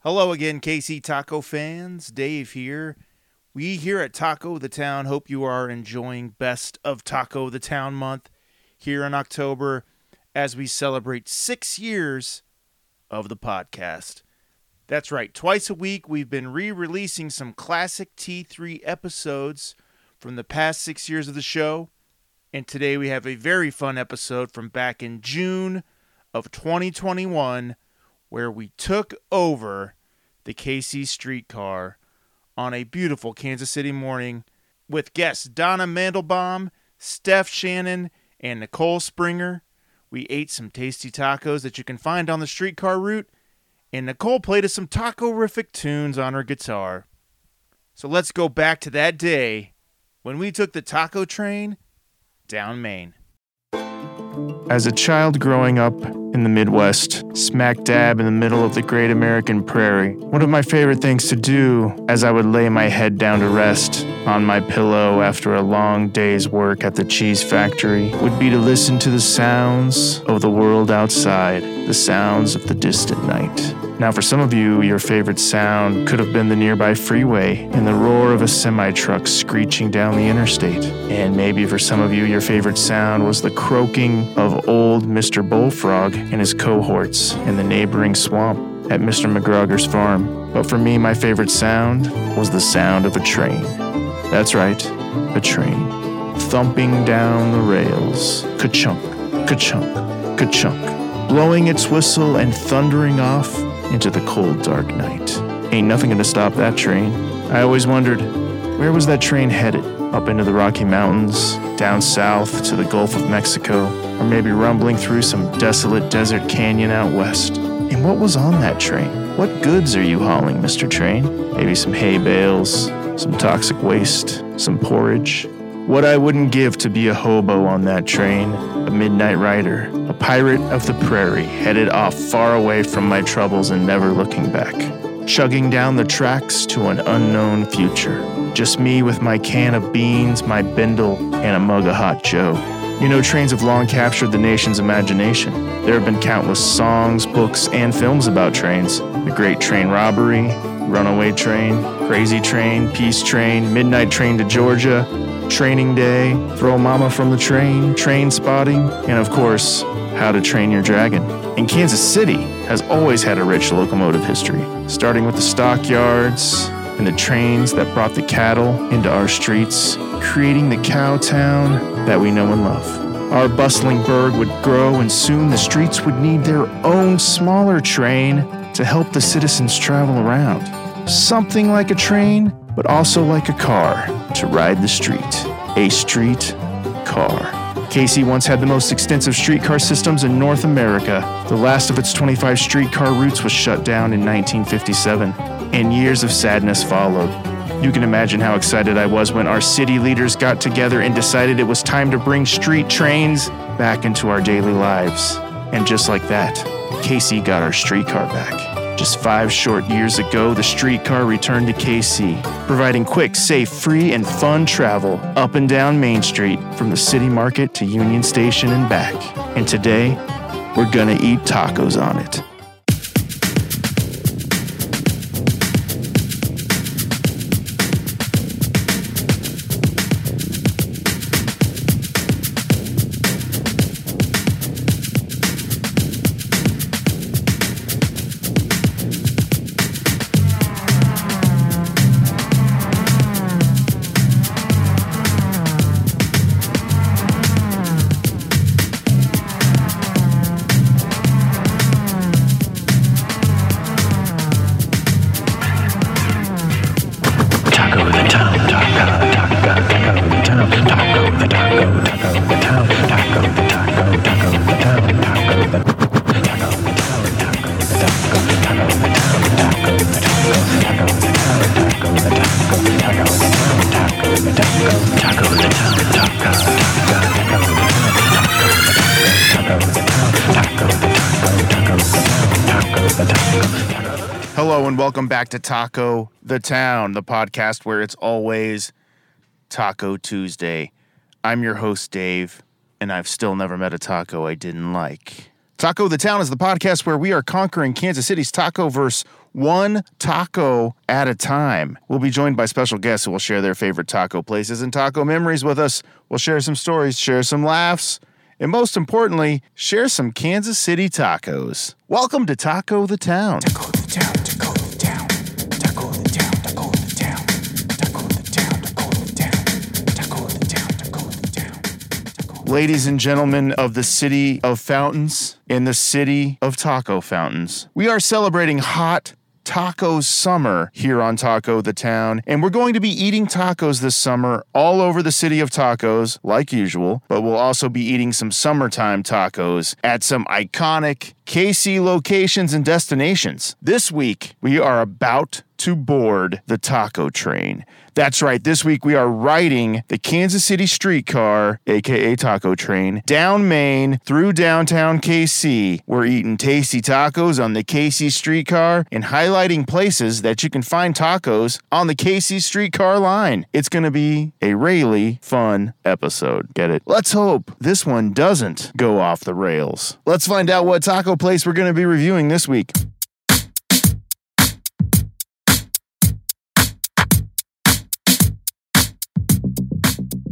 Hello again, KC Taco fans. Dave here. We here at Taco the Town hope you are enjoying Best of Taco the Town month here in October as we celebrate six years of the podcast. That's right, twice a week we've been re releasing some classic T3 episodes from the past six years of the show. And today we have a very fun episode from back in June of 2021 where we took over the KC streetcar on a beautiful Kansas City morning with guests Donna Mandelbaum, Steph Shannon, and Nicole Springer. We ate some tasty tacos that you can find on the streetcar route, and Nicole played us some taco-rific tunes on her guitar. So let's go back to that day when we took the taco train down Maine. As a child growing up in the Midwest, smack dab in the middle of the great American prairie, one of my favorite things to do as I would lay my head down to rest on my pillow after a long day's work at the cheese factory would be to listen to the sounds of the world outside, the sounds of the distant night. Now, for some of you, your favorite sound could have been the nearby freeway and the roar of a semi truck screeching down the interstate. And maybe for some of you, your favorite sound was the croaking of old Mr. Bullfrog and his cohorts in the neighboring swamp at Mr. McGregor's farm. But for me, my favorite sound was the sound of a train. That's right, a train. Thumping down the rails. Ka-chunk, ka-chunk, ka-chunk. Blowing its whistle and thundering off into the cold, dark night. Ain't nothing gonna stop that train. I always wondered, where was that train headed? Up into the Rocky Mountains, down south to the Gulf of Mexico, or maybe rumbling through some desolate desert canyon out west. And what was on that train? What goods are you hauling, Mr. Train? Maybe some hay bales, some toxic waste, some porridge. What I wouldn't give to be a hobo on that train, a midnight rider, a pirate of the prairie, headed off far away from my troubles and never looking back, chugging down the tracks to an unknown future. Just me with my can of beans, my bindle, and a mug of hot Joe. You know, trains have long captured the nation's imagination. There have been countless songs, books, and films about trains The Great Train Robbery, Runaway Train, Crazy Train, Peace Train, Midnight Train to Georgia, Training Day, Throw Mama from the Train, Train Spotting, and of course, How to Train Your Dragon. And Kansas City has always had a rich locomotive history, starting with the stockyards, and the trains that brought the cattle into our streets, creating the cow town that we know and love. Our bustling burg would grow, and soon the streets would need their own smaller train to help the citizens travel around. Something like a train, but also like a car to ride the street. A street car. Casey once had the most extensive streetcar systems in North America. The last of its 25 streetcar routes was shut down in 1957, and years of sadness followed. You can imagine how excited I was when our city leaders got together and decided it was time to bring street trains back into our daily lives. And just like that, KC got our streetcar back. Just five short years ago, the streetcar returned to KC, providing quick, safe, free, and fun travel up and down Main Street from the city market to Union Station and back. And today, we're gonna eat tacos on it. Taco the town, taco, taco, taco the town, taco the taco, taco the town, taco the taco, taco the town, taco the taco the town, taco the taco, taco the town, taco the taco, taco the town, taco the taco, taco the town, taco the taco, taco the town, taco, taco, taco the town, taco the taco, taco the town, taco the taco, taco the town, taco the taco, taco. Hello and welcome back to Taco the Town, the podcast where it's always Taco Tuesday. I'm your host, Dave, and I've still never met a taco I didn't like. Taco the Town is the podcast where we are conquering Kansas City's taco verse one taco at a time. We'll be joined by special guests who will share their favorite taco places and taco memories with us. We'll share some stories, share some laughs, and most importantly, share some Kansas City tacos. Welcome to Taco the Town. Ladies and gentlemen of the city of fountains and the city of taco fountains, we are celebrating hot taco summer here on Taco the Town, and we're going to be eating tacos this summer all over the city of tacos, like usual, but we'll also be eating some summertime tacos at some iconic KC locations and destinations. This week, we are about to board the taco train. That's right, this week we are riding the Kansas City streetcar, aka taco train, down Main through downtown KC. We're eating tasty tacos on the KC streetcar and highlighting places that you can find tacos on the KC streetcar line. It's going to be a really fun episode. Get it? Let's hope this one doesn't go off the rails. Let's find out what taco place we're going to be reviewing this week.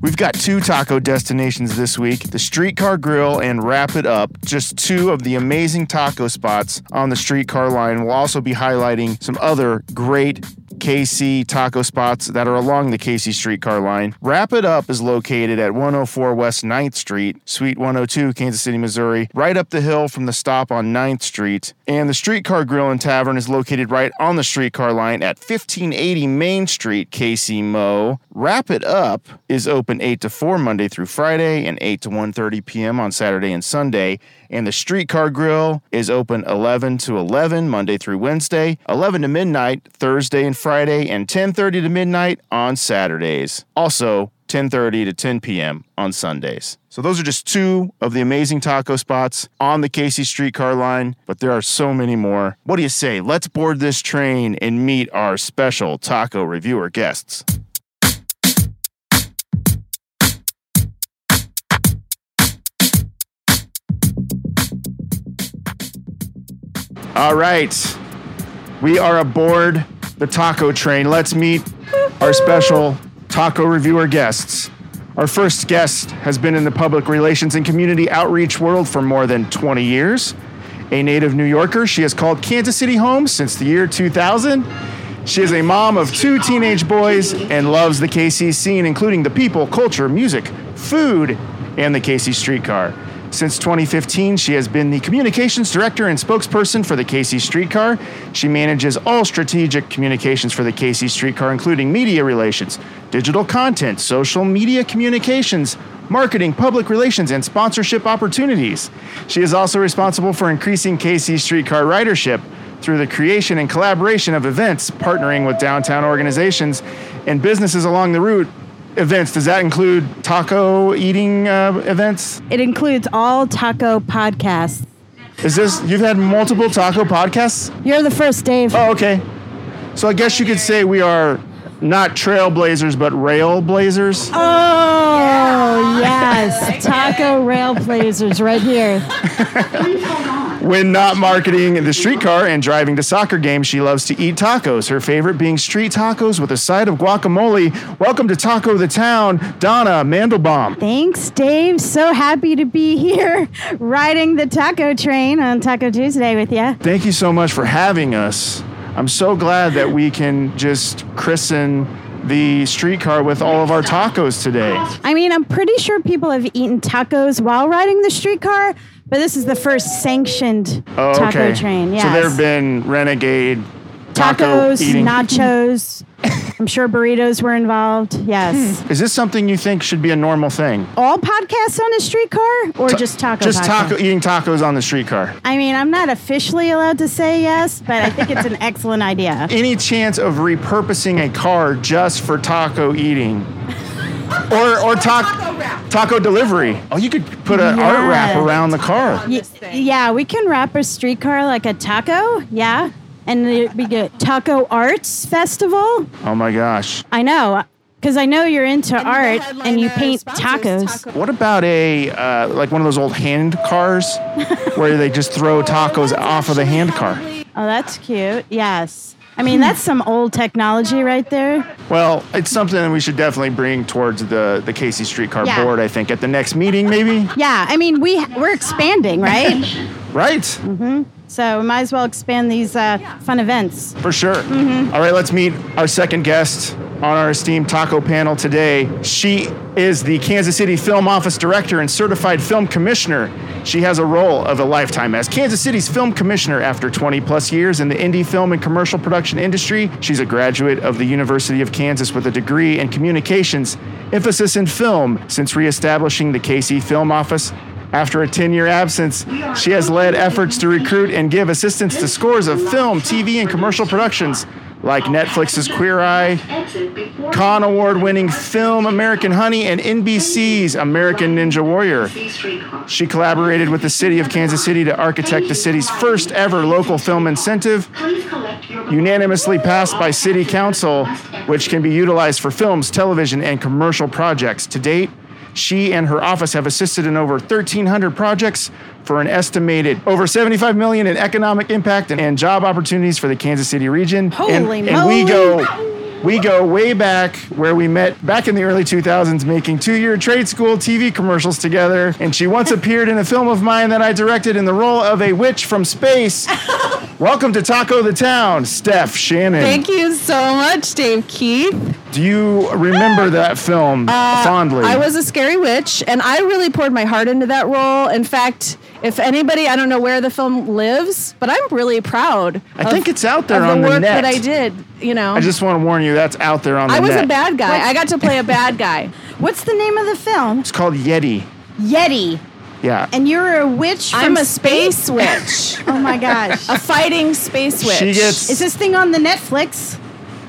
We've got two taco destinations this week the Streetcar Grill and Wrap It Up, just two of the amazing taco spots on the streetcar line. We'll also be highlighting some other great KC taco spots that are along the KC streetcar line. Wrap It Up is located at 104 West 9th Street, Suite 102, Kansas City, Missouri, right up the hill from the stop on 9th Street. And the Streetcar Grill and Tavern is located right on the streetcar line at 1580 Main Street, KC Mo. Wrap It Up is open 8 to 4 Monday through Friday and 8 to 1:30 p.m. on Saturday and Sunday. And the Streetcar Grill is open 11 to 11 Monday through Wednesday, 11 to midnight Thursday and Friday, and 10:30 to midnight on Saturdays. Also, 10:30 to 10 p.m. on Sundays. So those are just two of the amazing taco spots on the Casey Streetcar line, but there are so many more. What do you say? Let's board this train and meet our special taco reviewer guests. All right. We are aboard the taco train. Let's meet our special taco reviewer guests. Our first guest has been in the public relations and community outreach world for more than 20 years. A native New Yorker, she has called Kansas City home since the year 2000. She is a mom of two teenage boys and loves the KC scene, including the people, culture, music, food, and the KC streetcar. Since 2015, she has been the communications director and spokesperson for the KC streetcar. She manages all strategic communications for the KC streetcar, including media relations, digital content, social media communications, marketing, public relations, and sponsorship opportunities. She is also responsible for increasing KC streetcar ridership through the creation and collaboration of events, partnering with downtown organizations and businesses along the route. Events, does that include taco eating uh, events? It includes all taco podcasts. Is this, you've had multiple taco podcasts? You're the first, Dave. Oh, okay. So I guess you could say we are not trailblazers, but railblazers. Oh, yes. Taco rail blazers right here. When not marketing the streetcar and driving to soccer games, she loves to eat tacos. Her favorite being street tacos with a side of guacamole. Welcome to Taco the Town, Donna Mandelbaum. Thanks, Dave. So happy to be here riding the taco train on Taco Tuesday with you. Thank you so much for having us. I'm so glad that we can just christen the streetcar with all of our tacos today. I mean, I'm pretty sure people have eaten tacos while riding the streetcar, but this is the first sanctioned Oh, taco okay. train. Yes. So there have been renegade taco tacos, eating. nachos. I'm sure burritos were involved. Yes. Is this something you think should be a normal thing? All podcasts on a streetcar or just taco Just podcasts? taco eating tacos on the streetcar. I mean, I'm not officially allowed to say yes, but I think it's an excellent idea. any chance of repurposing a car just for taco eating? or or taco taco delivery. Oh, you could put an art wrap Yeah. around the car. Y- yeah, we can wrap a streetcar like a taco. Yeah. And it'd be good. Taco Arts Festival. Oh my gosh. I know, because I know you're into art headline, and you uh, paint sponsors, tacos. Taco- What about a uh, like one of those old hand cars where they just throw tacos off of the hand car? Probably Oh, that's cute. Yes. I mean, that's some old technology right there. Well, it's something that we should definitely bring towards the the Casey Streetcar Yeah. board. I think at the next meeting, maybe. Yeah. I mean, we we're expanding, right? Right, so we might as well expand these uh, fun events. for sure. All right, let's meet our second guest on our esteemed taco panel today. She is the Kansas City Film Office Director and Certified Film Commissioner. She has a role of a lifetime as Kansas City's Film Commissioner after 20 plus years in the indie film and commercial production industry. She's a graduate of the University of Kansas with a degree in communications, emphasis in film, since reestablishing the KC Film Office After a 10 year absence, she has led efforts to recruit and give assistance to scores of film, TV, and commercial productions like Netflix's Queer Eye, Con Award winning film American Honey, and NBC's American Ninja Warrior. She collaborated with the city of Kansas City to architect the city's first ever local film incentive, unanimously passed by City Council, which can be utilized for films, television, and commercial projects. To date, she and her office have assisted in over 1,300 projects for an estimated over 75 million in economic impact and, and job opportunities for the Kansas City region. and, Holy and we moly. go. We go way back where we met back in the early 2000s, making two year trade school TV commercials together. And she once appeared in a film of mine that I directed in the role of a witch from space. Welcome to Taco the Town, Steph Shannon. Thank you so much, Dave Keith. Do you remember that film fondly? Uh, I was a scary witch, and I really poured my heart into that role. In fact, if anybody, I don't know where the film lives, but I'm really proud. I think it's out there of on the the work net. that I did. You know, I just want to warn you, that's out there on the I was net. a bad guy. I got to play a bad guy. What's the name of the film? It's called Yeti. Yeti. Yeah. And you're a witch from I'm a space? space witch, Oh my gosh. a fighting space witch. she gets Is this thing on the Netflix?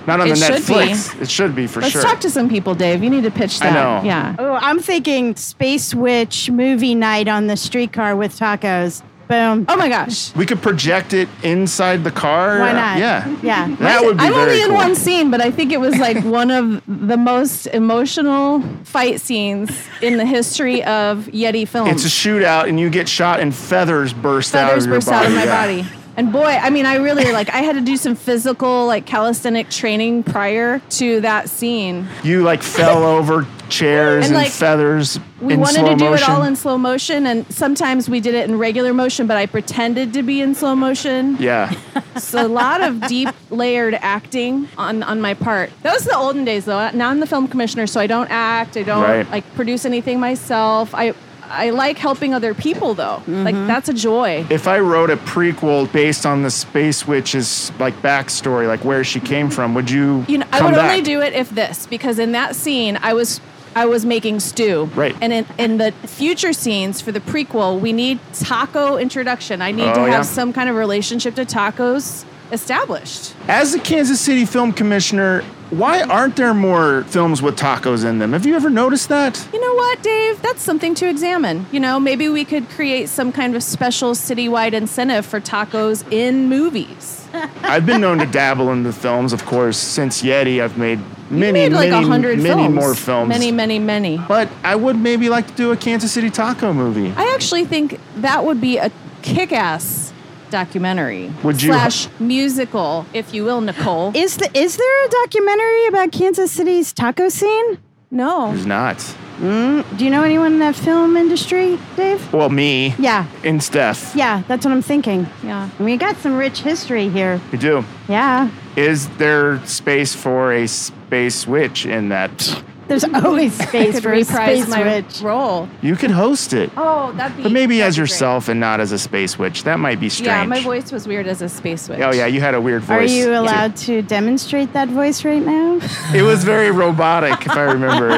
not on the It should be. Netflix. It should be for Let's sure. talk to some people, Dave. You need to pitch I that. know. Yeah. Oh, I'm thinking Space Witch movie night on the streetcar with tacos. Boom. Oh my gosh. we could project it inside the car. Why not? Yeah. Yeah. That would be I'm very only in cool. one scene, but I think it was like one of the most emotional fight scenes in the history of Yeti films. It's a shootout, and you get shot, and feathers burst out feathers of your burst body. out of my Yeah. body. And boy, I mean, I really like. I had to do some physical, like calisthenic training prior to that scene. You like fell over chairs and, And, like, feathers We in wanted slow to do motion. it all in slow motion, and sometimes we did it in regular motion, but I pretended to be in slow motion. yeah. So a lot of deep layered acting on, on my part. That was the olden days though. Uh, Now I'm the film commissioner, so I don't act. I don't Right. like produce anything myself. I I like helping other people though. Like that's a joy. If I wrote a prequel based on the Space Witch's like backstory, like where she came from, would you? Mm-hmm. You know, I come would back? only do it if this because in that scene I was I was making stew. Right. And in, in the future scenes for the prequel, we need taco introduction. I need to Oh, have yeah. some kind of relationship to tacos established. As the Kansas City Film Commissioner, why aren't there more films with tacos in them? Have you ever noticed that? You know what, Dave? That's something to examine. You know, maybe we could create some kind of special citywide incentive for tacos in movies. I've been known to dabble in the films, of course. Since Yeti, I've made many, made like many, 100 many films. more films. Many, many, many. but I would maybe like to do a Kansas City taco movie. I actually think that would be a kick ass documentary Would you- slash musical, if you will, Nicole. Is the is there a documentary about Kansas City's taco scene? no. There's not. Do you know anyone in that film industry, Dave? Well, me Yeah. and Steph. Yeah, that's what I'm thinking. Yeah. We got some rich history here. We do. Yeah. Is there space for a space witch in that? There's always I space could for a reprise space my witch. role. You could host it. Oh, that'd be. But maybe that'd as be great. yourself and not as a space witch. That might be strange. Yeah, my voice was weird as a space witch. Oh yeah, you had a weird Are voice. you allowed to demonstrate that voice right now? It was very robotic, if I remember.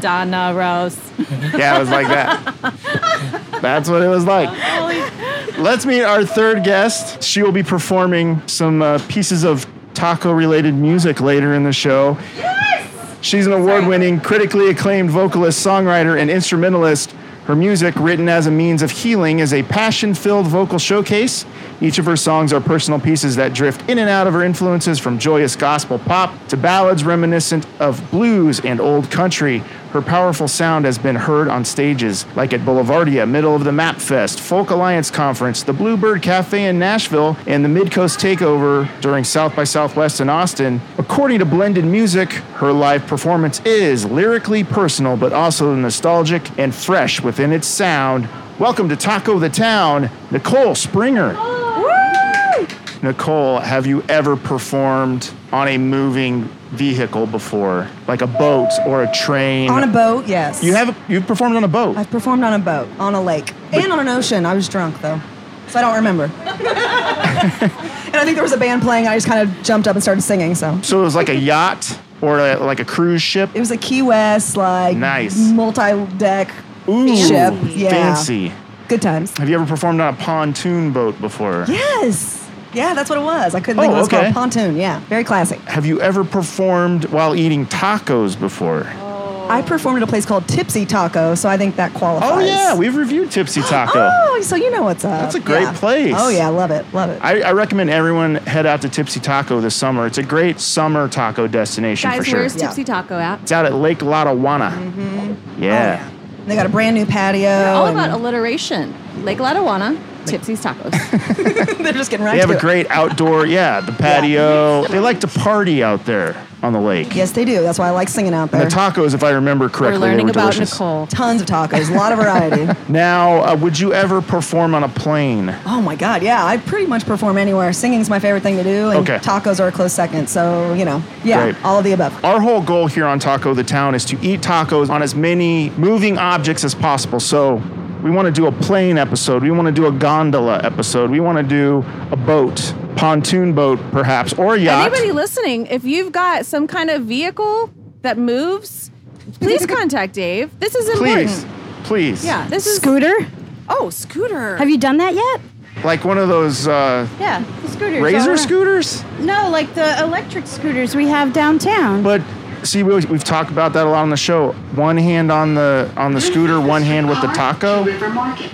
Donna Rose. Yeah, it was like that. That's what it was like. Let's meet our third guest. She will be performing some uh, pieces of taco related music later in the show. Yes! She's an award winning, critically acclaimed vocalist, songwriter, and instrumentalist. Her music, written as a means of healing, is a passion filled vocal showcase Each of her songs are personal pieces that drift in and out of her influences from joyous gospel pop to ballads reminiscent of blues and old country. Her powerful sound has been heard on stages like at Boulevardia, Middle of the Map Fest, Folk Alliance Conference, the Bluebird Cafe in Nashville, and the Midcoast Takeover during South by Southwest in Austin. According to Blended Music, her live performance is lyrically personal but also nostalgic and fresh within its sound. Welcome to Taco the Town, Nicole Springer. Nicole, have you ever performed on a moving vehicle before, like a boat or a train? On a boat, yes. you have you've performed on a boat. I've performed on a boat, on a lake, and on an ocean. I was drunk though, so I don't remember. and I think there was a band playing. I just kind of jumped up and started singing. So so it was like a yacht or a, like a cruise ship. it was a Key West, like Nice. multi-deck ship. Yeah, fancy. Good times. Have you ever performed on a pontoon boat before? Yes. Yeah, that's what it was. I couldn't think Oh, what it was okay. called. Pontoon. Yeah, very classic. Have you ever performed while eating tacos before? I performed at a place called Tipsy Taco, so I think that qualifies. Oh yeah, we've reviewed Tipsy Taco. Oh, so you know what's up. That's a great Yeah. place. Oh yeah, love it, love it. I, I recommend everyone head out to Tipsy Taco this summer. It's a great summer taco destination for Guys, sure. where's Yeah. Tipsy Taco at? It's out at Lake Lotawana. Oh, Yeah. Oh, they got a brand new patio. Oh, All and about alliteration. Lake Latawana, Tipsy's Tacos. they're just getting right. They have to a it. great outdoor, yeah, the patio. They like to party out there on the lake. Yes, they do. That's why I like singing out And there. the tacos, if I remember We're correctly, they learning were about delicious. Nicole. Tons of tacos, a lot of variety. Now, uh, would you ever perform on a plane? oh my God, yeah, I pretty much perform anywhere. Singing's my favorite thing to do, and Okay. tacos are a close second. So you know, yeah, Great. all of the above. Our whole goal here on Taco the Town is to eat tacos on as many moving objects as possible. So we want to do a plane episode. We want to do a gondola episode. We want to do a boat, pontoon boat perhaps, or a yacht. Anybody listening, if you've got some kind of vehicle that moves, please contact Dave. This is important. please, please. Yeah, this is Scooter? Oh, scooter. Have you done that yet? Like one of those uh, Yeah, the scooters. uh, razor scooters? No, like the electric scooters we have downtown. But see, we, we've talked about that a lot on the show. One hand on the on the scooter, one hand with the taco.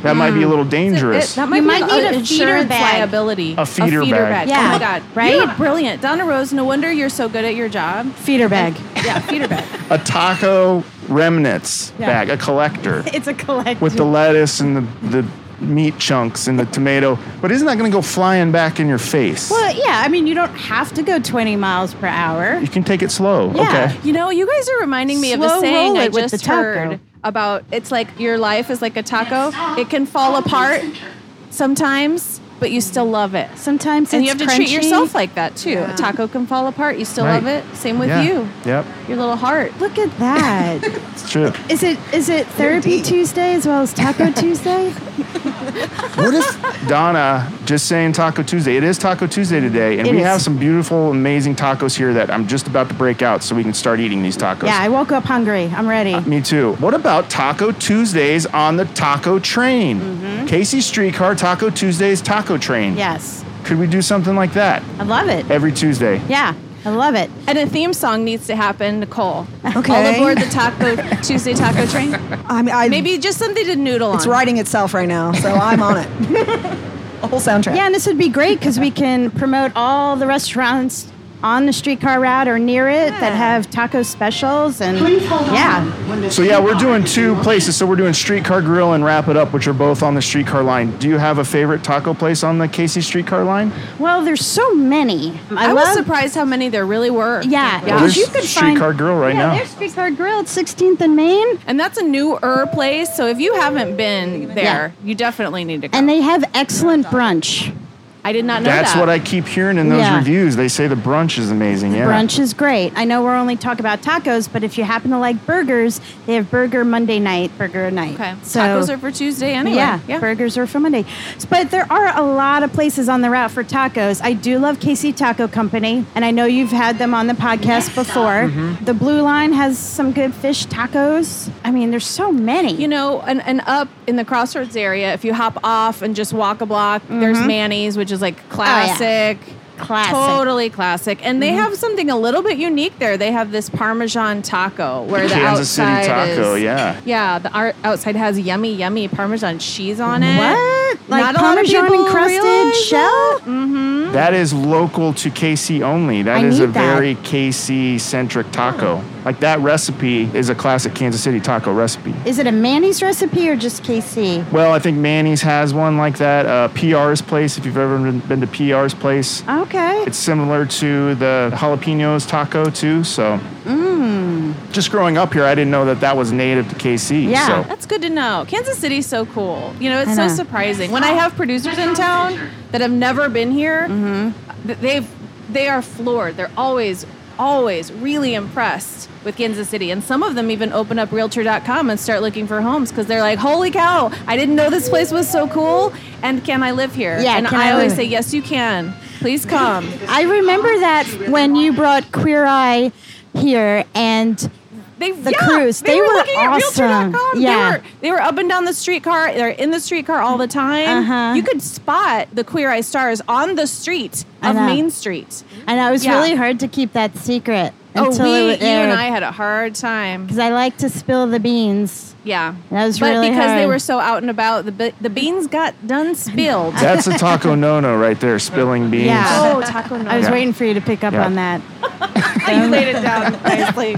That might be a little dangerous. It- that might, You be might an need a feeder insurance bag. liability. A feeder bag. Yeah, Oh my god. right? You are brilliant. Donna Rose, no wonder you're so good at your job. Feeder bag. Yeah, feeder bag. a taco remnants Yeah. bag, a collector It's a collector. with the lettuce and the, the meat chunks and the tomato. But isn't that going to go flying back in your face? Well, yeah, I mean, you don't have to go 20 miles per hour. You can take it slow. Yeah. Okay. You know, you guys are reminding me of Slow a saying roll I it with just the taco. heard about it's like your life is like a taco. It can fall apart sometimes, but you still love it. Sometimes and it's you have to crunchy. treat yourself like that too. A taco can fall apart, you still Right. love it. Same with Yeah. you. Yep. Your little heart. Look at that. It's true. is it is it therapy Tuesday as well as Taco Tuesday? What if Donna just saying Taco Tuesday? It is Taco Tuesday today, and It we is. have some beautiful, amazing tacos here that I'm just about to break out, so we can start eating these tacos. Yeah, I woke up hungry. I'm ready. Uh, Me too. What about Taco Tuesdays on the Taco Train? Mm-hmm. Casey Streetcar Taco Tuesdays Taco Train. yes, Could we do something like that I love it. every Tuesday? Yeah, I love it. And a theme song needs to happen, Nicole. Okay. All aboard the taco Tuesday taco train. I mean, I, Maybe just something to noodle it's on. writing itself right now, so I'm on it. a whole soundtrack. Yeah, and this would be great because we can promote all the restaurants on the streetcar route or near it that have taco specials and yeah, So yeah, we're doing two places. So we're doing Streetcar Grill and Wrap It Up, which are both on the Streetcar line. Do you have a favorite taco place on the Casey Streetcar line? well, there's so many. I, I, love, was surprised how many there really were. Yeah, Yeah. because there's you could find Streetcar Grill right yeah, now. There's streetcar grill at 16th and Main, And that's a newer place, so if you haven't been there, you definitely need to go. and they have excellent brunch. I did not know That's that. what I keep hearing in those Yeah. reviews. They say the brunch is amazing. Yeah. Brunch is great. I know we're only talking about tacos, but if you happen to like burgers, they have burger Monday night, burger night. Okay. So Tacos are for Tuesday anyway. yeah, burgers are for Monday. S- But there are a lot of places on the route for tacos. I do love KC Taco Company, and I know you've had them on the podcast before. Mm-hmm. The Blue Line has some good fish tacos. I mean, there's so many. You know, and, and up in the crossroads area, if you hop off and just walk a block, there's Manny's, which is like classic. Mm-hmm. Oh, Classic. Mm-hmm. Totally classic. And they have something a little bit unique there. They have this Parmesan taco where the Kansas City outside taco, is- yeah. Yeah, the art outside has yummy, yummy Parmesan cheese on it. What? it? Like Not a lot of Parmesan people encrusted realize shell? That is local to KC only. That Mm-hmm. I is a need that. Oh. very KC centric taco. Like that recipe is a classic Kansas City taco recipe. Is it a Manny's recipe or just KC? Well, I think Manny's has one like that. Uh, PR's place, if you've ever been- been to PR's place, Oh. Okay. it's similar to the jalapenos taco too. So, just growing up here, I didn't know that that was native to KC. Yeah. So. That's good to know. Kansas City's so cool. You know, I it's so know. surprising. When I have producers in town that have never been here, Mm-hmm. th- they've they are floored. They're always always really impressed with Kansas City. And some of them even open up realtor.com and start looking for homes cuz they're like, "Holy cow, I didn't know this place was so cool and can I live here?" Yeah, and can I, I always live- say, "Yes, you can. Please come." I remember that when you brought Queer Eye here and They, The yeah, crews, They, they were, were looking awesome. at realtor.com. Yeah. They were, they were up and down the streetcar. They're in the streetcar all the time. Uh-huh. You could spot the Queer Eye stars on the street I of know. Main Street. and it was Yeah. really hard to keep that secret until oh, we, it you and I aired had a hard time. because I like to spill the beans. Yeah. That was but really because they hard. were so out and about, the, be- the beans got done spilled. That's a taco no no right there, spilling beans. Yeah. oh, Taco I was Night. Yeah. waiting for you to pick up Yeah. on that. Um, you laid it down nicely.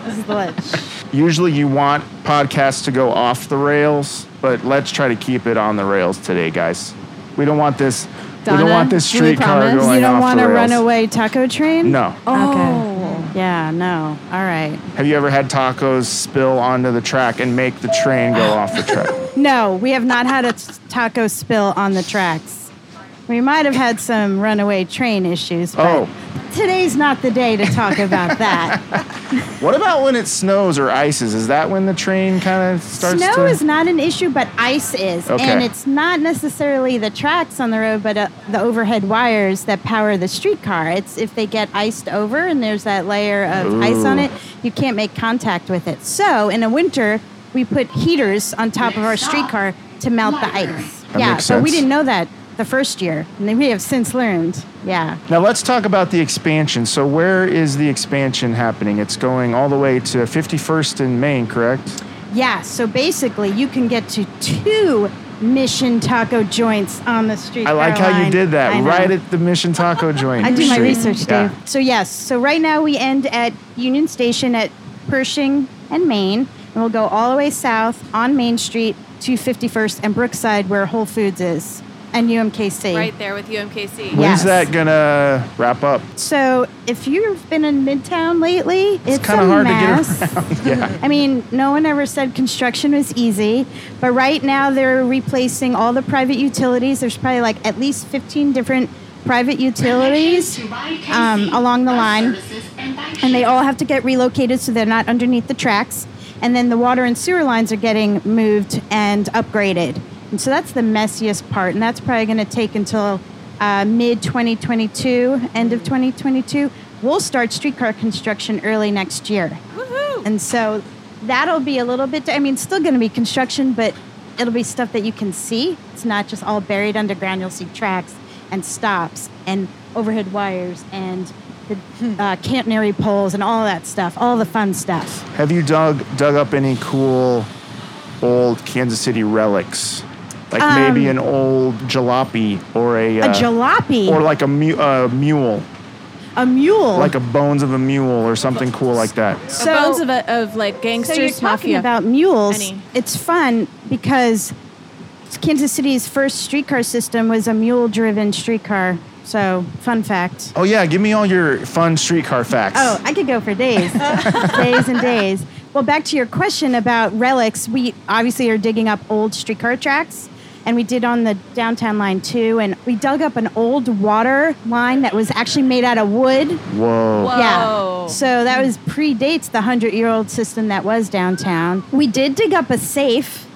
Usually you want podcasts to go off the rails, but let's try to keep it on the rails today, guys. We don't want this. we don't Donna, want this do we streetcar promise? going You don't off want the a rails. runaway taco train? No. Oh. Yeah, no. All right. Have you ever had tacos spill onto the track and make the train go off the track? No, we have not had a t- taco spill on the tracks. We might have had some runaway train issues, but Oh. today's not the day to talk about that. What about when it snows or ices? Is that when the train kind of starts Snow to? is not an issue, but ice is. Okay. And it's not necessarily the tracks on the road, but uh, the overhead wires that power the streetcar. It's if they get iced over and there's that layer of ice on it, you can't make contact with it. So in the winter, we put heaters on top of our streetcar to melt the ice. That yeah, makes but sense. we didn't know that the first year. And then we have since learned. Yeah. Now let's talk about the expansion. So where is the expansion happening? It's going all the way to 51st and Main, correct? Yeah, so basically, you can get to two Mission Taco joints on the street. I like how you Caroline. did I that know. right at the Mission Taco joint. I do my Street. research, Dave. Yeah. So yes, so right now we end at Union Station at Pershing and Maine, and we'll go all the way south on Main Street to 51st and Brookside, where Whole Foods is, and UMKC. Right there with UMKC. When's Yes. that gonna wrap up? So if you've been in Midtown lately, it's, kinda a hard to get mess. yeah. I mean, no one ever said construction was easy, but right now they're replacing all the private utilities. There's probably like at least 15 different private utilities um, along the line, and they all have to get relocated so they're not underneath the tracks. And then the water and sewer lines are getting moved and upgraded. And so that's the messiest part, and that's probably going to take until uh, mid 2022, end of 2022. We'll start streetcar construction early next year. And so that'll be a little bit, I mean, still going to be construction, but it'll be stuff that you can see. It's not just all buried underground. You'll see tracks and stops and overhead wires and the Hmm. uh, catenary poles and all that stuff, all the fun stuff. Have you dug dug up any cool old Kansas City relics? Like maybe an old jalopy or a, Um, A uh, jalopy, or like a mu- uh, mule, a mule. like a bones of a mule or something cool like that. The bones of, a, of like gangsters So you're talking mafia. about mules. Any. It's fun because Kansas City's first streetcar system was a mule-driven streetcar. So, fun fact. Oh yeah, give me all your fun streetcar facts. Oh, I could go for days, days and days. Well, back to your question about relics, we obviously are digging up old streetcar tracks, and we did on the downtown line too. And we dug up an old water line that was actually made out of wood. Whoa. Whoa. Yeah. So that was predates the hundred-year-old system that was downtown. We did dig up a safe,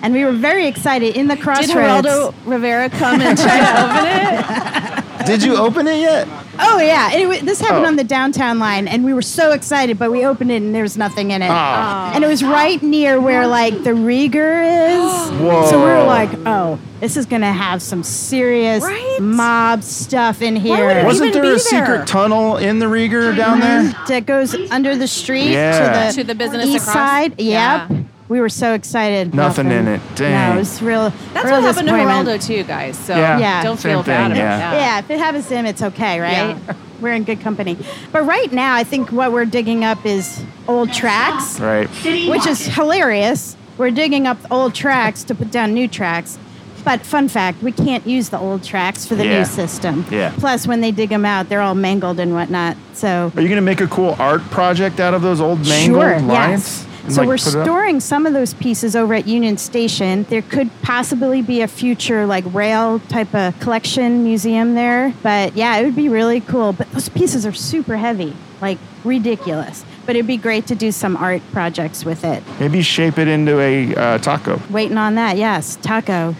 and we were very excited in the Did crossroads. Geraldo Rivera come and try to open it? Did you open it yet? Oh yeah, and it, wa- this happened Oh. on the downtown line, and we were so excited, but we opened it and there was nothing in it, Ah. and it Oh. was right near where like the Rieger is. Whoa. So we were like, oh, this is gonna have some serious Right? mob stuff in here. would it Wasn't even there a be there. secret tunnel in the Rieger down there? that goes under the street Yeah. to the To the business east across? side. Yep. Yeah. We were so excited. Nothing in it. Dang. No, it was real. That's real what happened to disappointment. Geraldo too, guys. So Yeah. Yeah. don't Same feel bad thing, about yeah. that. Yeah, if it happens to him, it's okay, right? Yeah. We're in good company. But right now, I think what we're digging up is old tracks, Right. which is hilarious. We're digging up old tracks to put down new tracks. But fun fact, we can't use the old tracks for the Yeah. new system. Yeah. Plus, when they dig them out, they're all mangled and whatnot. So Are you gonna make a cool art project out of those old mangled sure, lines? yes. And, So like, we're put it up? storing some of those pieces over at Union Station. There could possibly be a future like rail type of collection museum there, but yeah, it would be really cool. But those pieces are super heavy, like ridiculous. But it'd be great to do some art projects with it. Maybe shape it into a uh, taco. Waiting on that, yes, taco.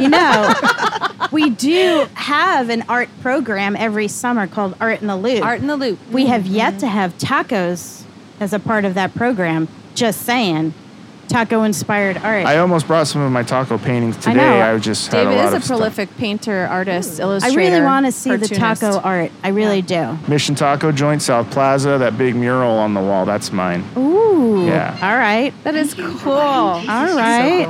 You know, we do have an art program every summer called Art in the Loop. Art in the loop. Mm-hmm. We have yet to have tacos as a part of that program. Just saying, taco inspired art. I almost brought some of my taco paintings I today. know. I, just had Dave a lot is a of stuff. prolific painter, artist, I illustrator. really want to see the taco cartoonist. art. I really Mission Taco Joint, South Plaza. That big mural on the wall. That's mine. do. Ooh. Yeah. All right. That is cool. All All right.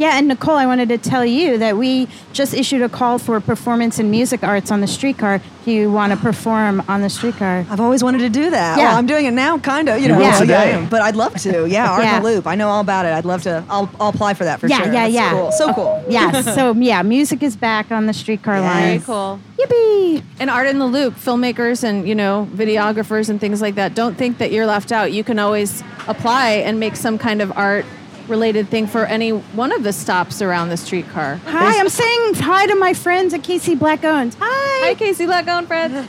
Yeah, and Nicole, I wanted to tell you that we just issued a call for performance and music arts on the streetcar. If you want to perform on the streetcar, I've always wanted to do that. Yeah. Well, I'm doing it now, kind of. You know, will yeah, yeah, I today. am, but I'd love to. Yeah, Art Yeah. in the Loop. I know all about it. I'd love to. I'll, I'll apply for that for yeah, sure. yeah, That's yeah. Cool. So cool. yes. So yeah, music is back on the streetcar Yes. line. Very cool. Yippee! And art in the loop, filmmakers and you know videographers and things like that. Don't think that you're left out. You can always apply and make some kind of art related thing for any one of the stops around the streetcar. Hi, I'm saying hi to my friends at Casey Black Owens. Hi, Casey Lagoon, friends.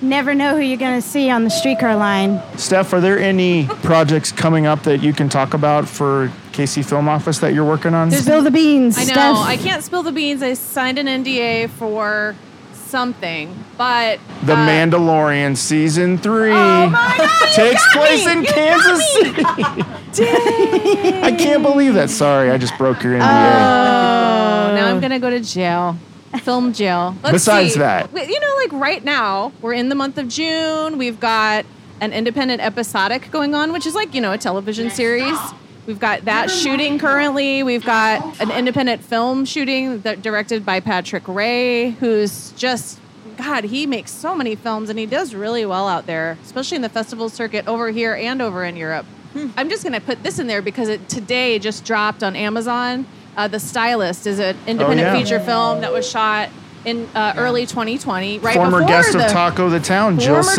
Never know who you're going to see on the streetcar line. Steph, are there any projects coming up that you can talk about for KC Film Office that you're working on? Spill the beans. I know. Steph. I can't spill the beans. I signed an NDA for something, but the uh, Mandalorian season three Oh my God! takes you got place me! in You Kansas City. I can't believe that. Sorry, I just broke your NDA. Oh, now I'm gonna go to jail. Film jail. Let's Besides see. that. Wait, you know, like right now, we're in the month of June. We've got an independent episodic going on, which is like you know a television series. We've got that shooting currently. We've got an independent film shooting that directed by Patrick Ray, who's just God. He makes so many films, and he does really well out there, especially in the festival circuit over here and over in Europe. I'm just gonna put this in there because it today just dropped on Amazon. Uh, the Stylist is an independent yeah. feature film that was shot in uh, early 2020, right Former before guest the of Taco the Town, Jill former Six.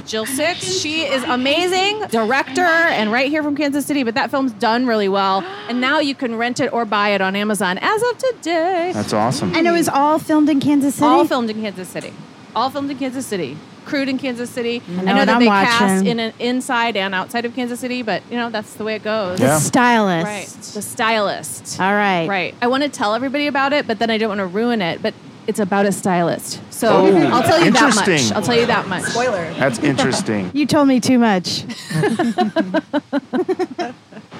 guest, Jill Six. She is amazing director and right here from Kansas City. But that film's done really well, and now you can rent it or buy it on Amazon as of today. That's awesome. And it was all filmed in Kansas City. All filmed in Kansas City. All filmed in Kansas City. Crewed in Kansas City. I know what that I'm they cast watching. in an inside and outside of Kansas City, but you know that's the way it goes. Yeah. Stylist. Right. The stylist. All right. Right. I want to tell everybody about it, but then I don't want to ruin it. But it's about a stylist. So Oh, I'll tell you that much. interesting. I'll tell you that much. Spoiler. That's interesting. You told me too much.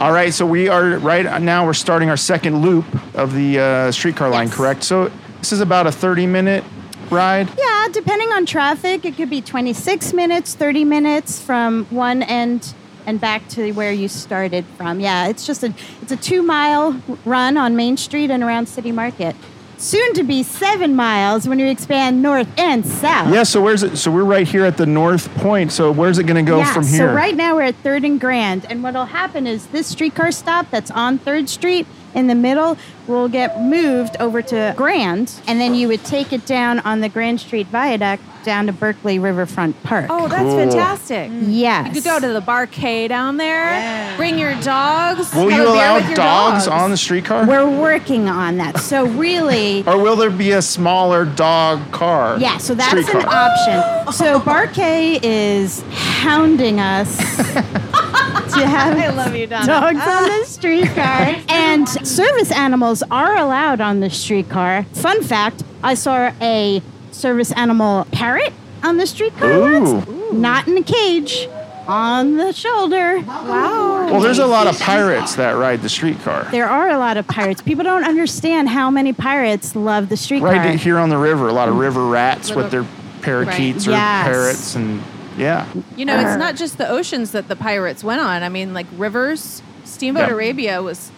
All right, so we are right now. We're starting our second loop of the uh, streetcar line, Yes. correct? So this is about a thirty-minute ride. yeah, depending on traffic, it could be 26 minutes, 30 minutes from one end and back to where you started from. Yeah, it's just a it's a 2-mile run on Main Street and around City Market. Soon to be 7 miles when you expand north and south. Yeah. So where's it? So we're right here at the north point. So where's it going to go yeah, from here? So right now we're at Third and Grand, and what'll happen is this streetcar stop that's on Third Street in the middle will get moved over to Grand, and then you would take it down on the Grand Street Viaduct down to Berkeley Riverfront Park. Oh, that's Cool. fantastic. yes. You could go to the barcade down there. Bring your dogs. Will have you a beer allow with your dogs, on the streetcar, We're working on that. So really. or will there be a smaller dog car? Yeah, so that's streetcar? an option. So Barkay is hounding us to have I love you, Donna. dogs on the streetcar. and service animals are allowed on the streetcar. Fun fact I saw a service animal parrot on the streetcar once. Not in a cage, on the shoulder. Wow. Well, there's a lot of pirates that ride the streetcar. There are a lot of pirates. People don't understand how many pirates love the streetcar. Right here on the river, a lot of river rats with their parakeets or Yes. parrots, and yeah, Uh-huh. You know, it's not just the oceans that the pirates went on. I mean, like rivers, Steamboat Yeah. Arabia was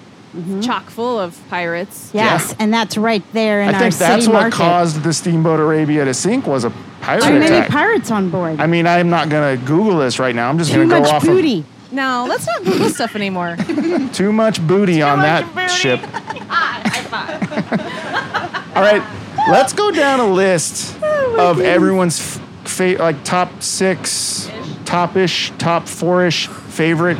chock full of pirates. Yes, Yeah. and that's right there in I our think city that's what market. caused the steamboat Arabia to sink was a pirate Too many attack. pirates on board. I mean, I'm not gonna Google this right now. I'm just Too gonna go much off booty. Now let's not Google stuff anymore. of too much booty on that ship. All right, let's go down a list Oh of everyone's f- fa- like top six, top-ish, top four-ish favorite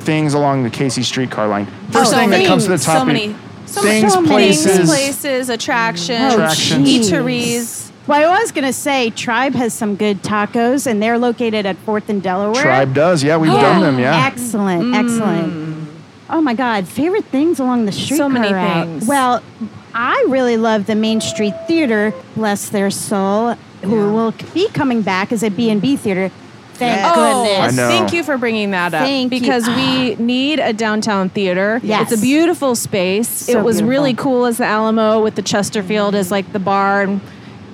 things along the Casey streetcar line. First Oh, so thing that many- comes to the top So is many, so things, many places. things, places, attractions, Attractions. Oh, jeez. eateries. Well, I was going to say Tribe has some good tacos, and they're located at 4th and Delaware. Tribe does, yeah, we've Yeah. done them, yeah. Excellent, excellent. Oh my God, favorite things along the street. many things. Well, I really love the Main Street Theater, bless their soul, who will be coming back as a B&B theater. Thank Yes. Oh, goodness. know. thank you for bringing that up Thank you. because we need a downtown theater. Yes. It's a beautiful space. So it was beautiful. really cool as the Alamo with the Chesterfield as like the bar and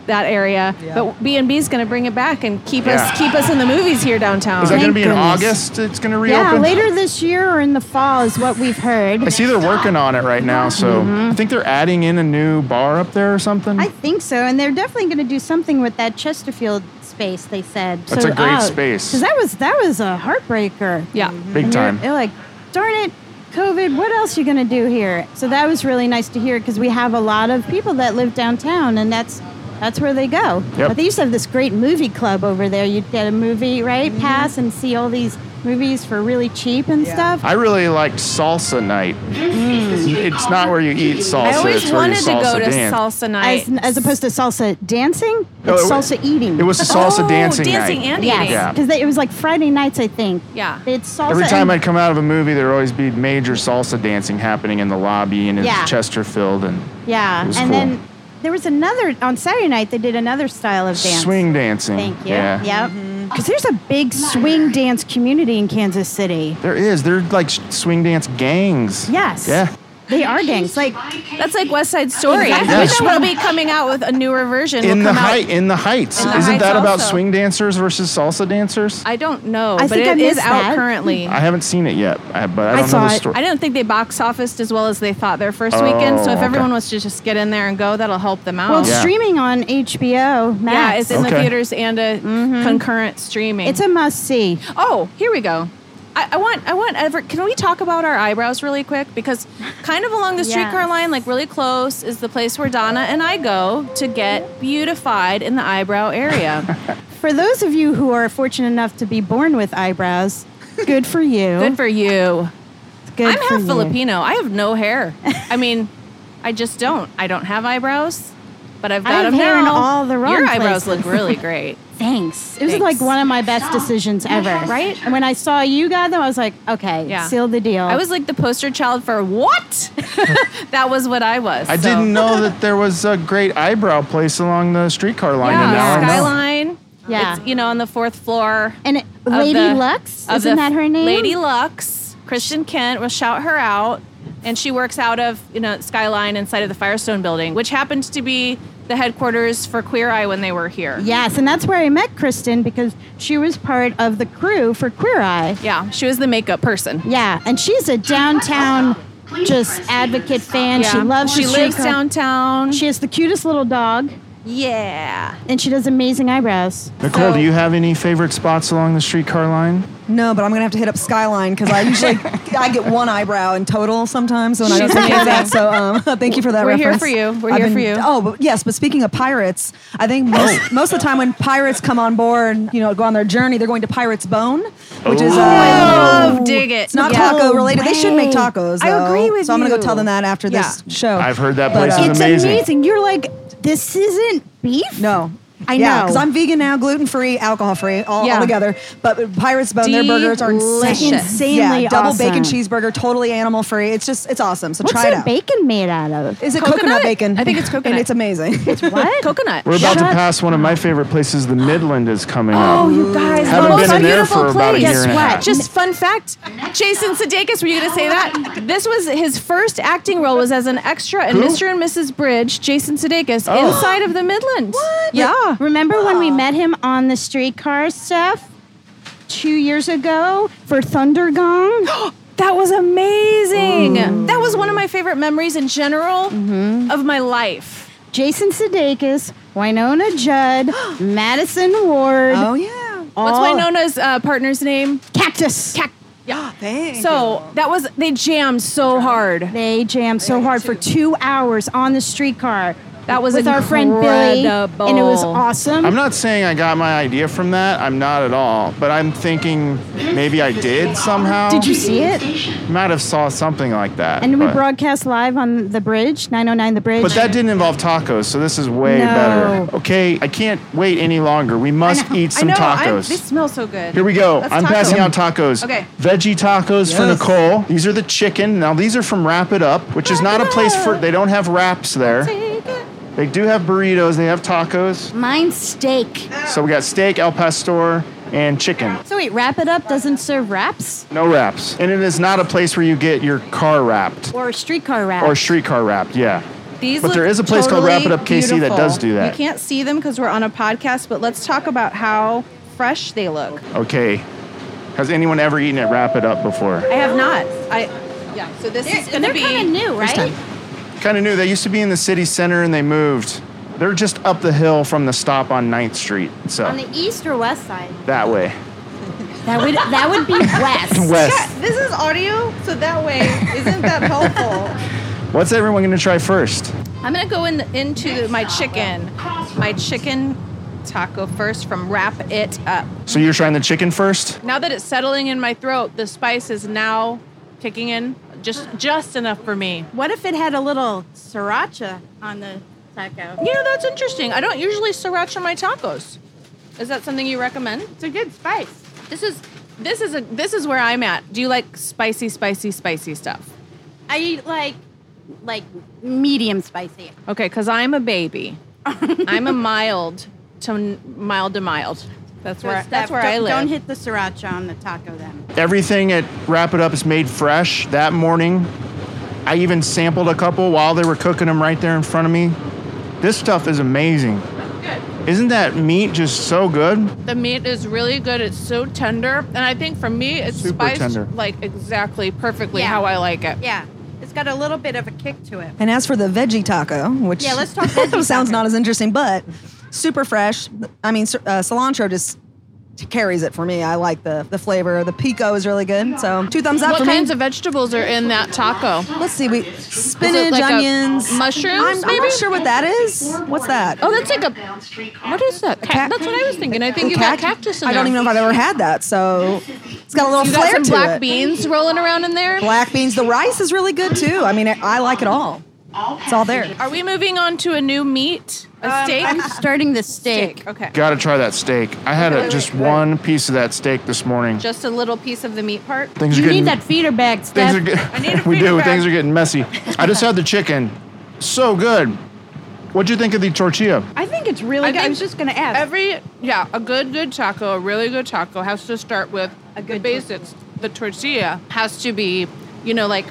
that area. Yeah. But B&B is going to bring it back and keep Yeah. us keep us in the movies here downtown. Is that going to Thank be in goodness. August? It's going to reopen. Yeah, later this year or in the fall is what we've heard. I see they're working on it right now, so I think they're adding in a new bar up there or something. I think so, and they're definitely going to do something with that Chesterfield space. They said That's a great space. because that was that was a heartbreaker. yeah. Big And they're- time. They're like, darn it, COVID. What else you going to do here? So that was really nice to hear because we have a lot of people that live downtown, and that's that's where they go. Yep. But they used to have this great movie club over there. You'd get a movie right pass and see all these movies for really cheap and Yeah. stuff. I really like salsa night. It's not where you eat salsa. I always it's where you wanted to salsa go to dance. salsa night. as, as opposed to salsa dancing, No, it's it wa- salsa eating. It was a salsa Oh, dancing, dancing night. and Yes, eating. Yeah. because it was like Friday nights, I think. Yeah. it's salsa. Every time and- I'd come out of a movie, there'd always be major salsa dancing happening in the lobby and in Yeah. Chesterfield and yeah, It was and cool. then there was another on Saturday night. They did another style of dance. swing dancing. Thank you. Yeah. Yep. Mm-hmm. Because there's a big swing dance community in Kansas City. There is. They're like sh- swing dance gangs. Yes. Yeah. They are gangs. Like That's like West Side Story, Exactly. Yes. which will be coming out with a newer version. In will the come out- height, in the heights. In the Isn't Heights that about also. swing dancers versus salsa dancers? I don't know, I but think it I is missed out that. currently. I haven't seen it yet, I- but I don't saw know the it. story. I don't think they box officed as well as they thought their first weekend. So Oh, if okay. everyone was to just get in there and go, that'll help them out. well, it's Yeah. streaming on HBO Max. yeah, it's in the Okay. theaters and a concurrent streaming. Mm-hmm. It's a must see. oh, here we go. I, I want I want ever can we talk about our eyebrows really quick because kind of along the streetcar Yes. line, like really close, is the place where Donna and I go to get beautified in the eyebrow area. For those of you who are fortunate enough to be born with eyebrows, good for you. Good for you. Oh. Good I'm for half you. Filipino. I have no hair. I mean, I just don't. I don't have eyebrows, but I've I got have them hair in now. all the wrong Your eyebrows places. look really great. Thanks. It was Thanks. like one of my best decisions ever. Right? And when I saw you got them, I was like, okay, Yeah. seal the deal. I was like the poster child for what? that was what I was. I so. didn't know that there was a great eyebrow place along the streetcar line. Yeah, and now I know. skyline. Yeah. it's, you know, on the fourth floor. and it, of Lady the- Lux, of isn't the- that her name? Lady Lux. Kristen Kent will shout her out, and she works out of you know Skyline inside of the Firestone Building, which happened to be the headquarters for Queer Eye when they were here. Yes, and that's where I met Kristen because she was part of the crew for Queer Eye. Yeah, she was the makeup person. Yeah, and she's a downtown just advocate fan. She Yeah. loves She the lives streetcar. downtown. She has the cutest little dog yeah. and she does amazing eyebrows. Nicole, So- do you have any favorite spots along the streetcar line? No, but I'm gonna have to hit up Skyline because I usually I get one eyebrow in total sometimes when I don't She's think of amazing. that. So um, thank you for that. We're here reference. for you. We're I've here for been- you. Oh, but yes. But speaking of pirates, I Oh. think most most of the time when pirates come on board, you know, go on their journey, they're going to Pirate's Bone, which is Oh, uh, love dig it. It's not Yeah. taco related. They should make way. tacos. I though. agree with So I'm gonna you. go tell them that after this Yeah. Oh. show. I've heard that place is uh, it's amazing. amazing. You're like, this isn't beef? No. I know. because I'm vegan now, gluten free, alcohol free, all, Yeah. all together. But Pirates Bone, their burgers are insane. Delicious. Insanely yeah, double bacon awesome. cheeseburger, totally animal free. It's just, it's awesome. So What's try it their out. bacon made out of? Is it coconut? Coconut? bacon? I think it's And coconut. it's amazing. what? Coconut. We're about Shut to pass one of my favorite places, the Midland is coming Oh, up. you guys, Haven't the been most in there beautiful for place. about a year Guess and a what? half. Just fun fact: Jason Sudeikis. Were you going to say that? This was his first acting role was as an extra in Who? Mr. and Mrs. Bridge. Jason Sudeikis Oh. inside of the Midland. What? Yeah. Remember when we met him on the streetcar stuff two years ago for Thunder Gong? That was amazing. That was one of my favorite memories in general Mm-hmm. of my life. Jason Sudeikis, Winona Judd, Madison Ward. Oh yeah. What's all- Winona's uh, partner's name? Cactus. Yeah. Thank So that was they jammed so hard. They jammed so hard for two hours on the streetcar. That was with our friend Billy, and it was incredible. awesome. I'm not saying I got my idea from that. I'm not at all. But I'm thinking maybe I did somehow. Did you see it? Might have saw something like that. And we but, broadcast live on the bridge, 909 the bridge. But that didn't involve tacos, so this is way No. better. Okay, I can't wait any longer. We must eat some I know. I, tacos. this smells so good. Here we go. That's I'm taco. passing out tacos. Okay. Veggie tacos for Yes. Nicole. These are the chicken. Now these are from Wrap It Up, which is not a place for. They don't have wraps there. They do have burritos. They have tacos. Mine's steak. So we got steak, al pastor, and chicken. So wait, wrap it up doesn't serve wraps No wraps. And it is not a place where you get your car wrapped or streetcar wraps. or streetcar wrapped. Yeah. These But there look is a place called Wrap It totally Up KC that does do that. You can't see them because we're on a podcast, but let's talk about how fresh they look. Okay. Has anyone ever eaten at Wrap It Up before? I have not. I yeah. So this is going to They're be kind of new, right? Kind of new. They used to be in the city center and they moved. They're just up the hill from the stop on 9th Street. So On the east or west side. that way. That would that would be west. West. This is audio, so that way isn't that helpful? What's everyone going to try first? I'm gonna go in into my chicken, my chicken taco first from Wrap It Up. So you're trying the chicken first? Now that it's settling in my throat, the spice is now kicking in, just just enough for me. What if it had a little sriracha on the taco? You know that's interesting. I don't usually sriracha my tacos. Is that something you recommend? It's a good spice. This is this is a this is where I'm at. Do you like spicy, spicy, spicy stuff? I eat like like medium spicy. Okay, because I'm a baby. I'm a mild to n- mild to mild. That's where Just that's that- where I don't- live. Don't hit the sriracha on the taco then. Everything at Wrap It Up is made fresh that morning. I even sampled a couple while they were cooking them right there in front of me. This stuff is amazing. Isn't that meat just so good? The meat is really good. It's so tender, and I think for me, it's Super spiced tender. like exactly perfectly Yeah. how I like it. Yeah. It's got a little bit of a kick to it. And as for the veggie taco, which Yeah, let's talk veggie sounds taco. not as interesting, but super fresh. I mean, cir- uh, cilantro just t- carries it for me. I like the the flavor. The pico is really good. So two thumbs up What for kinds me. of vegetables are in that taco? let's see, we spinach, like a onions, mushrooms, I'm, I'm maybe? not sure what that is. What's that? Oh, that's like a what is that? Ca- cac- that's what I was thinking. I think you Cac- got cactus in I there. don't even know if I've ever had that. So it's got a little You got flair some to black it. beans rolling around in there. Black beans. The rice is really good too. I mean, I, I like it all. It's all there. Are we moving on to a new meat? A Um, steak? I'm starting the steak. steak. Okay. Gotta try that steak. I had a, just one piece of that steak this morning. Just a little piece of the meat part. Things are You getting need that feeder bag, things are Steph. get, I need a we do feedback. things are getting messy. I just had the chicken, so good. What'd you think of the tortilla? I think it's really I good. I think was just gonna ask. Every yeah, a good good taco, a really good taco has to start with the good basics. The tortilla has to be, you know, like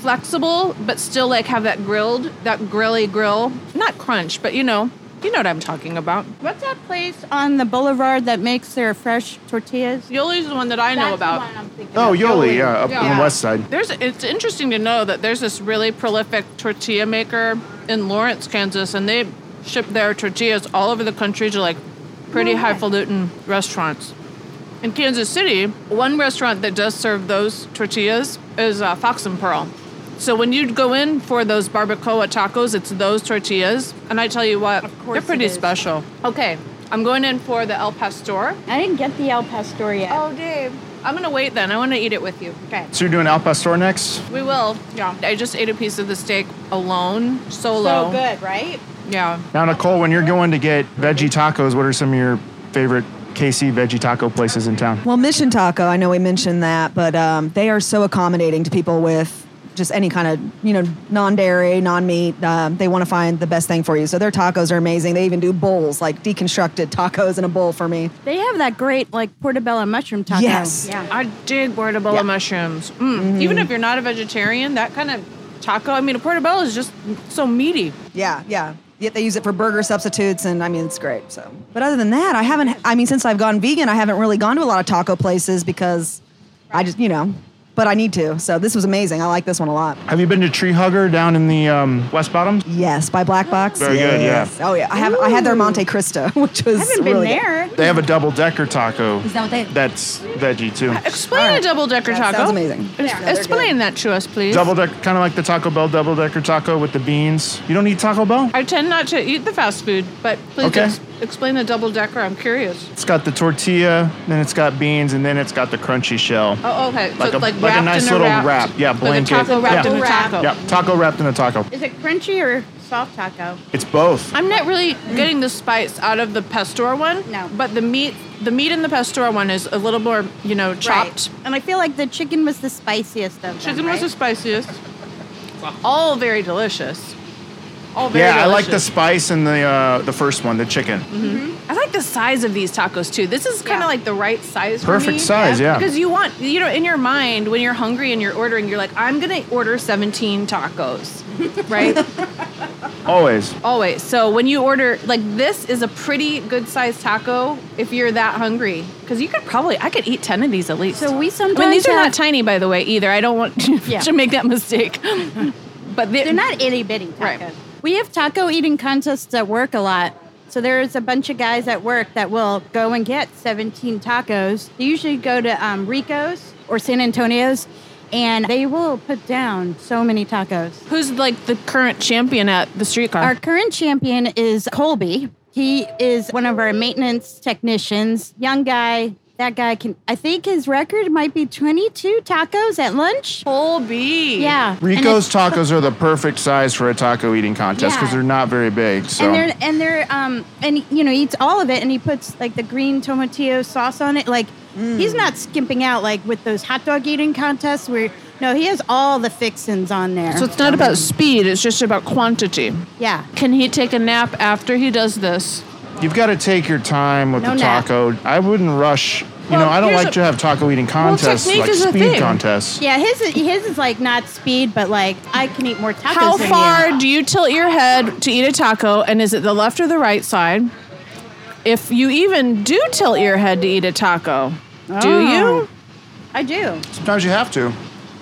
flexible but still like have that grilled, that grilly grill, not crunch, but you know, you know what I'm talking about. What's that place on the boulevard that makes their fresh tortillas? Yoli's the one that I That's know about. the one I'm thinking Oh, of. Yoli, yeah, up on Yeah. the west side. There's it's interesting to know that there's this really prolific tortilla maker in Lawrence, Kansas, and they ship their tortillas all over the country to like pretty highfalutin restaurants. In Kansas City, one restaurant that does serve those tortillas is uh, Fox and Pearl. So when you go in for those barbacoa tacos, it's those tortillas, and I tell you what, they're pretty special. Okay, I'm going in for the El Pastor. I didn't get the al pastor yet. Oh, Dave, I'm gonna wait then. I want to eat it with you. Okay. So you're doing al pastor next? We will. Yeah. I just ate a piece of the steak alone, solo. good, right? Yeah. Now, Nicole, when you're going to get veggie tacos, what are some of your favorite KC veggie taco places in town? Well, Mission Taco, I know we mentioned that, but um, they are so accommodating to people with just any kind of, you know, non-dairy, non-meat. Um, they want to find the best thing for you. So their tacos are amazing. They even do bowls, like deconstructed tacos in a bowl for me. They have that great like portobello mushroom taco. Yes. Yeah. I dig portobello mushrooms. Mm. Even if you're not a vegetarian, that kind of taco, I mean, a portobello is just so meaty. Yeah, yeah. Yet they use it for burger substitutes, and I mean it's great. So, but other than that, I haven't. I mean, since I've gone vegan, I haven't really gone to a lot of taco places because I just, you know, but I need to. So this was amazing. I like this one a lot. Have you been to Tree Hugger down in the um, West Bottoms? Yes, by Black Box. Very good, yeah. Yes. Oh yeah, I have. I had their Monte Cristo, which was I haven't been really good. there. They have a double decker taco. Is that what they- That's veggie too. Explain All a right. double decker That taco. sounds amazing. Ex- Yeah, they're Explain that to us, please. Double deck, kind of like the Taco Bell double decker taco with the beans. You don't eat Taco Bell? I tend not to eat the fast food, but please Okay. ex- explain the double decker. I'm curious. It's got the tortilla, then it's got beans, and then it's got the crunchy shell. Oh, okay. So Like it's a- like like, a wrapped nice in little wrapped- wrap. Yeah, blanket. Like a taco wrapped Yeah. in a Wrap. taco. Yeah, taco wrapped in a taco. Is it crunchy or soft taco? It's both. I'm not really getting the spice out of the pastor one. No. But the meat, the meat in the pastor one is a little more, you know, chopped. Right. And I feel like the chicken was the spiciest of them. Chicken was the right? spiciest. All very delicious. All very yeah, I like the delicious. Mm-hmm. spice in the uh, the first one, the chicken. I like the size of these tacos too. This is kind of Yeah. like the right size. for Perfect me. size, yeah. Because you want, you know, in your mind when you're hungry and you're ordering, you're like, I'm gonna order 17 tacos, right? Always. Always. Oh, So when you order, like this is a pretty good sized taco if you're that hungry, because you could probably, I could eat 10 of these at least. So we I mean, these sometimes are not have- tiny, by the way, either. I don't want Yeah. to make that mistake. But they, They're not itty bitty tacos. Right. We have taco eating contests at work a lot. So there's a bunch of guys at work that will go and get 17 tacos. They usually go to um, Rico's or San Antonio's, and they will put down so many tacos. Who's like the current champion at the streetcar? Our current champion is Colby. He is one of our maintenance technicians, young guy. That guy can, I think his record might be 22 tacos at lunch. Whole bee. Yeah. And Rico's it's- tacos are the perfect size for a taco eating contest because Yeah. they're not very big. So And they're and they're um and you know eats all of it and he puts like the green tomatillo sauce on it like Mm. he's not skimping out like with those hot dog eating contests where no he has all the fixins on there So it's not about speed, it's just about quantity. yeah Can he take a nap after he does this? You've got to take your time with No the nap. taco. I wouldn't rush. You know, Well, I don't here's like a- to have taco eating contests, technique like is a speed thing. contests. yeah his is- his is like not speed but like I can eat more tacos How than far do you tilt your head to eat a taco, and is it the left or the right side? If you even do tilt your head to eat a taco, do Oh. you? you. I do Sometimes you have to.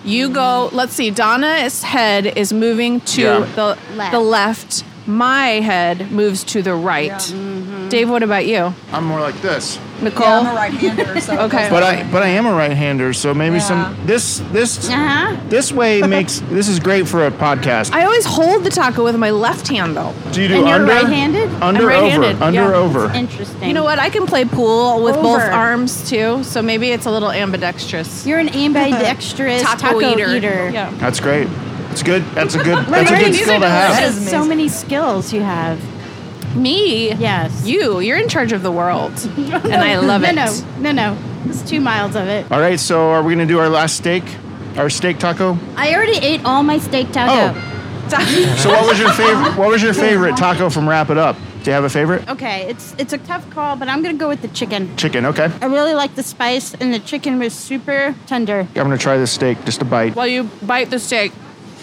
You go, let's see, Donna's head is moving to Yeah. the, Left. the left. My head moves to the right. Mm-hmm. Dave, what about you? I'm more like this. Nicole? Yeah, I'm a right-hander, so Okay. But I but I am a right-hander, so maybe some this this uh-huh this way makes this is great for a podcast. I always hold the taco with my left hand, though. Do you do And you're under right-handed? under I'm right-handed, over under yeah. over? interesting You know what? I can play pool with both Over. arms too, so maybe it's a little ambidextrous. you're an ambidextrous taco, eater, Yeah. That's great. It's good. That's a good. That's a Right, good these skill are to That have. delicious. There's is so amazing. many skills you have Me? yes You? You're in charge of the world, and I love no, it. no no no it's two miles of it All right. So are we gonna do our last steak? Our steak taco. I already ate all my steak taco. So what was your favorite? What was your favorite taco from Wrap It Up? Do you have a favorite? Okay, it's it's a tough call, but I'm gonna go with the chicken. Chicken. Okay. I really like the spice, and the chicken was super tender. I'm gonna try this steak. Just a bite. While you bite the steak,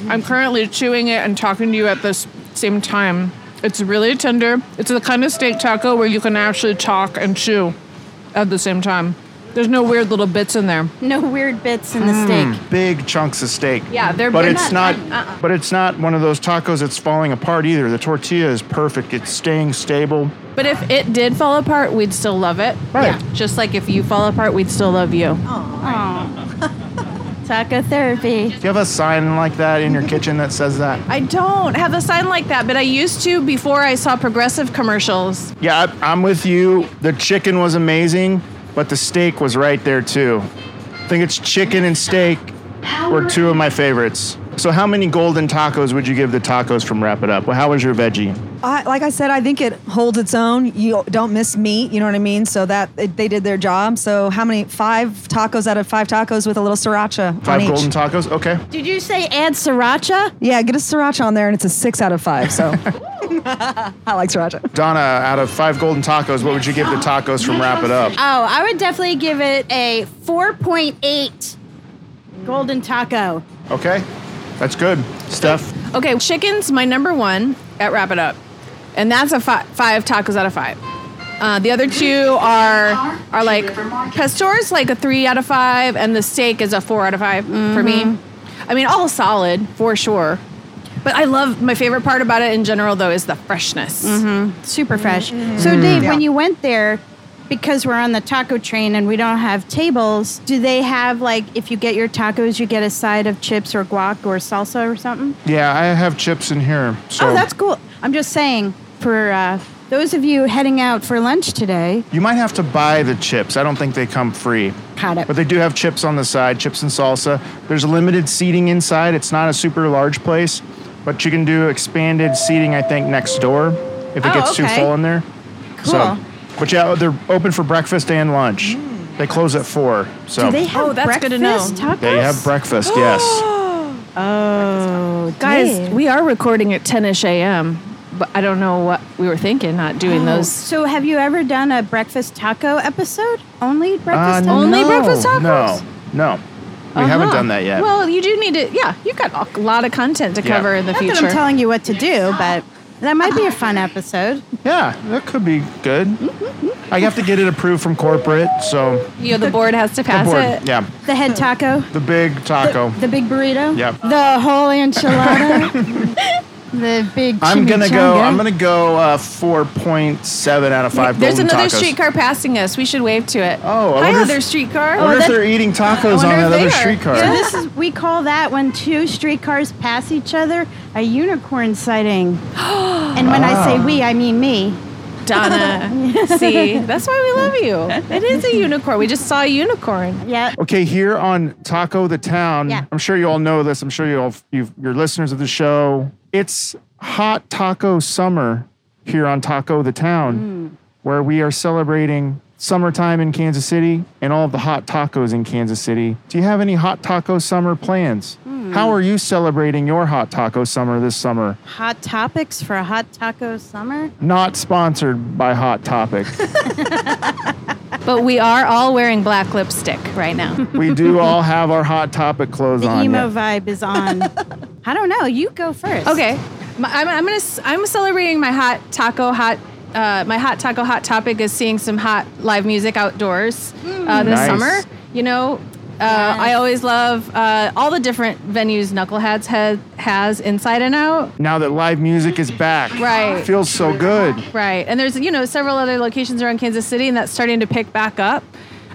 I'm currently chewing it and talking to you at the s- same time. It's really tender. It's the kind of steak taco where you can actually talk and chew at the same time. There's no weird little bits in there. No weird bits in the steak. Big chunks of steak. Yeah, they're But they're it's not. But it's not one of those tacos that's falling apart either. The tortilla is perfect. It's staying stable. But if it did fall apart, we'd still love it. Right. Just like if you fall apart, we'd still love you. Taco therapy. Do you have a sign like that in your kitchen that says that? I don't have a sign like that, but I used to before I saw progressive commercials. Yeah, I, I'm with you. The chicken was amazing, but the steak was right there too. I think it's chicken and steak were two of my favorites. So, how many golden tacos would you give the tacos from Wrap It Up? Well, how was your veggie? I, like I said, I think it holds its own. You don't miss meat. You know what I mean? So that it, they did their job. So how many? Five tacos out of five tacos with a little sriracha on Five each. golden tacos? Okay. Did you say add sriracha? yeah, get a sriracha on there, and it's a six out of five. So I like sriracha. Donna, out of five golden tacos, what would you give the tacos from Wrap It Up? Oh, I would definitely give it a 4.8 golden taco. Okay. That's good. Steph, Okay, chicken's my number one at Wrap It Up, and that's a fi- five tacos out of five. Uh, the other two are are like pastors, like a three out of five, and the steak is a four out of 5 for me. Mm-hmm. I mean, all solid for sure. But I love my favorite part about it in general, though, is the freshness. Mm-hmm. super Mm-hmm. fresh. So, Dave, Yeah. when you went there, because we're on the taco train and we don't have tables, do they have like if you get your tacos, you get a side of chips or guac or salsa or something? Yeah, I have chips in here. So Oh, that's cool. I'm just saying for uh, those of you heading out for lunch today, you might have to buy the chips. I don't think they come free. Got it. But they do have chips on the side, chips and salsa. There's limited seating inside. It's not a super large place, but you can do expanded seating, I think, next door if it Oh, gets too okay. full in there. Cool. So, but yeah, they're open for breakfast and lunch. They close at four. So do they have Oh, that's good to know. breakfast tacos? They have breakfast, yes. Oh, Guys, Dave. we are recording at 10 ish a.m., but I don't know what we were thinking not doing Oh. those. So, have you ever done a breakfast taco episode? Only Uh, breakfast taco? Only no, breakfast tacos? No, no. We haven't Huh. done that yet. Well, you do need to, yeah, you've got a lot of content to Yeah. cover in the Not future. that I'm telling you what to do, but that might be a fun episode. yeah, that could be good. I have to get it approved from corporate, so you know, the board has to pass board, it. yeah, The head taco, the big taco. the big burrito, Yeah. the whole enchilada, the big. I'm gonna go. chimichanga. I'm gonna go uh, four point seven out of five. There's golden another tacos. streetcar passing us. We should wave to it. Oh, I Hi, wonder if- other streetcar. I wonder if that- they're eating tacos Oh, on wonder that if they other are. streetcar. So this is we call that when two streetcars pass each other a unicorn sighting. and when I Ah. say we, I mean me. Donna. See, that's why we love you. It is a unicorn. We just saw a unicorn. Yeah. Okay, here on Taco the Town, Yeah. I'm sure you all know this. I'm sure you all, you've, you're listeners of the show. It's hot taco summer here on Taco the Town, where we are celebrating summertime in Kansas City and all of the hot tacos in Kansas City. Do you have any hot taco summer plans? How are you celebrating your hot taco summer this summer? Hot topics for a hot taco summer. Not sponsored by Hot Topic. But we are all wearing black lipstick right now. we do all have our Hot Topic clothes The on. emo yeah. vibe is on. I don't know. You go first. Okay, My- I'm, I'm gonna. s- I'm celebrating my hot taco hot. Uh, my hot taco hot topic is seeing some hot live music outdoors uh, this Mm. Nice. summer. You know, uh, I always love uh, all the different venues Knuckleheads has, has inside and out. Now that live music is back, Right. feels so good. Right. And there's, you know, several other locations around Kansas City, and that's starting to pick back up.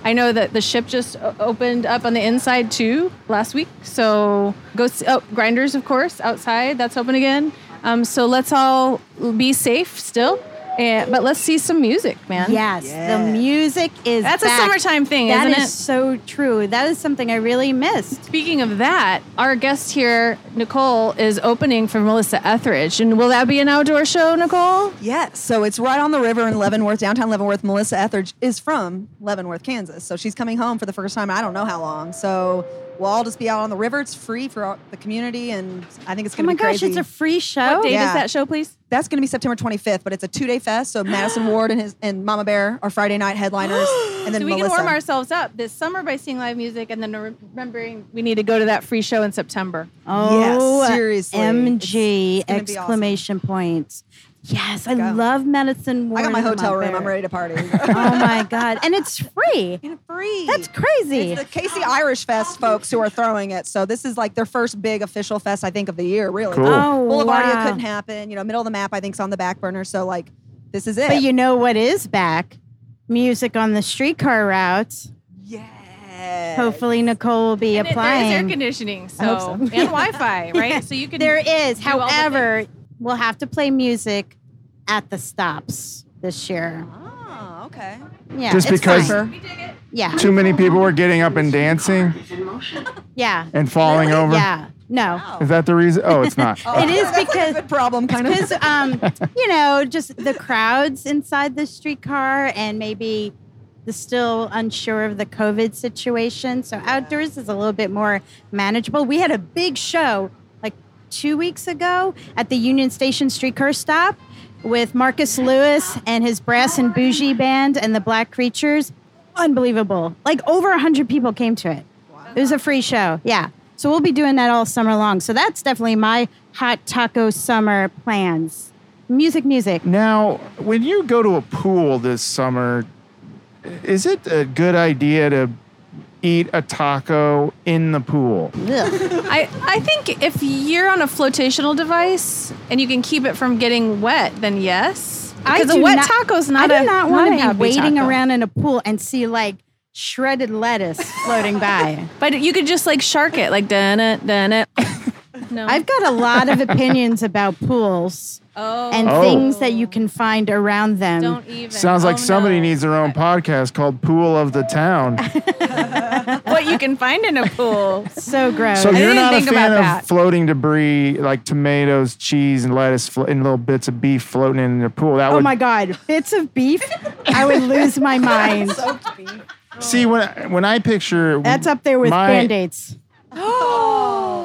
I know that the ship just o- opened up on the inside too last week. So go see, oh, Grinders, of course, outside. That's open again. Um, so let's all be safe still, and, but let's see some music, man. Yes, the music is. That's a back. summertime thing, That isn't is it? so true. That is something I really missed. Speaking of that, our guest here, Nicole, is opening for Melissa Etheridge. And will that be an outdoor show, Nicole? Yes, so it's right on the river in Leavenworth, downtown Leavenworth. Melissa Etheridge is from Leavenworth, Kansas, so she's coming home for the first time. in I don't know how long, so we'll all just be out on the river. It's free for all- the community, and I think it's Oh going to my be gosh, crazy. it's a free show. What date Yeah. is that show, please? That's going to be September 25th, but it's a two-day fest. So Madison Ward and his and Mama Bear are Friday night headliners, and then so we Melissa. can warm ourselves up this summer by seeing live music and then re- remembering we need to go to that free show in September. Oh, Yes, seriously. MG It's- it's gonna be awesome. exclamation points. Yes, I go. love Medicine I Ward. got my and hotel Mount room. Bear. I'm ready to party. oh my god, and it's free. free. That's crazy. It's the Casey Irish Fest folks who are throwing it. So this is like their first big official fest, I think, of the year, really. Cool. oh, Boulevardia wow. couldn't happen. You know, middle of the map, I think's on the back burner. So like, this is it. But you know what is back? Music on the streetcar routes. yeah. Hopefully, Nicole will be And it- there is air applying. conditioning, so, hope so. and Wi-Fi, right? So you can. there is, do all the however, we'll have to play music at the stops this year. Oh, okay. Yeah, Just it's because- fine. things. We dig it. Yeah, Too many people were getting up and dancing yeah, and falling over. yeah. No. Is that the reason? Oh, it's not. Oh, It is that's like because- a good problem kind because of. um, you know, just the crowds inside the streetcar and maybe the still unsure of the COVID situation. So outdoors is a little bit more manageable. We had a big show like two weeks ago at the Union Station streetcar stop with Marcus Lewis and his brass and bougie band and the Black Creatures. Unbelievable! Like over hundred people came to it. It was a free show. Yeah. So we'll be doing that all summer long. So that's definitely my hot taco summer plans. Music, music. Now, when you go to a pool this summer, is it a good idea to eat a taco in the pool? I, I think if you're on a flotational device and you can keep it from getting wet, then yes. I Because a do wet not- taco's I not do a not want to be waiting around in a pool and see like shredded lettuce floating by. But you could just like shark it, like dun it, dun it. No. I've got a lot of opinions about pools oh, and Oh. things that you can find around them. don't even. Sounds like Oh, somebody no. needs their own podcast called Pool of the Town. what you can find in a pool. so gross. So I you're didn't not a think about fan of that. floating debris like tomatoes, cheese, and lettuce, flo- and little bits of beef floating in the pool. That oh would my god, bits of beef! I would lose my mind. see when I- when I picture That's up there with my- band-aids.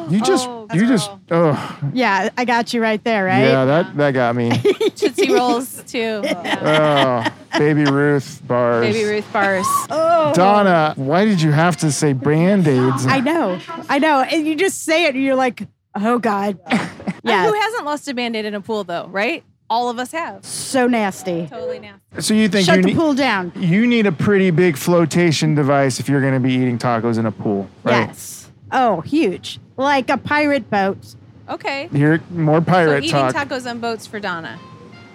You just you just oh Yeah, I got you right there, right? yeah that that got me. Tootsie rolls too. oh, baby Ruth bars. Baby Ruth bars. Donna, why did you have to say band aids? I know, I know. And you just say it, and you're like, oh god, Who yeah, hasn't lost a band-aid in a pool though, right? All of us have. so nasty. Totally now. So you think you Shut the need pool down. you need a pretty big flotation device if you're going to be eating tacos in a pool, right? Yes. Oh, huge. Like a pirate boat. Okay. Here, more So pirate eating talk. tacos on boats for Donna.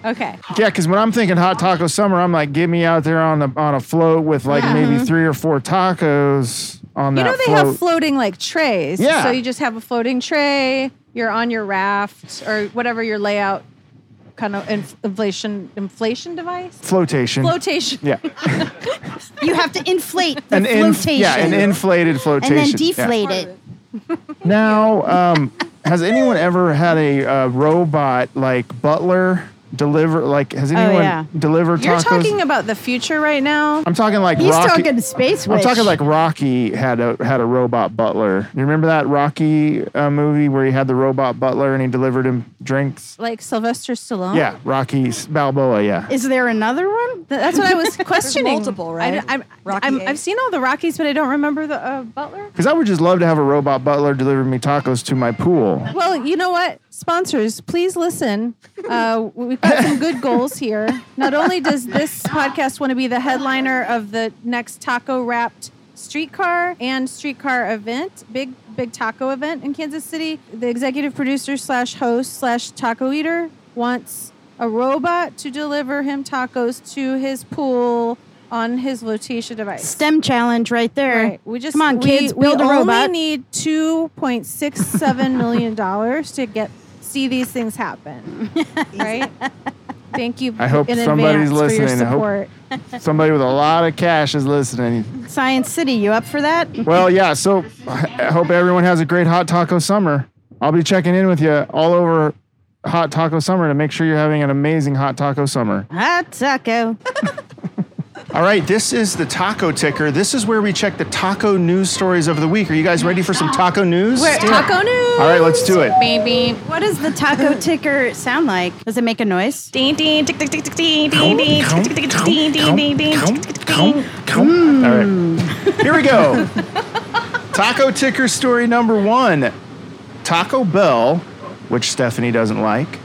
Okay. Yeah, because when I'm thinking hot taco summer, I'm like, get me out there on the on a float with like maybe three or four tacos on You that know they float. have floating like trays. Yeah. So you just have a floating tray. You're on your raft or whatever your layout kind of inf- inflation inflation device. flotation. Flotation. yeah, You have to inflate the an inf- flotation. yeah, an inflated flotation. and then yeah. deflate it. Now, um, has anyone ever had a uh, robot like butler deliver? Like, has anyone yeah. delivered Oh, You're tacos? talking about the future right now. I'm talking like He's Rocky. talking space I'm witch. talking like Rocky had a had a robot butler. You remember that Rocky uh, movie where he had the robot butler and he delivered him drinks? Like Sylvester Stallone. Yeah, Rocky S- Balboa. Yeah, Is there another one? Th- That's what I was questioning. multiple, right? I, am Rocky I'm, eight. I've seen all the Rockies, but I don't remember the uh, Butler. because I would just love to have a robot butler deliver me tacos to my pool. Well, you know what? Sponsors, please listen. Uh, we've got some good goals here. Not only does this podcast want to be the headliner of the next taco wrapped streetcar and streetcar event, big big taco event in Kansas City, the executive producer slash host slash taco eater wants a robot to deliver him tacos to his pool on his Lotisha device. STEM challenge right there. Right. We just Come on, we- kids, we build a robot. only need two point six seven million dollars to get see these things happen. right? Thank you. I hope in somebody's advance For your listening. I hope- support. Somebody with a lot of cash is listening. Science City, you up for that? Well, yeah. So I I hope everyone has a great hot taco summer. I'll be checking in with you all over hot taco summer to make sure you're having an amazing hot taco summer. Hot taco. All right, this is the taco ticker. This is where we check the taco news stories of the week. Are you guys ready for some taco news? Taco news. All right, let's do it. Baby. What does the taco ticker sound like? Does it make a noise? Ding ding tick tick tick tick ding ding ding tick tick tick tick ding ding ding ding tick, tick, tick, ding. All right. Here we go. Taco ticker story number one Taco Bell, which Stephanie doesn't like,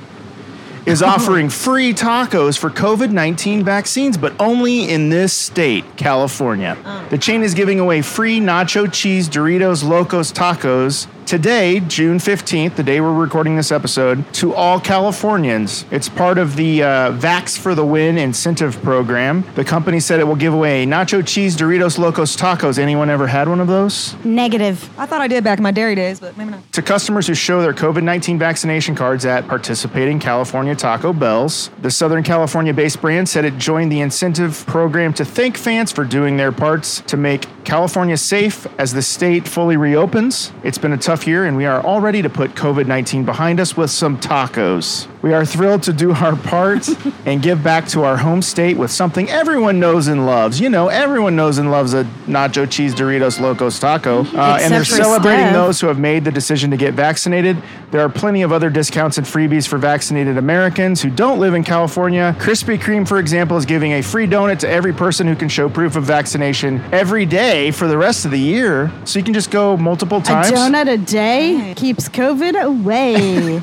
is offering free tacos for COVID 19 vaccines, but only in this state, California. The chain is giving away free nacho cheese Doritos Locos tacos today, June 15th, the day we're recording this episode, to all Californians. It's part of the uh, Vax for the Win incentive program. The company said it will give away nacho cheese Doritos Locos tacos. Anyone ever had one of those? Negative. I thought I did back in my dairy days, but maybe not. to customers who show their COVID 19 vaccination cards at participating California Taco Bells. The Southern California based brand said it joined the incentive program to thank fans for doing their parts to make California safe as the state fully reopens. It's been a tough year, and we are all ready to put COVID 19 behind us with some tacos. We are thrilled to do our part and give back to our home state with something everyone knows and loves. You know, everyone knows and loves a nacho cheese Doritos Locos taco. Uh, and they're Except for celebrating Steph. those those who have made the decision to get vaccinated. There are plenty of other discounts and freebies for vaccinated Americans who don't live in California. Krispy Kreme, for example, is giving a free donut to every person who can show proof of vaccination every day for the rest of the year. So you can just go multiple A times. donut a day keeps COVID away.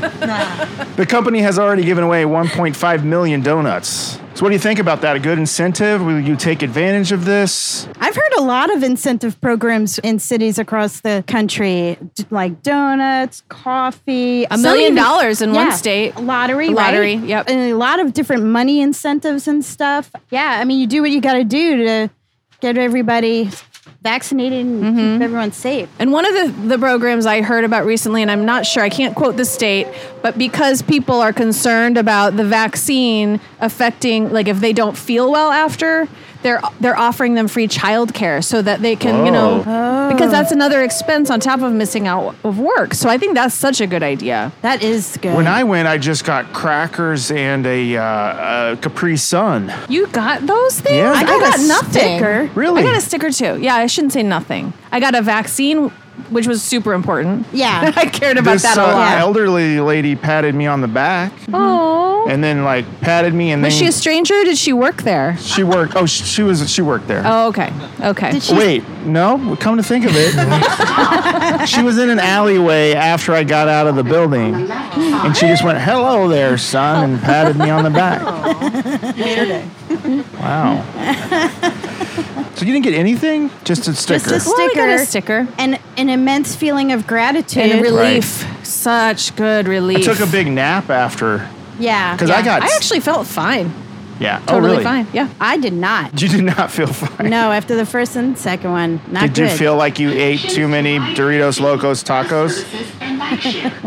The company has already given away 1.5 million donuts. So, what do you think about that? A good incentive? Will you take advantage of this? I've heard a lot of incentive programs in cities across the country, d- like donuts, coffee, A million dollars in one state. lottery, Lottery, right? yep. and a lot of different money incentives and stuff. Yeah, I mean, you do what you got to do to get everybody vaccinated and Mm-hmm. keep everyone safe. And one of the, the programs I heard about recently, and I'm not sure, I can't quote the state, but because people are concerned about the vaccine affecting, like if they don't feel well after, they're they're offering them free childcare so that they can, you know, because that's another expense on top of missing out of work. So I think that's such a good idea. That is good. When I went, I just got crackers and a, uh, a Capri Sun. You got those things? Yeah. I, I got, got a nothing. sticker. Really? I got a sticker too. Yeah, I shouldn't say nothing. I got a vaccine, which was super important. Yeah. I cared about this that a uh, lot. elderly lady patted me on the back Oh. and then like patted me and Was then she a stranger? Or did she work there? she worked. Oh, she, she was she worked there. Oh, okay. Okay. Did she- Wait, no. Come to think of it, she was in an alleyway after I got out of the building, and she just went, "Hello there, son," Oh. and patted me on the back. Wow. So you didn't get anything? Just a sticker. Just a Well, I sticker, got a sticker. and an immense feeling of gratitude. and relief. Such good relief. I took a big nap after yeah, because I got. I actually felt fine. yeah. Totally oh, really? fine. Yeah. I did not. You did not feel fine. No, after the first and second one, not Did good. you feel like you ate too many Doritos Locos tacos?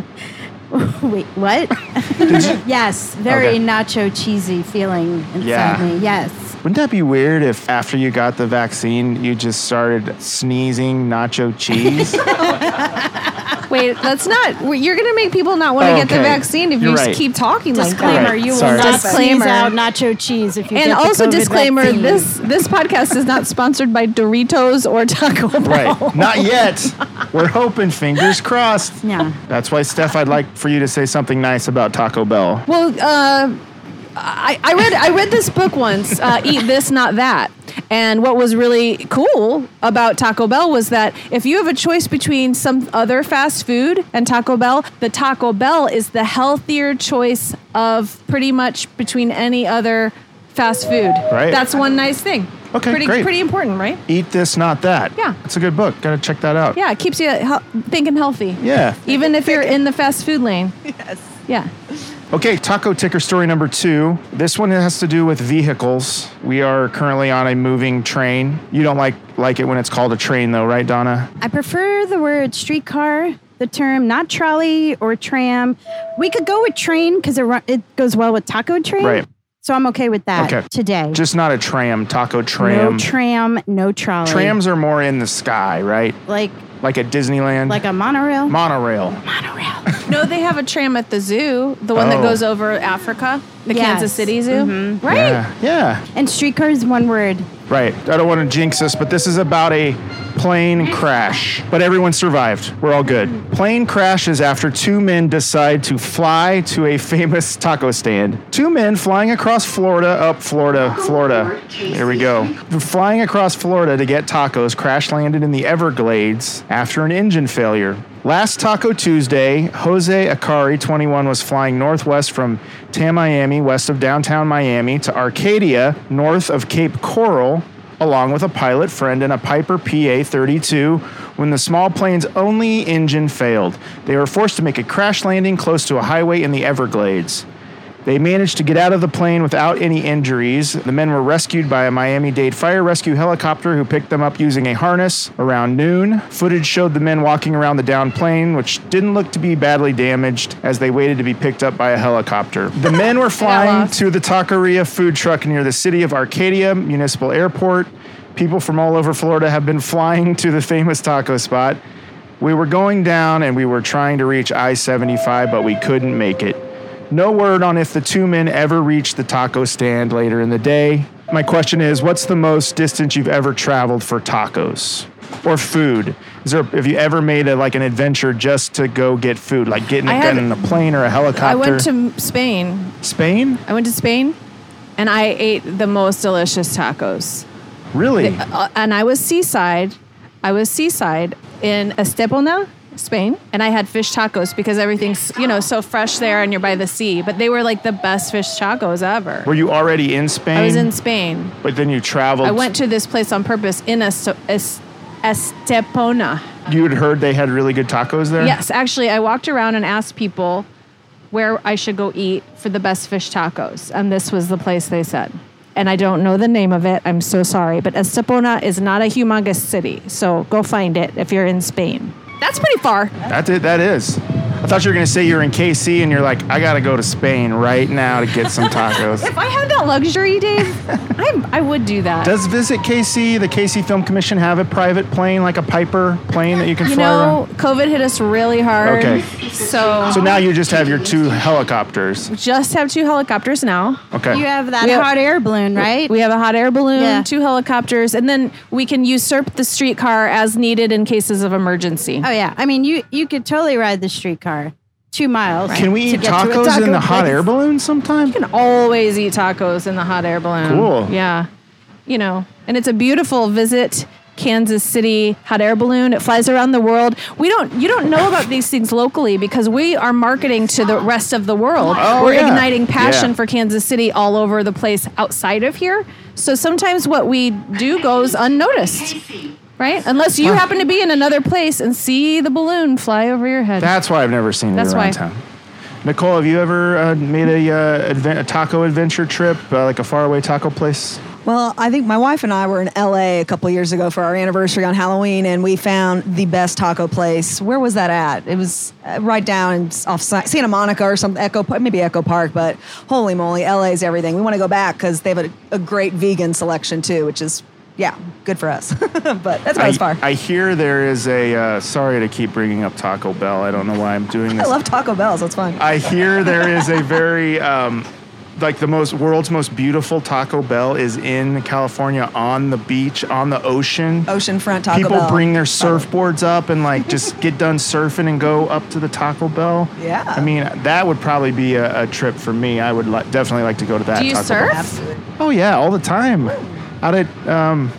Wait, what? yes, very Okay. nacho cheesy feeling inside Yeah. me. Yes. Wouldn't that be weird if after you got the vaccine, you just started sneezing nacho cheese? Wait, that's not. we- You're going to make people not want to get the Okay. vaccine if You're you just right. keep talking like Disclaimer: that. Alright, You will sorry. not Disclaimer. sneeze out nacho cheese if you And get the also COVID disclaimer: vaccine. this this podcast is not sponsored by Doritos or Taco Bell. right. Not yet. We're hoping, fingers crossed. Yeah. That's why, Steph, I'd like for you to say something nice about Taco Bell. Well, uh, I, I read I read this book once, uh, Eat This, Not That. And what was really cool about Taco Bell was that if you have a choice between some other fast food and Taco Bell, the Taco Bell is the healthier choice of pretty much between any other fast food. Right. That's one nice thing. Okay, Pretty great. pretty important, right? Eat this, not that. Yeah. It's a good book. Gotta check that out. Yeah, it keeps you hel- thinking healthy. Yeah. Even if you're in the fast food lane. Yes. Yeah. Okay, taco ticker story number two. This one has to do with vehicles. We are currently on a moving train. You don't like like it when it's called a train, though, right, Donna? I prefer the word streetcar, the term not trolley or tram. We could go with train because it, ru- it goes well with taco train. Right. So I'm okay with that Okay. Uh, today. Just not a tram. Taco tram. no tram, no trolley. Trams are more in the sky, right? like Like at Disneyland. like a monorail. monorail. No, they have a tram at the zoo, the one Oh. Mm-hmm. that goes over Africa, the Yes. Kansas City Zoo. Right? Yeah. Yeah. and streetcar is one word. Right. I don't want to jinx us, but this is about a plane crash. But everyone survived. We're all good. Plane crashes after two men decide to fly to a famous taco stand. Two men flying across Florida, up Florida, Florida. Here we go. Flying across Florida to get tacos crash landed in the Everglades after an engine failure. Last Taco Tuesday, Jose Akari, 21, was flying northwest from Tamiami, west of downtown Miami, to Arcadia, north of Cape Coral, along with a pilot friend and a Piper PA 32 when the small plane's only engine failed. They were forced to make a crash landing close to a highway in the Everglades. They managed to get out of the plane without any injuries. The men were rescued by a Miami Dade fire rescue helicopter who picked them up using a harness around noon. Footage showed the men walking around the downed plane, which didn't look to be badly damaged as they waited to be picked up by a helicopter. The men were flying lost. to the Taqueria food truck near the city of Arcadia Municipal Airport. People from all over Florida have been flying to the famous taco spot. We were going down and we were trying to reach I 75, but we couldn't make it. No word on if the two men ever reached the taco stand later in the day. My question is what's the most distance you've ever traveled for tacos? Or food? Is there have you ever made a, like an adventure just to go get food, like getting I a, had- in a plane or a helicopter? I went to Spain. Spain. I went to Spain and I ate the most delicious tacos. Really? Uh, and I was seaside. I was seaside in Estepona, Spain, and I had fish tacos because everything's you know so fresh there, and you're by the sea. But they were like the best fish tacos ever. Were you already in Spain? I was in Spain. But then you traveled. I went to this place on purpose in Est- Est- Estepona. You had heard they had really good tacos there. Yes, actually, I walked around and asked people where I should go eat for the best fish tacos, and this was the place they said. And I don't know the name of it. I'm so sorry, but Estepona is not a humongous city, so go find it if you're in Spain. That's pretty far. That's it. That is. I thought you were gonna say you're in KC and you're like, I gotta go to Spain right now to get some tacos. If I had that luxury, Dave, I, I would do that. Does Visit KC, the KC Film Commission, have a private plane like a Piper plane that you can you fly know, around? COVID hit us really hard. Okay. So, So now you just have um, your two helicopters. just have two helicopters now. Okay. You have that We have- hot air balloon, right? We have a hot air balloon, Yeah. two helicopters, and then we can usurp the streetcar as needed in cases of emergency. oh yeah. I mean, you you could totally ride the streetcar, two miles. Can we to eat get to a tacos taco in the hot place. air balloon sometime? You can always eat tacos in the hot air balloon. Cool. Yeah. You know, and it's a beautiful visit. Kansas City hot air balloon. It flies around the world. We don't, you don't know about these things locally because we are marketing to the rest of the world. Oh, We're yeah. igniting passion Yeah. for Kansas City all over the place outside of here. So sometimes what we do goes unnoticed, right? Unless you happen to be in another place and see the balloon fly over your head. That's why I've never seen it That's around why. town. Nicole, have you ever uh, made a, uh, adven- a taco adventure trip, uh, like a faraway taco place? Well, I think my wife and I were in LA a couple years ago for our anniversary on Halloween, and we found the best taco place. Where was that at? It was uh, right down in- off Sa- Santa Monica or something, Echo, Pa- maybe Echo Park. But holy moly, LA's everything. We want to go back because they have a, a great vegan selection too, which is yeah, good for us. but that's about I, as far. I, I hear there is a. Uh, sorry to keep bringing up Taco Bell. I don't know why I'm doing this. love Taco Bell, so it's fun. I hear there is a very um, like the most world's most beautiful Taco Bell is in California on the beach on the ocean. Oceanfront Taco People Bell. bring their surfboards up and like just get done surfing and go up to the Taco Bell. Yeah. I mean that would probably be a, a trip for me. I would li- definitely like to go to that. do you Taco surf? Bell. Oh yeah, all the time. Out at um,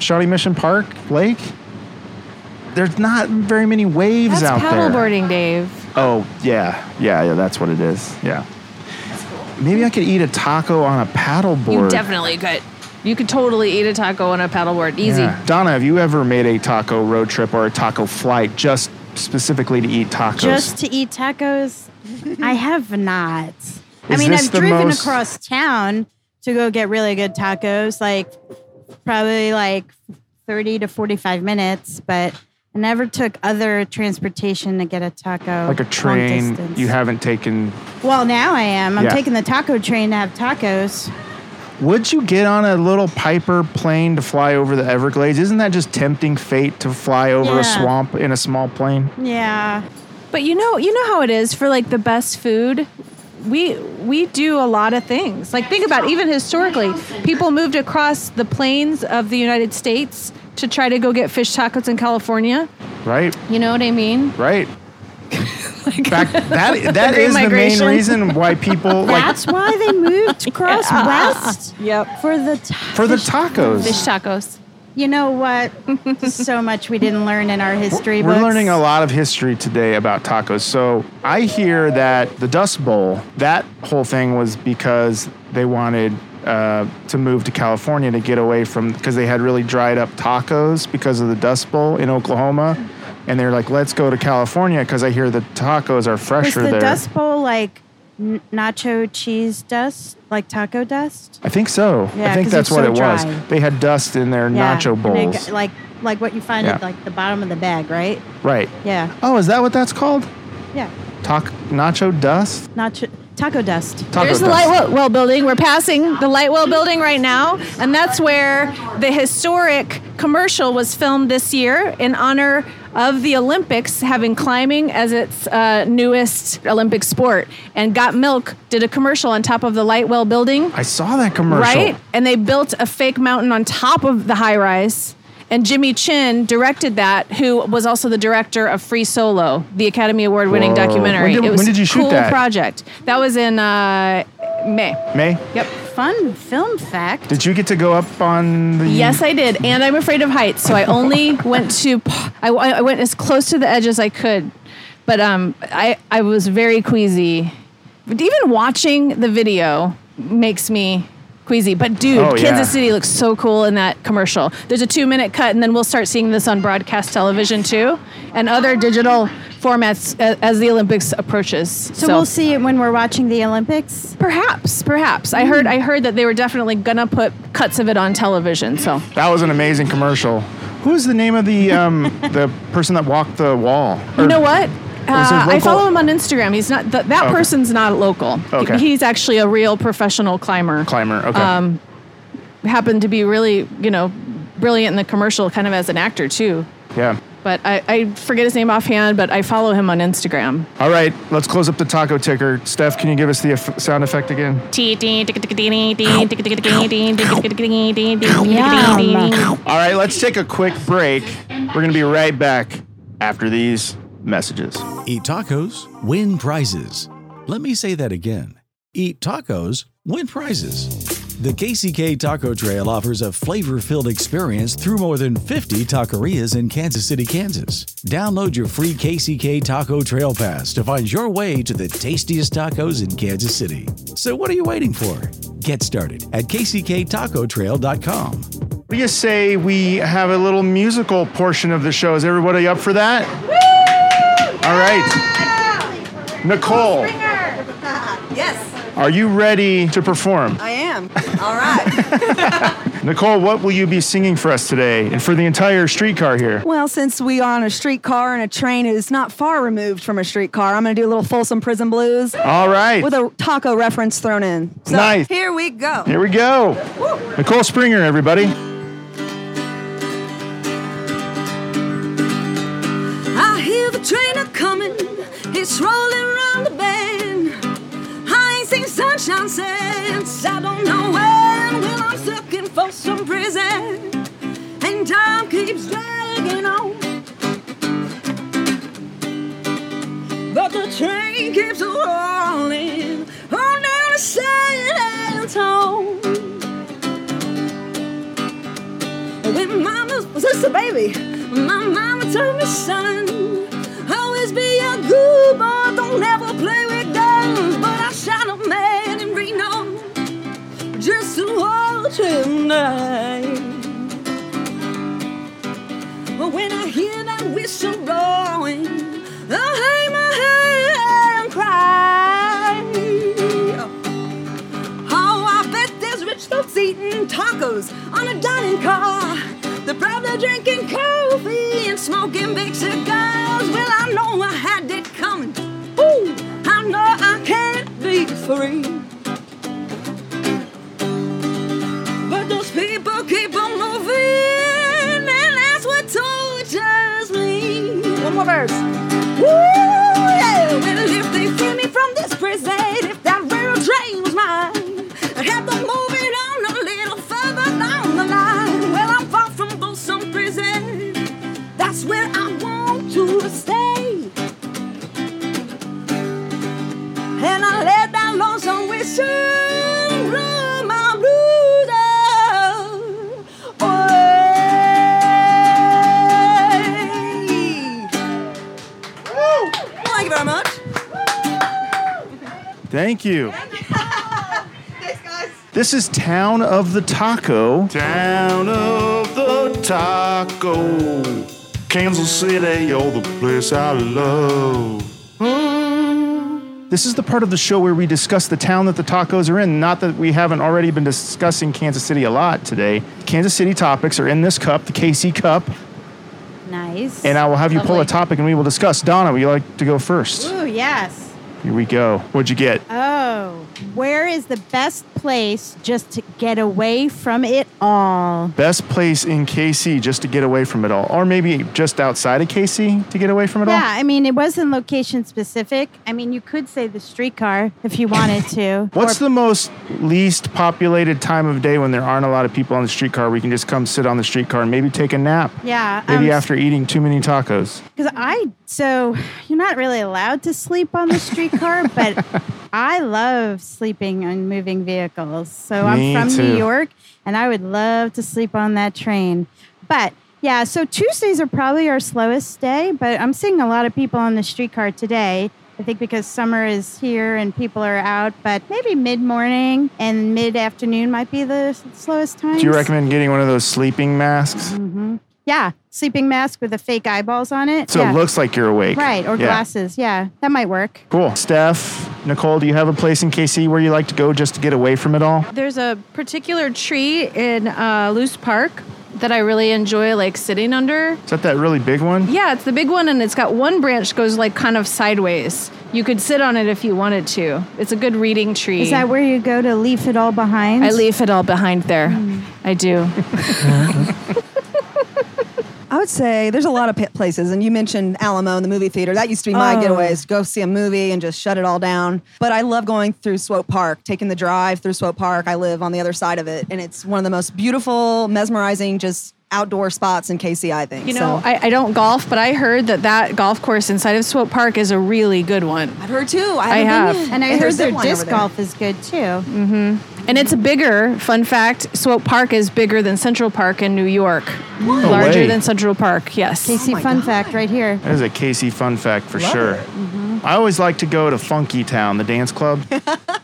Shawnee Mission Park Lake. There's not very many waves That's out there. paddleboarding, Dave. Oh yeah, yeah, yeah. That's what it is. Yeah. Maybe I could eat a taco on a paddleboard. You definitely could. You could totally eat a taco on a paddleboard. Easy. Yeah. Donna, have you ever made a taco road trip or a taco flight just specifically to eat tacos? Just to eat tacos? I have not. I Is mean, this I've the driven most- across town to go get really good tacos, like probably like 30 to 45 minutes, but I never took other transportation to get a taco. like a long train distance. you haven't taken. Well, now I am. I'm Yeah. taking the taco train to have tacos. Would you get on a little Piper plane to fly over the Everglades? Isn't that just tempting fate to fly over Yeah. a swamp in a small plane? Yeah. But you know, you know how it is for like the best food. We we do a lot of things. Like think about it, even historically, people moved across the plains of the United States to try to go get fish tacos in California. Right? You know what I mean? Right. Back, that that Great is the main migration. reason why people like That's why they moved across west Yep. for the tacos. for the tacos. Fish tacos. You know what? so much we didn't learn in our history We're books. learning a lot of history today about tacos. So I hear that the Dust Bowl, that whole thing was because they wanted uh, to move to California to get away from, because they had really dried up tacos because of the Dust Bowl in Oklahoma. And they're like, let's go to California because I hear the tacos are Was fresher the there. Dust Bowl like n- nacho cheese dust, like taco dust? I think so. I Yeah, think 'cause that's it's what so it dry. was. They had dust in their nacho and it bowls. got- like like what you find at Yeah. like the bottom of the bag, right? right. Yeah, Oh, is that what that's called? yeah. Tac nacho dust? Nacho taco dust. Taco There's the dust. light well, well building. We're passing the light well building right now, and that's where the historic commercial was filmed this year in honor of the Olympics having climbing as its uh, newest Olympic sport. And Got Milk did a commercial on top of the light well building, I saw that commercial. right? And they built a fake mountain on top of the high rise. And Jimmy Chin directed that, who was also the director of Free Solo, the Academy Award winning Whoa. documentary. When did- it was when did you a shoot cool that? project. That was in uh, May. May, Yep. Fun film fact. did you get to go up on the? Yes, I did, and I'm afraid of heights, so I only went to I, I went as close to the edge as I could, but um, I I was very queasy. But even watching the video makes me queasy. But dude, Oh, Kansas yeah. City looks so cool in that commercial. There's a two minute cut, and then we'll start seeing this on broadcast television too, and other digital formats as, as the Olympics approaches. So, we'll see it when we're watching the Olympics. Perhaps, perhaps. I heard I heard that they were definitely gonna put cuts of it on television. So that was an amazing commercial. Who is the name of the um the person that walked the wall? You Or- know what? Was it Uh, I local? follow him on Instagram. He's not th- that Okay. person's not local. He- Okay. he's actually a real professional climber. Climber. Okay. Um, happened to be really, you know, brilliant in the commercial, kind of as an actor too. yeah. But I, I forget his name offhand. But I follow him on Instagram. All right, let's close up the taco ticker. Steph, can you give us the eff- sound effect again? All right, let's take a quick break. We're going to be right back after these messages. Eat tacos, win prizes. Let me say that again. Eat tacos, win prizes. The KCK Taco Trail offers a flavor filled experience through more than 50 taquerias in Kansas City, Kansas. Download your free KCK Taco Trail Pass to find your way to the tastiest tacos in Kansas City. So, what are you waiting for? Get started at kcktacotrail.com. What do you say we have a little musical portion of the show? Is everybody up for that? All right. Nicole, Yes, are you ready to perform? I am. All right. Nicole, what will you be singing for us today and for the entire streetcar here? well, since we on a streetcar and a train is not far removed from a streetcar, I'm going to do a little Folsom Prison Blues All right. with a taco reference thrown in. So Nice. Here we go. Here we go. Nicole Springer, everybody. I hear the train a coming, it's rolling round the bend. I ain't seen sunshine since I don't know when. Well, I'm looking for some prison, and time keeps dragging on. But the train keeps rolling on down to Silent Home. When mama was just a baby, my mama told me, son, always be a good boy, don't ever play with guns. But I shot a man in Reno just to watch him die. But when I hear that whistle blowing, I hang my head and cry. Oh, I bet there's rich folks eating tacos on a dining car. They're probably drinking coffee and smoking big cigars. Well, I know I had it coming. Ooh, I know I can't be free. But those people keep on moving, and that's what tortures me. One more verse. Woo, yeah. Well, if they free me from this prison, if that railroad train was mine, I'd have to move it on a little further down the line. Well, I'm far from Folsom Prison. That's where I want to stay. And I let that lonesome whistle blow my blues away. Thank you very much. Thank you. This is Town of the Taco. Town of the Taco. Kansas City, oh, the place I love. This is the part of the show where we discuss the town that the tacos are in. Not that we haven't already been discussing Kansas City a lot today. Kansas City topics are in this cup, the KC Cup, Nice. and I will have you pull a Lovely. topic and we will discuss. Donna, would you like to go first? Ooh, yes. Here we go. What'd you get? Oh, where is the best place just to get away from it all? Best place in KC just to get away from it all, or maybe just outside of KC to get away from it all. Yeah, I mean, it wasn't location specific. I mean, you could say the streetcar if you wanted to. What's the most least populated time of day when there aren't a lot of people on the streetcar? We can just come sit on the streetcar and maybe take a nap. Yeah. Maybe um, after eating too many tacos. Because I, so you're not really allowed to sleep on the streetcar, but I love sleeping on moving vehicles. So I'm Me from too. New York and I would love to sleep on that train. But yeah, so Tuesdays are probably our slowest day, but I'm seeing a lot of people on the streetcar today. I think because summer is here and people are out, but maybe mid morning and mid afternoon might be the um, s- slowest time. Do you recommend getting one of those sleeping masks? Yeah, sleeping mask with the fake eyeballs on it. So yeah. it looks like you're awake. right or Yeah. glasses. Yeah, that might work. Cool. Steph, Nicole, do you have a place in KC where you like to go just to get away from it all? There's a particular tree in uh, Loose Park that I really enjoy, like sitting under. Is that that really big one? Yeah, it's the big one, and it's got one branch goes like kind of sideways. You could sit on it if you wanted to. It's a good reading tree. Is that where you go to leave it all behind? I leave it all behind there. I do. I would say there's a lot of p- places, and you mentioned Alamo and the movie theater. That used to be my Oh. getaways: go see a movie and just shut it all down. But I love going through Swope Park, taking the drive through Swope Park. I live on the other side of it, and it's one of the most beautiful, mesmerizing, just outdoor spots in KC. I think. You know, so. I, I don't golf, but I heard that that golf course inside of Swope Park is a really good one, I've heard too. I, I haven't have. Been yet. And I There's heard a their disc zip line over there. Mm. golf is good too. and it's bigger. Fun fact: Swope Park is bigger than Central Park in New York, larger way. than Central Park. Yes. Oh Casey, fun fact right here. That is a KC fun fact for sure. Mm-hmm. I always like to go to Funky Town, the dance club.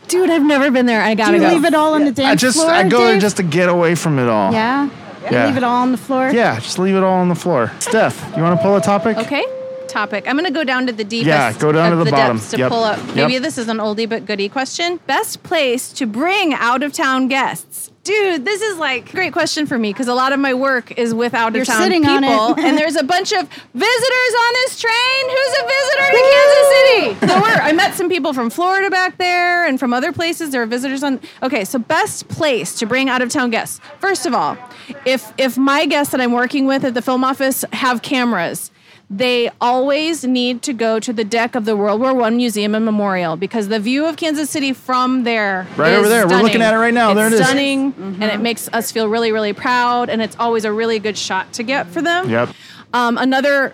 Dude, I've never been there. I Do gotta you go. leave it all on the I dance just floor? I go there Dave? just to get away from it all. yeah. You Yeah. leave it all on the floor. Yeah, just leave it all on the floor. Steph, you want to pull a topic? Okay. Topic. I'm gonna go down to the deepest. Yeah, go down of to the bottom. depths to Yep. pull up. Yep. Maybe this is an oldie but goodie question. Best place to bring out of town guests. Dude, this is like a great question for me because a lot of my work is with out of town sitting people, on it. and there's a bunch of visitors on this train. Who's a visitor to Kansas City? There were. I met some people from Florida back there and from other places. There are visitors on. Okay, so best place to bring out of town guests. First of all, if if my guests that I'm working with at the film office have cameras, they always need to go to the deck of the World War One Museum and Memorial because the view of Kansas City from there Right is over there. We're stunning. looking at it right now. It's There it is. stunning, and it makes us feel really, really proud. And it's always a really good shot to get for them. Yep. Um, another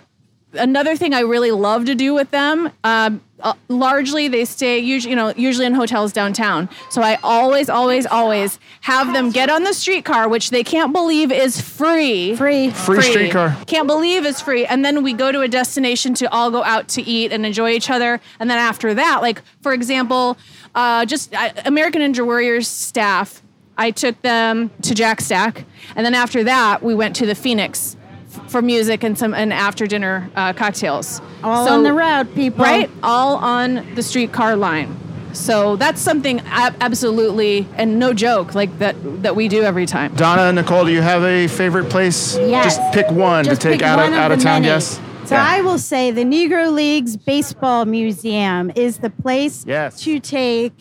another thing I really love to do with them. Um, uh, largely, they stay usually you know usually in hotels downtown. So I always, always, always have them get on the streetcar, which they can't believe is free. Free. Free streetcar. Can't believe it's free. And then we go to a destination to all go out to eat and enjoy each other. And then after that, like for example, uh, just uh, American Ninja Warriors staff, I took them to Jack Stack, and then after that, we went to the Phoenix f- for music and some and after dinner uh, cocktails. All So- on the route, people. right? All on the streetcar line. So that's something ab- absolutely and no joke like that that we do every time. Donna and Nicole, do you have a favorite place? Yes. Just pick one Just to take pick out one of, out the of town many. Yes. So I will say the Negro Leagues Baseball Museum is the place Yes. to take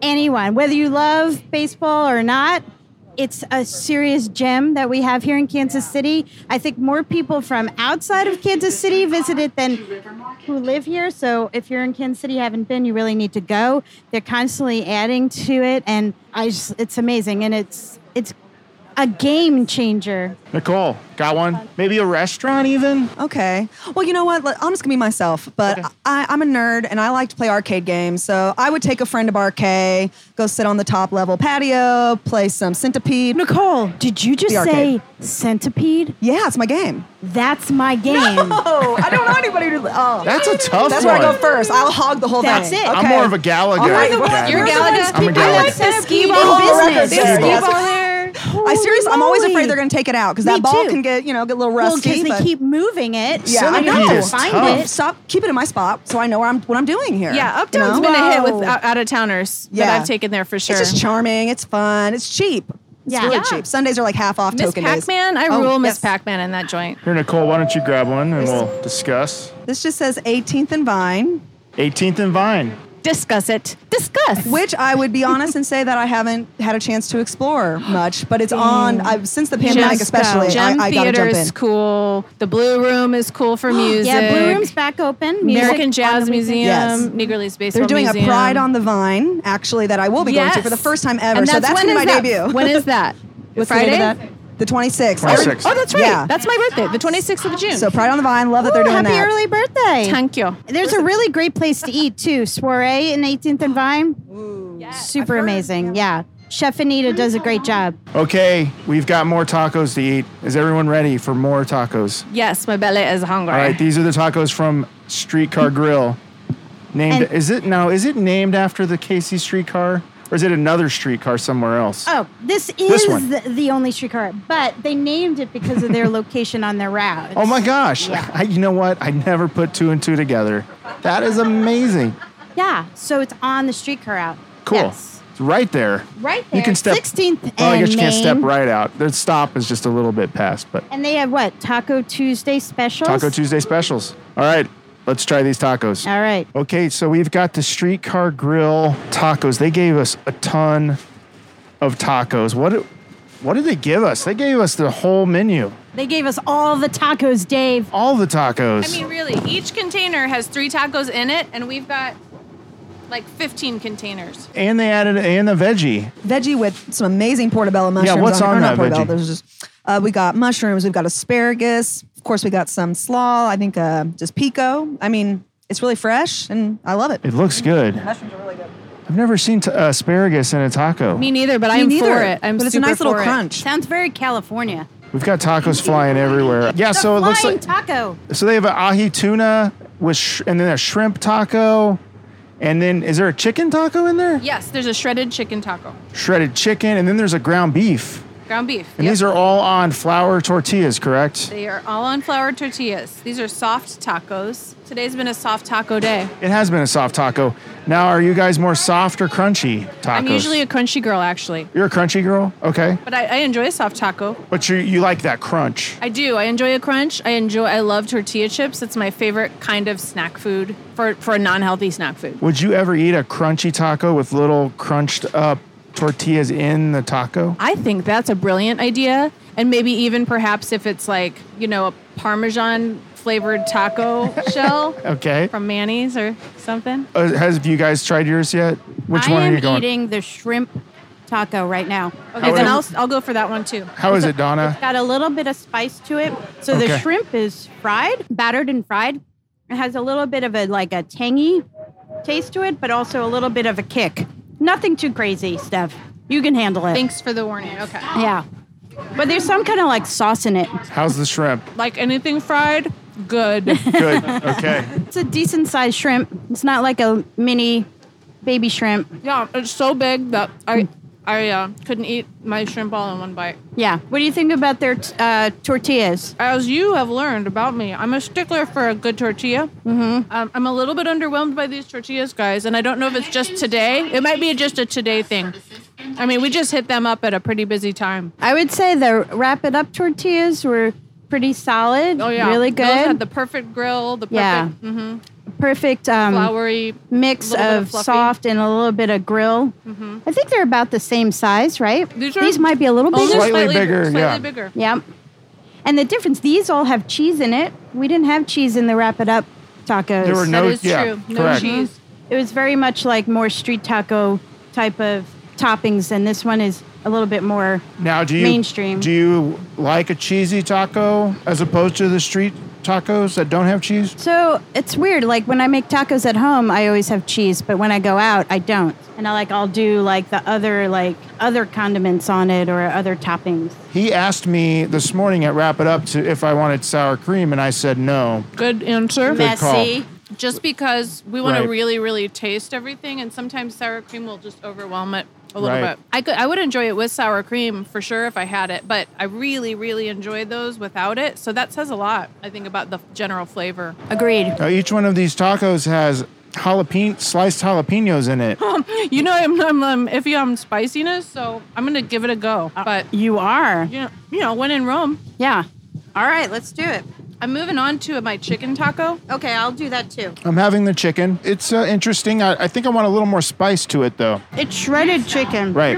anyone, whether you love baseball or not. It's a serious gem that we have here in Kansas City. I think more people from outside of Kansas City visit it than who live here. So if you're in Kansas City, haven't been, you really need to go. They're constantly adding to it, and I just, it's amazing, and it's it's a game changer. Nicole, got one? Maybe a restaurant even? Okay. Well, you know what? Let- I'm just gonna be myself, but I, I'm a nerd and I like to play arcade games. So I would take a friend to arcade, go sit on the top level patio, play some centipede. Nicole, did you just The say arcade. centipede? Yeah, it's my game. That's my game. Oh, I don't know anybody who. Oh, That's a tough that's one. where I go first. I'll hog the whole That's thing. it. Okay. I'm more of a Gallagher. All right, the one- guy. you're Gallagher. I'm a I Gallagher. like that Ski ski ball ball business. records there, Ski yes. ball there. I seriously, I'm always Holy afraid they're gonna take it out because Me that ball too. can get you know get a little Well, rusty. because they but- keep moving it. yeah, I Centipede know. is Find tough. it. Stop. Keep it in my spot so I know where I'm what I'm doing here. Yeah, you Uptown's know? been a hit with Wow. out of towners Yeah. that I've taken there for sure. It's just charming. It's fun. It's cheap. It's Yeah. really Yeah. cheap. Sundays are like half off Miss token days. Pac-Man, I Oh, rule Miss yes. Pac-Man in that joint. Here, Nicole, why don't you grab one and we'll discuss. This just says 18th and Vine, 18th and Vine. Discuss it. Discuss. which I would be honest and say that I haven't had a chance to explore much, but it's on I've, since the pandemic, especially. uh, Gem I, I got to Theater jump is in. cool. The Blue Room is cool for music. Yeah, Blue Room's back open. Music American on Jazz the weekends. Museum, Yes. Negro Leagues Baseball They're doing Museum. a Pride on the Vine, actually, that I will be going Yes. to for the first time ever. And so that's when gonna is be my that? debut. When is that? What's the Friday? date of that? The 26th. 26th. Oh, that's right. Yeah. That's my birthday, the 26th of June. So Pride on the Vine. Love that they're Ooh, doing happy that. early birthday. thank you. There's a really great place to eat too, Soiree in 18th and Vine. Super amazing. Yeah. Chef Anita does a great job. Okay, we've got more tacos to eat. Is everyone ready for more tacos? Yes, my belly is hungry. All right, these are the tacos from Streetcar Grill. Named And- is it now? Is it named after the Casey streetcar, or is it another streetcar somewhere else? Oh, this This is one. the, the only streetcar, but they named it because of their location on their route. Oh my gosh! I, you know what? I never put two and two together. That is amazing. Yeah, so it's on the streetcar route. Cool. Yes. It's right there. Right You can step. there, 16th Oh, I guess you can't and step Main. right out. The stop is just a little bit past, but And they have what? Taco Tuesday specials? Taco Tuesday specials. All right, let's try these tacos. All right. Okay, so we've got the Streetcar Grill tacos. They gave us a ton of tacos. What did, what did they give us? They gave us the whole menu, They gave us all the tacos, Dave. all the tacos. I mean, really, each container has three tacos in it, and we've got like 15 containers. and they added and the veggie. veggie with some amazing portobello mushrooms. what's it. on that Or not portobello, veggie? There's just uh, we got mushrooms. We've got asparagus. Of course, we got some slaw. I think uh, just pico. I mean, it's really fresh and I love it. It looks good. Mushrooms are really good. I've never seen t- asparagus in a taco. Me neither, but Me I'm neither. for it. I'm but it's a super nice little for it. crunch. Sounds very California. We've got tacos flying everywhere. Yeah, so it Flying looks like taco. so they have an ahi tuna with sh- and then a shrimp taco. And then is there a chicken taco in there? Yes, there's a shredded chicken taco, Shredded chicken and then there's a ground beef. ground beef. And these are all on flour tortillas, correct? They are all on flour tortillas. These are soft tacos. Today's been a soft taco day. It has been a soft taco. Now, are you guys more soft or crunchy tacos? I'm usually a crunchy girl, actually, You're a crunchy girl? Okay. but I, I enjoy a soft taco. But you, you like that crunch. I do. I enjoy a crunch. I enjoy. I love tortilla chips. It's my favorite kind of snack food for for a non-healthy snack food. Would you ever eat a crunchy taco with little crunched up tortillas in the taco? I think that's a brilliant idea. And maybe even perhaps if it's like, you know, a Parmesan flavored taco shell Okay. from Manny's or something. Uh, has have you guys tried yours yet? Which I one am are you going? eating the shrimp taco right now. Okay, How then is- I'll, I'll go for that one too. How is it, Donna? Got a little bit of spice to it. So Okay. the shrimp is fried, battered and fried. It has a little bit of a like a tangy taste to it, but also a little bit of a kick. Nothing too crazy, Steph. You can handle it. Thanks for the warning. Okay. Yeah. But there's some kind of like sauce in it. How's the shrimp? Like anything fried, good. Good. Okay. It's a decent sized shrimp. It's not like a mini baby shrimp. yeah, it's so big that I I uh, couldn't eat my shrimp all in one bite. Yeah. What do you think about their t- uh, tortillas? As you have learned about me, I'm a stickler for a good tortilla. Mm-hmm. Um, I'm a little bit underwhelmed by these tortillas, guys, and I don't know if it's just today. It might be just a today thing. I mean, we just hit them up at a pretty busy time. I would say the wrap it up tortillas were pretty solid. Oh yeah, Really good. Those had the perfect grill, the perfect Yeah. mhm, perfect um, floury mix little bit of of fluffy. Mm-hmm. soft and a little bit of grill. I think they're about the same size, right? These are- might be a little Only bigger. Slightly bigger, Slightly yeah. bigger. Yep. And the difference, these all have cheese in it. We didn't have cheese in the wrap it up tacos. There were That No- is yeah, true. No correct. cheese. it was very much like more street taco type of toppings, and this one is a little bit more. Now, do you Mainstream. Do you like a cheesy taco as opposed to the street tacos that don't have cheese? So it's weird. Like when I make tacos at home, I always have cheese, but when I go out, I don't. And I like I'll do like the other like other condiments on it or other toppings. He asked me this morning at Wrap It Up to if I wanted sour cream, and I said no. Good answer. Good call. Just because we want Right. to really, really taste everything, and sometimes sour cream will just overwhelm it a little Right. bit. I could, I would enjoy it with sour cream for sure if I had it, but I really, really enjoyed those without it. So that says a lot, I think, about the general flavor. Agreed. Now, each one of these tacos has jalapeno sliced jalapenos in it. You know, I'm, I'm, I'm iffy on spiciness, so I'm gonna give it a go. Uh, But You are. you know, you know, when in Rome, Yeah. All right, let's do it. I'm moving on to my chicken taco. Okay, I'll do that too. I'm having the chicken. It's uh, interesting. I, I think I want a little more spice to it, though. It's shredded chicken. Right.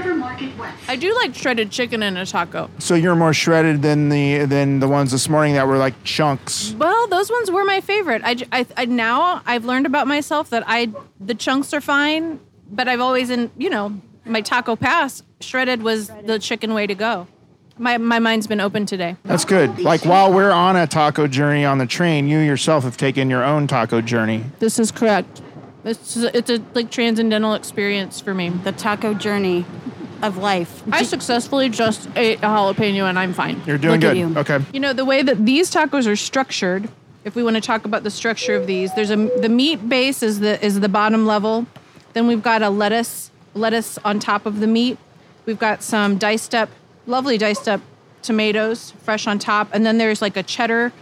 I do like shredded chicken in a taco. So you're more shredded than the than the ones this morning that were like chunks. Well, those ones were my favorite. I, j- I- I- now I've learned about myself that I the chunks are fine, but I've always in you know my taco pass shredded was the chicken way to go. My, my mind's been open today. That's good. Like while we're on a taco journey on the train, you yourself have taken your own taco journey. This is correct. It's it's a like transcendental experience for me. The taco journey of life. I successfully just ate a jalapeno and I'm fine. You're doing Look at good. you. Okay. You know, the way that these tacos are structured, if we want to talk about the structure of these, there's a the meat base is the is the bottom level. Then we've got a lettuce lettuce on top of the meat. We've got some diced up, lovely diced up tomatoes fresh on top, and then there's like a cheddar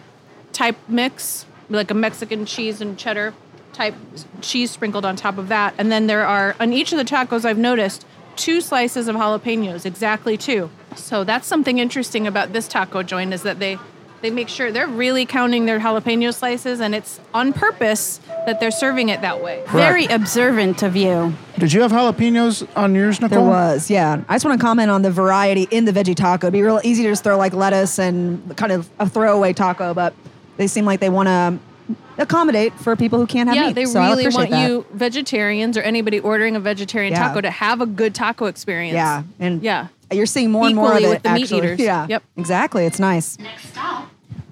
type mix, like a Mexican cheese and cheddar type cheese sprinkled on top of that. And then there are on each of the tacos I've noticed two slices of jalapenos, exactly two. So that's something interesting about this taco joint is that they they make sure they're really counting their jalapeno slices and it's on purpose that they're serving it that way. Very observant of you. Did you have jalapenos on yours, Nicole? There was, yeah. I just want to comment on the variety in the veggie taco. It'd be real easy to just throw like lettuce and kind of a throwaway taco, but they seem like they want to accommodate for people who can't have yeah, meat. they so I really want appreciate that. you vegetarians or anybody ordering a vegetarian Yeah. taco to have a good taco experience. Yeah, and Yeah. you're seeing more and more Equally of it. with the meat actually. eaters. yeah, Yep. exactly. It's nice.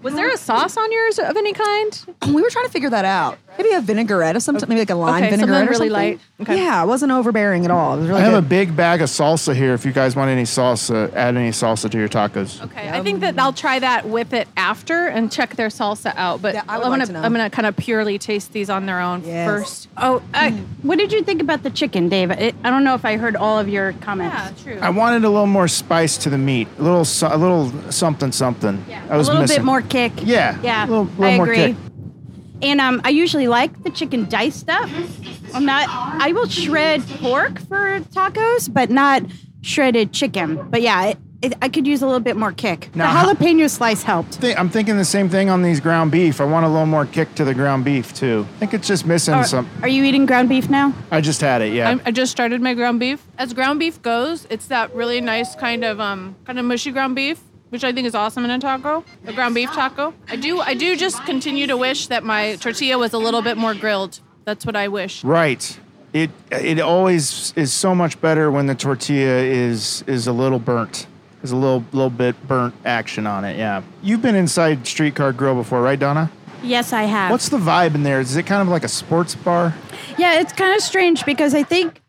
Was there a sauce on yours of any kind? We were trying to figure that out. Maybe a vinaigrette of some, maybe like a lime Okay, something vinaigrette or really something. light. Okay. Yeah, it wasn't overbearing at all. It was I really have a good. big bag of salsa here. If you guys want any salsa, add any salsa to your tacos. Okay, I think that I'll try that with it after and check their salsa out. But Yeah, I I would am like gonna to know. I'm gonna kind of purely taste these on their own Yes. Mm. first. Oh, I, what did you think about the chicken, Dave? It, I don't know if I heard all of your comments. Yeah, true. I wanted a little more spice to the meat. A little, so- a little something, something. Yeah. I was a little missing. bit more kick. Yeah, Yeah. a little- little I more agree. kick. And um, I usually like the chicken diced up. I'm not. I will shred pork for tacos, but not shredded chicken. But yeah, it, it, I could use a little bit more kick. Now, how- the jalapeno slice helped. Thi- I'm thinking the same thing on these ground beef. I want a little more kick to the ground beef too. I think it's just missing Are, some. are you eating ground beef now? I just had it. Yeah. I'm, I just started my ground beef. As ground beef goes, it's that really nice kind of um kind of mushy ground beef, which I think is awesome in a taco, a ground beef taco. I do I do just continue to wish that my tortilla was a little bit more grilled. That's what I wish. Right. It it always is so much better when the tortilla is is a little burnt. There's a little little bit burnt action on it. Yeah. You've been inside Streetcar Grill before, right, Donna? Yes, I have. What's the vibe in there? Is it kind of like a sports bar? yeah, it's kind of strange because I think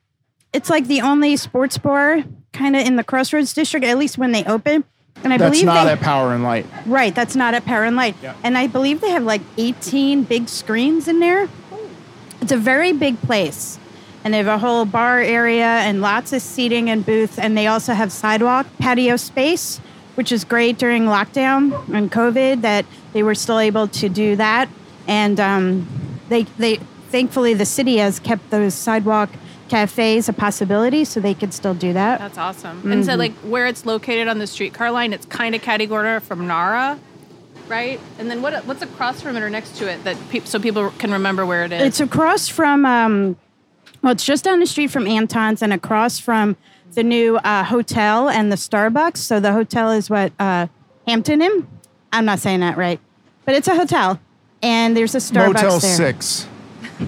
it's like the only sports bar kind of in the Crossroads district, at least when they open. And I That's believe not they, at Power and Light. Right, that's not at Power and Light. And I believe they have like 18 big screens in there. It's a very big place. And they have a whole bar area and lots of seating and booths. And they also have sidewalk patio space, which is great during lockdown and COVID that they were still able to do that. And um, they, they thankfully, the city has kept those sidewalk cafes a possibility so they could still do that. That's awesome. And Mm-hmm. so, like, where it's located on the streetcar line, it's kind of catty corner from Nara, right? And then what? What's across from it or next to it that peop so people can remember where it is? It's across from, um, well, it's just down the street from Anton's and across from the new uh, hotel and the Starbucks. So the hotel is what, uh, Hampton Inn? I'm not saying that right, but it's a hotel. And there's a Starbucks Motel there. Six.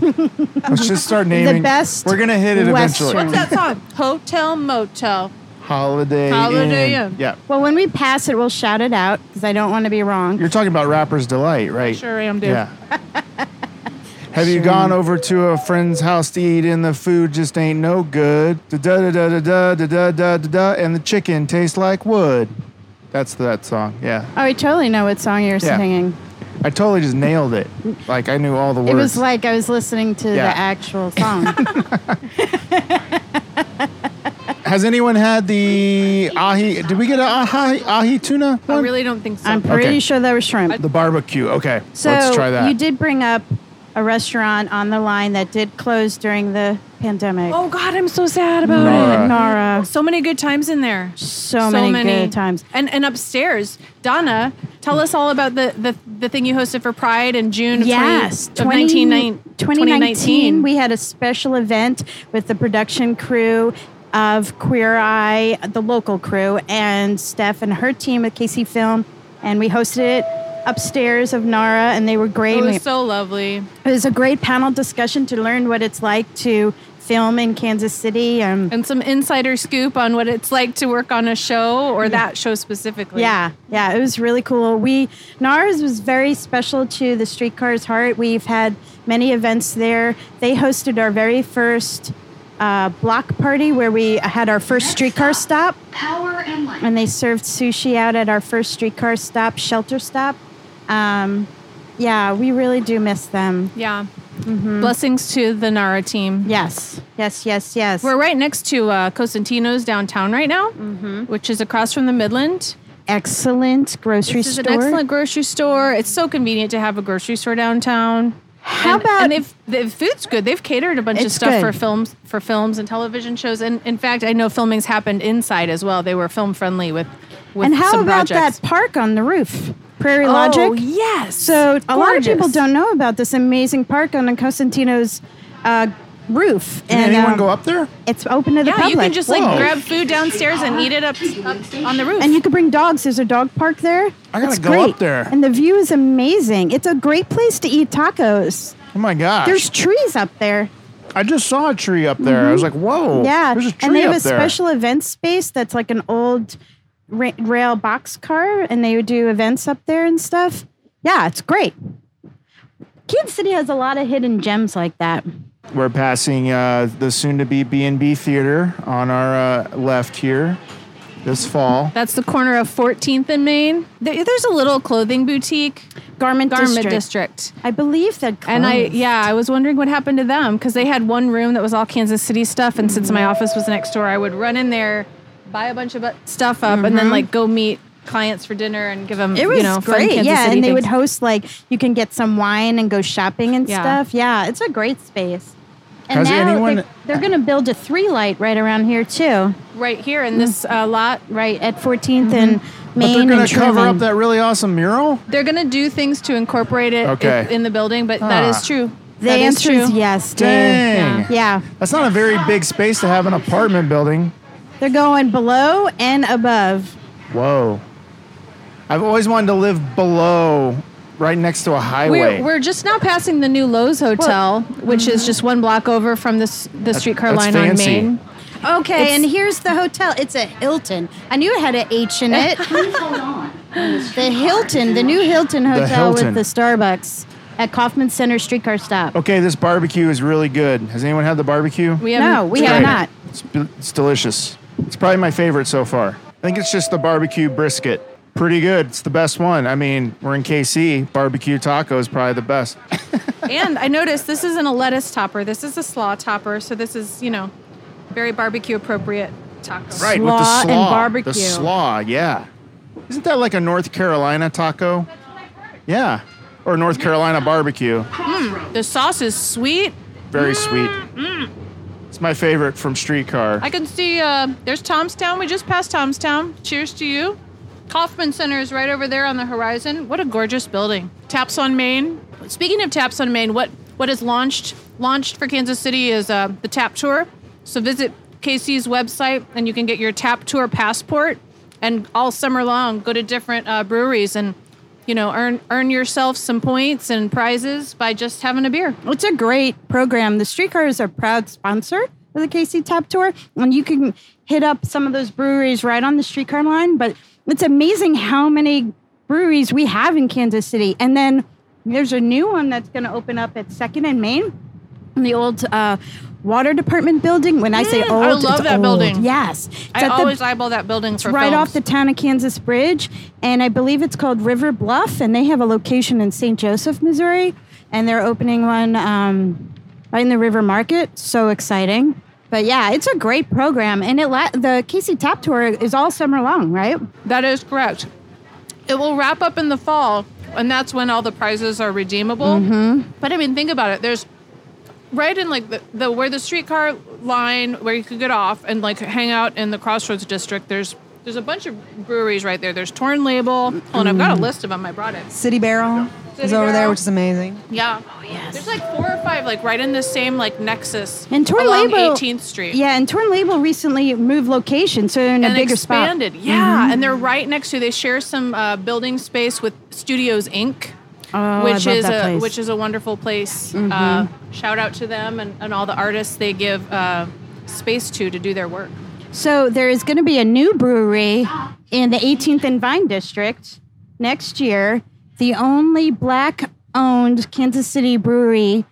Let's just start naming. best We're gonna hit it Western. eventually. What's that song? Hotel Motel. Holiday. Holiday Inn. Inn. Yeah. Well, when we pass it, we'll shout it out because I don't want to be wrong. You're talking about Rapper's Delight, right? Sure am, dude. Yeah. Have you gone over to a friend's house to eat and the food just ain't no good? Da da da da da da da da da da, and the chicken tastes like wood. That's that song. Yeah, oh, I totally know what song you're Yeah. singing. I totally just nailed it. Like I knew all the words. It was like I was listening to Yeah. the actual song. Has anyone had the ahi? Did we get a ahi ahi tuna? I Oh, one? really don't think so. I'm pretty Okay. sure that was shrimp. The barbecue. Okay, So let's try that. you did bring up a restaurant on the line that did close during the pandemic. oh God, I'm so sad about Nara. it. Nara. So many good times in there. So, many, good times. And and upstairs, Donna, tell us all about the the, the thing you hosted for Pride in June of, 20, of 19 2019, we had a special event with the production crew of Queer Eye, the local crew, and Steph and her team with KC Film. And we hosted it upstairs of Nara, and they were great. It And we- was so lovely. It was a great panel discussion to learn what it's like to film in Kansas City. Um, and some insider scoop on what it's like to work on a show or that show specifically. Yeah, yeah, it was really cool. We NARS was very special to the Streetcar's Heart. We've had many events there. They hosted our very first uh, block party where we had our first streetcar stop, Power and light. and they served sushi out at our first streetcar stop, shelter stop. Um, yeah, we really do miss them. Yeah. Mm-hmm. Blessings to the Nara team. Yes, yes, yes, yes. We're right next to uh, Cosentino's downtown right now, Mm-hmm. which is across from the Midland. excellent grocery This is store. an excellent grocery store. It's so convenient to have a grocery store downtown. How and, about- and they've, the food's good. They've catered a bunch of It's stuff good. for films for films and television shows. And in fact, I know filmings happened inside as well. They were film friendly with, with and how some about projects. that park on the roof, Prairie Logic? Oh, yes. So a lot of people Gorgeous. don't know about this amazing park on Cosentino's uh, roof. Can anyone um, go up there? It's open to the yeah, public. you can just Whoa. like grab food downstairs and eat it up, up on the roof. and you can bring dogs. There's a dog park there. I gotta It's go up great. there. And the view is amazing. It's a great place to eat tacos. Oh my gosh. There's trees up there. I just saw a tree up there. I was like, whoa. Mm-hmm. yeah, There's a tree and they have up a there. special event space that's like an old ra- rail box car, and they would do events up there and stuff. Yeah, it's great. Kansas City has a lot of hidden gems like that. We're passing uh, the soon-to-be B&B Theater on our uh, left here this fall. That's the corner of 14th and Main. There, there's a little clothing boutique, Garment, Garment district. Oh. District. I believe that. And I, yeah, I was wondering what happened to them because they had one room that was all Kansas City stuff. And since my office was next door, I would run in there, buy a bunch of bu- stuff up, and then like go meet clients for dinner and give them, Mm-hmm. It was you know, fun great, Kansas yeah. City and they would things. host like you can get some wine and go shopping and Yeah. stuff. Yeah, it's a Great space. And Has now anyone- they're, they're going to build a three light right around here too, right here in this Mm. uh, lot. right at 14th Mm-hmm. and But Main they're and gonna cover Truman. up that really awesome mural? They're going to do things to incorporate it i- Okay. in the building, but that Ah. is true. the That is answer is true. yes, Dave. Dang. Yeah, That's not a very big space to have an apartment building. they're going below and above. Whoa. I've always wanted to live below, right next to a highway. We're, we're just now passing the new Lowe's Hotel, which is just one block over from this the streetcar that's line fancy. on Main. Okay, It's- and here's the hotel. It's a Hilton. I knew it had an H in it. Please hold on. the Hilton, the new Hilton hotel Hilton. with the Starbucks at Kaufman Center streetcar stop. okay, this barbecue is really good. Has anyone had the barbecue? We haven't No, we have tried it. not. It's, it's delicious. It's probably my favorite so far. I think it's just the barbecue brisket. Pretty good. It's the best one. I mean, we're in KC. Barbecue taco is probably the best. And I noticed this isn't a lettuce topper. This is a slaw topper. So this is, you know, very barbecue appropriate taco. Right, with Slaw the and slaw. barbecue. The slaw, yeah. Isn't that like a North Carolina taco? Yeah. Or North Carolina barbecue. The sauce is sweet. Very sweet. Mm-hmm. It's my favorite from Streetcar. I can see uh, there's Tomstown. We just passed Tomstown. Cheers to you. Kaufman Center is right over there on the horizon. What a gorgeous building. Taps on Main. Speaking of Taps on Main, what what is launched launched for Kansas City is uh, the Tap Tour. So visit KC's website and you can get your Tap Tour passport. And all summer long, go to different uh, breweries and you know earn earn yourself some points and prizes by just having a beer. It's a great program. The streetcar is a proud sponsor of the KC Tap Tour, and you can hit up some of those breweries right on the streetcar line. But it's amazing how many breweries we have in Kansas City. And then there's a new one that's going to open up at Second and Main, in the old uh, water department building. When I say Mm, old, I it's love that old. building. Yes, it's I at the- always eyeball that building it's for right films. off the town of Kansas Bridge, and I believe it's called River Bluff, and they have a location in St. Joseph, Missouri, and they're opening one um, right in the River Market. So exciting! But yeah, it's a great program, and it la- the Casey Tap Tour is all summer long, right? That is correct. It will wrap up in the fall, and that's when all the prizes are redeemable. But I mean, think about it. There's right in like the, the where the streetcar line where you could get off and like hang out in the Crossroads district. There's there's a bunch of breweries right there. There's Torn Label. Oh, and I've got a list of them. I brought it. City Barrel City is over there, Barrel. which is amazing. Yeah. Oh yes. There's like four or five like right in the same like nexus And Torn along Label, 18th Street. Yeah, and Torn Label recently moved location, so they're in a and bigger expanded. spot. Mm-hmm. Yeah, and they're right next to. They share some uh, building space with Studios Inc. I which love is that a place. which is a wonderful place. Uh, shout out to them and, and all the artists they give uh, space to to do their work. So there is going to be a new brewery in the 18th and Vine District next year. The only black-owned Kansas City brewery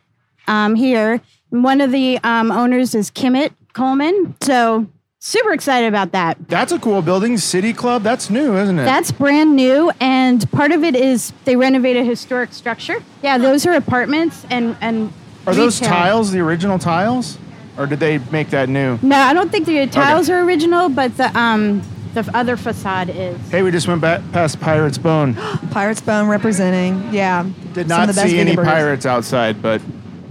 um, here. One of the um, owners is Kimmett Coleman. So super excited about that. That's a cool building, City Club. That's new, isn't it? That's brand new, and part of it is they renovate a historic structure. Yeah, those are apartments and and. Are those retail. tiles the original tiles, or did they make that new? No, I don't think the tiles are original, but the um the other facade is. Hey, we just went back past Pirates Bone. Pirates Bone representing. Yeah. Did Some of not the best see vegan any burgers. pirates outside, but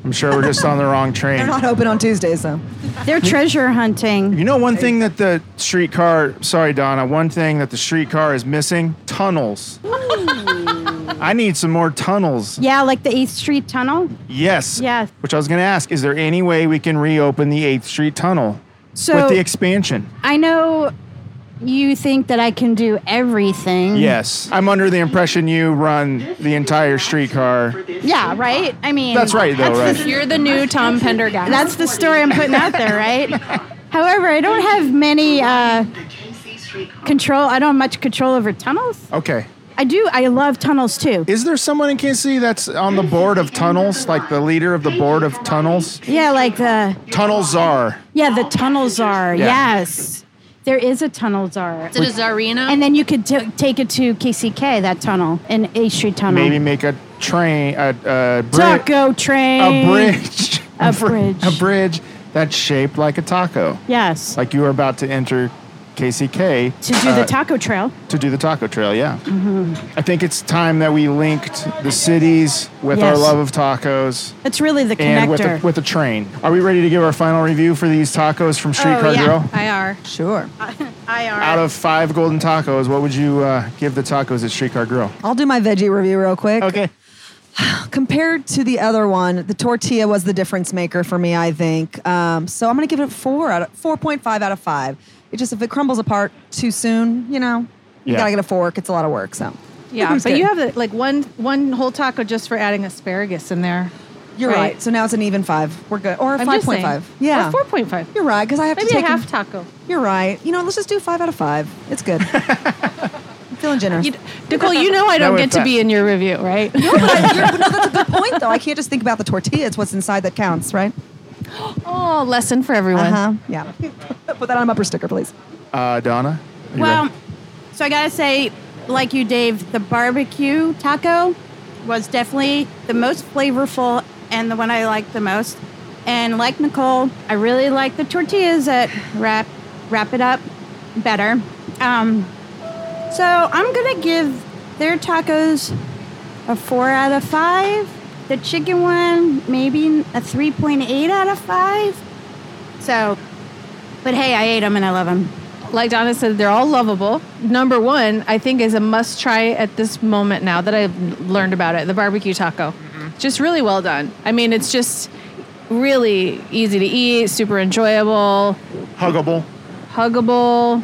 I'm sure we're just on the wrong They're train. not open on Tuesdays, though. They're treasure hunting. You know, one thing that the streetcar, sorry, Donna, one thing that the streetcar is missing tunnels. Hmm. I need some more tunnels. Yeah, like the 8th Street Tunnel. Yes. Yes. Which I was going to ask is there any way we can reopen the 8th Street Tunnel So with the expansion? Mm-hmm. I know you think that I can do everything. Yes. I'm under the impression you run the entire streetcar. Yeah, right? I mean, That's right, though, that's right? The, You're the new Tom Pendergast. that's the story I'm putting out there, right? However, I don't have many uh, control. I don't have much control over tunnels. Okay. I do. I love tunnels too. Is there someone in Kansas City that's on the board of tunnels, like the leader of the board of tunnels? Yeah, like the Tunnel czar. yeah the tunnel czar. Yeah. Yes, there is a tunnel czar. Is it a Tsarina? And then you could t- take it to KCK that tunnel, an A Street tunnel. Maybe make a train, a, a bridge. taco train. a bridge. A fr- bridge. A bridge that's shaped like a taco. Yes. Like you were about to enter KCK to do the taco trail. to do the taco trail, yeah. Mm-hmm. I think it's time that we linked the cities with our Yes. love of tacos That's really the and with connector. a, with a train. Are we ready to give our final review for these tacos from Streetcar yeah. Grill? IR. Sure. Out of five golden tacos, what would you uh, give the tacos at Streetcar Grill? I'll do my veggie review real quick. Okay. Compared to the other one, the tortilla was the difference maker for me, I think. Um, so I'm going to give it a four out of 4.5 out of five. It just, if it crumbles apart too soon, you know, you Yeah. got to get a fork. It's a lot of work. So Yeah, It's but good. you have uh, like one one whole taco just for adding asparagus in there. you're Right. right. So now it's an even five. We're good. Or I'm just 5.5. saying. Yeah. Or 4.5. You're right. Because I have to Maybe a take half time. taco. You're right. You know, let's just do five out of five. It's good. I'm feeling generous. You, Nicole, you know I don't would get to pass. be in your review, right? point though. I can't just think about the tortilla. It's what's inside that counts, right? oh, lesson for everyone. Uh-huh. Uh huh. Yeah. Put that on a bumper sticker, please. Uh, Donna? Are you Well, ready? so I gotta say, like you, Dave, the barbecue taco was definitely the most flavorful and the one I liked the most. And like Nicole, I really like the tortillas that wrap wrap it up better. Um, so I'm gonna give their tacos a four out of five. The chicken one, maybe a three point eight out of five. So, but hey, I ate them and I love them. like Donna said, they're all lovable. Number one, I think, is a must try at this moment now that I've learned about it the barbecue taco. Just really well done. I mean, it's just really easy to eat, super enjoyable, Huggable. huggable.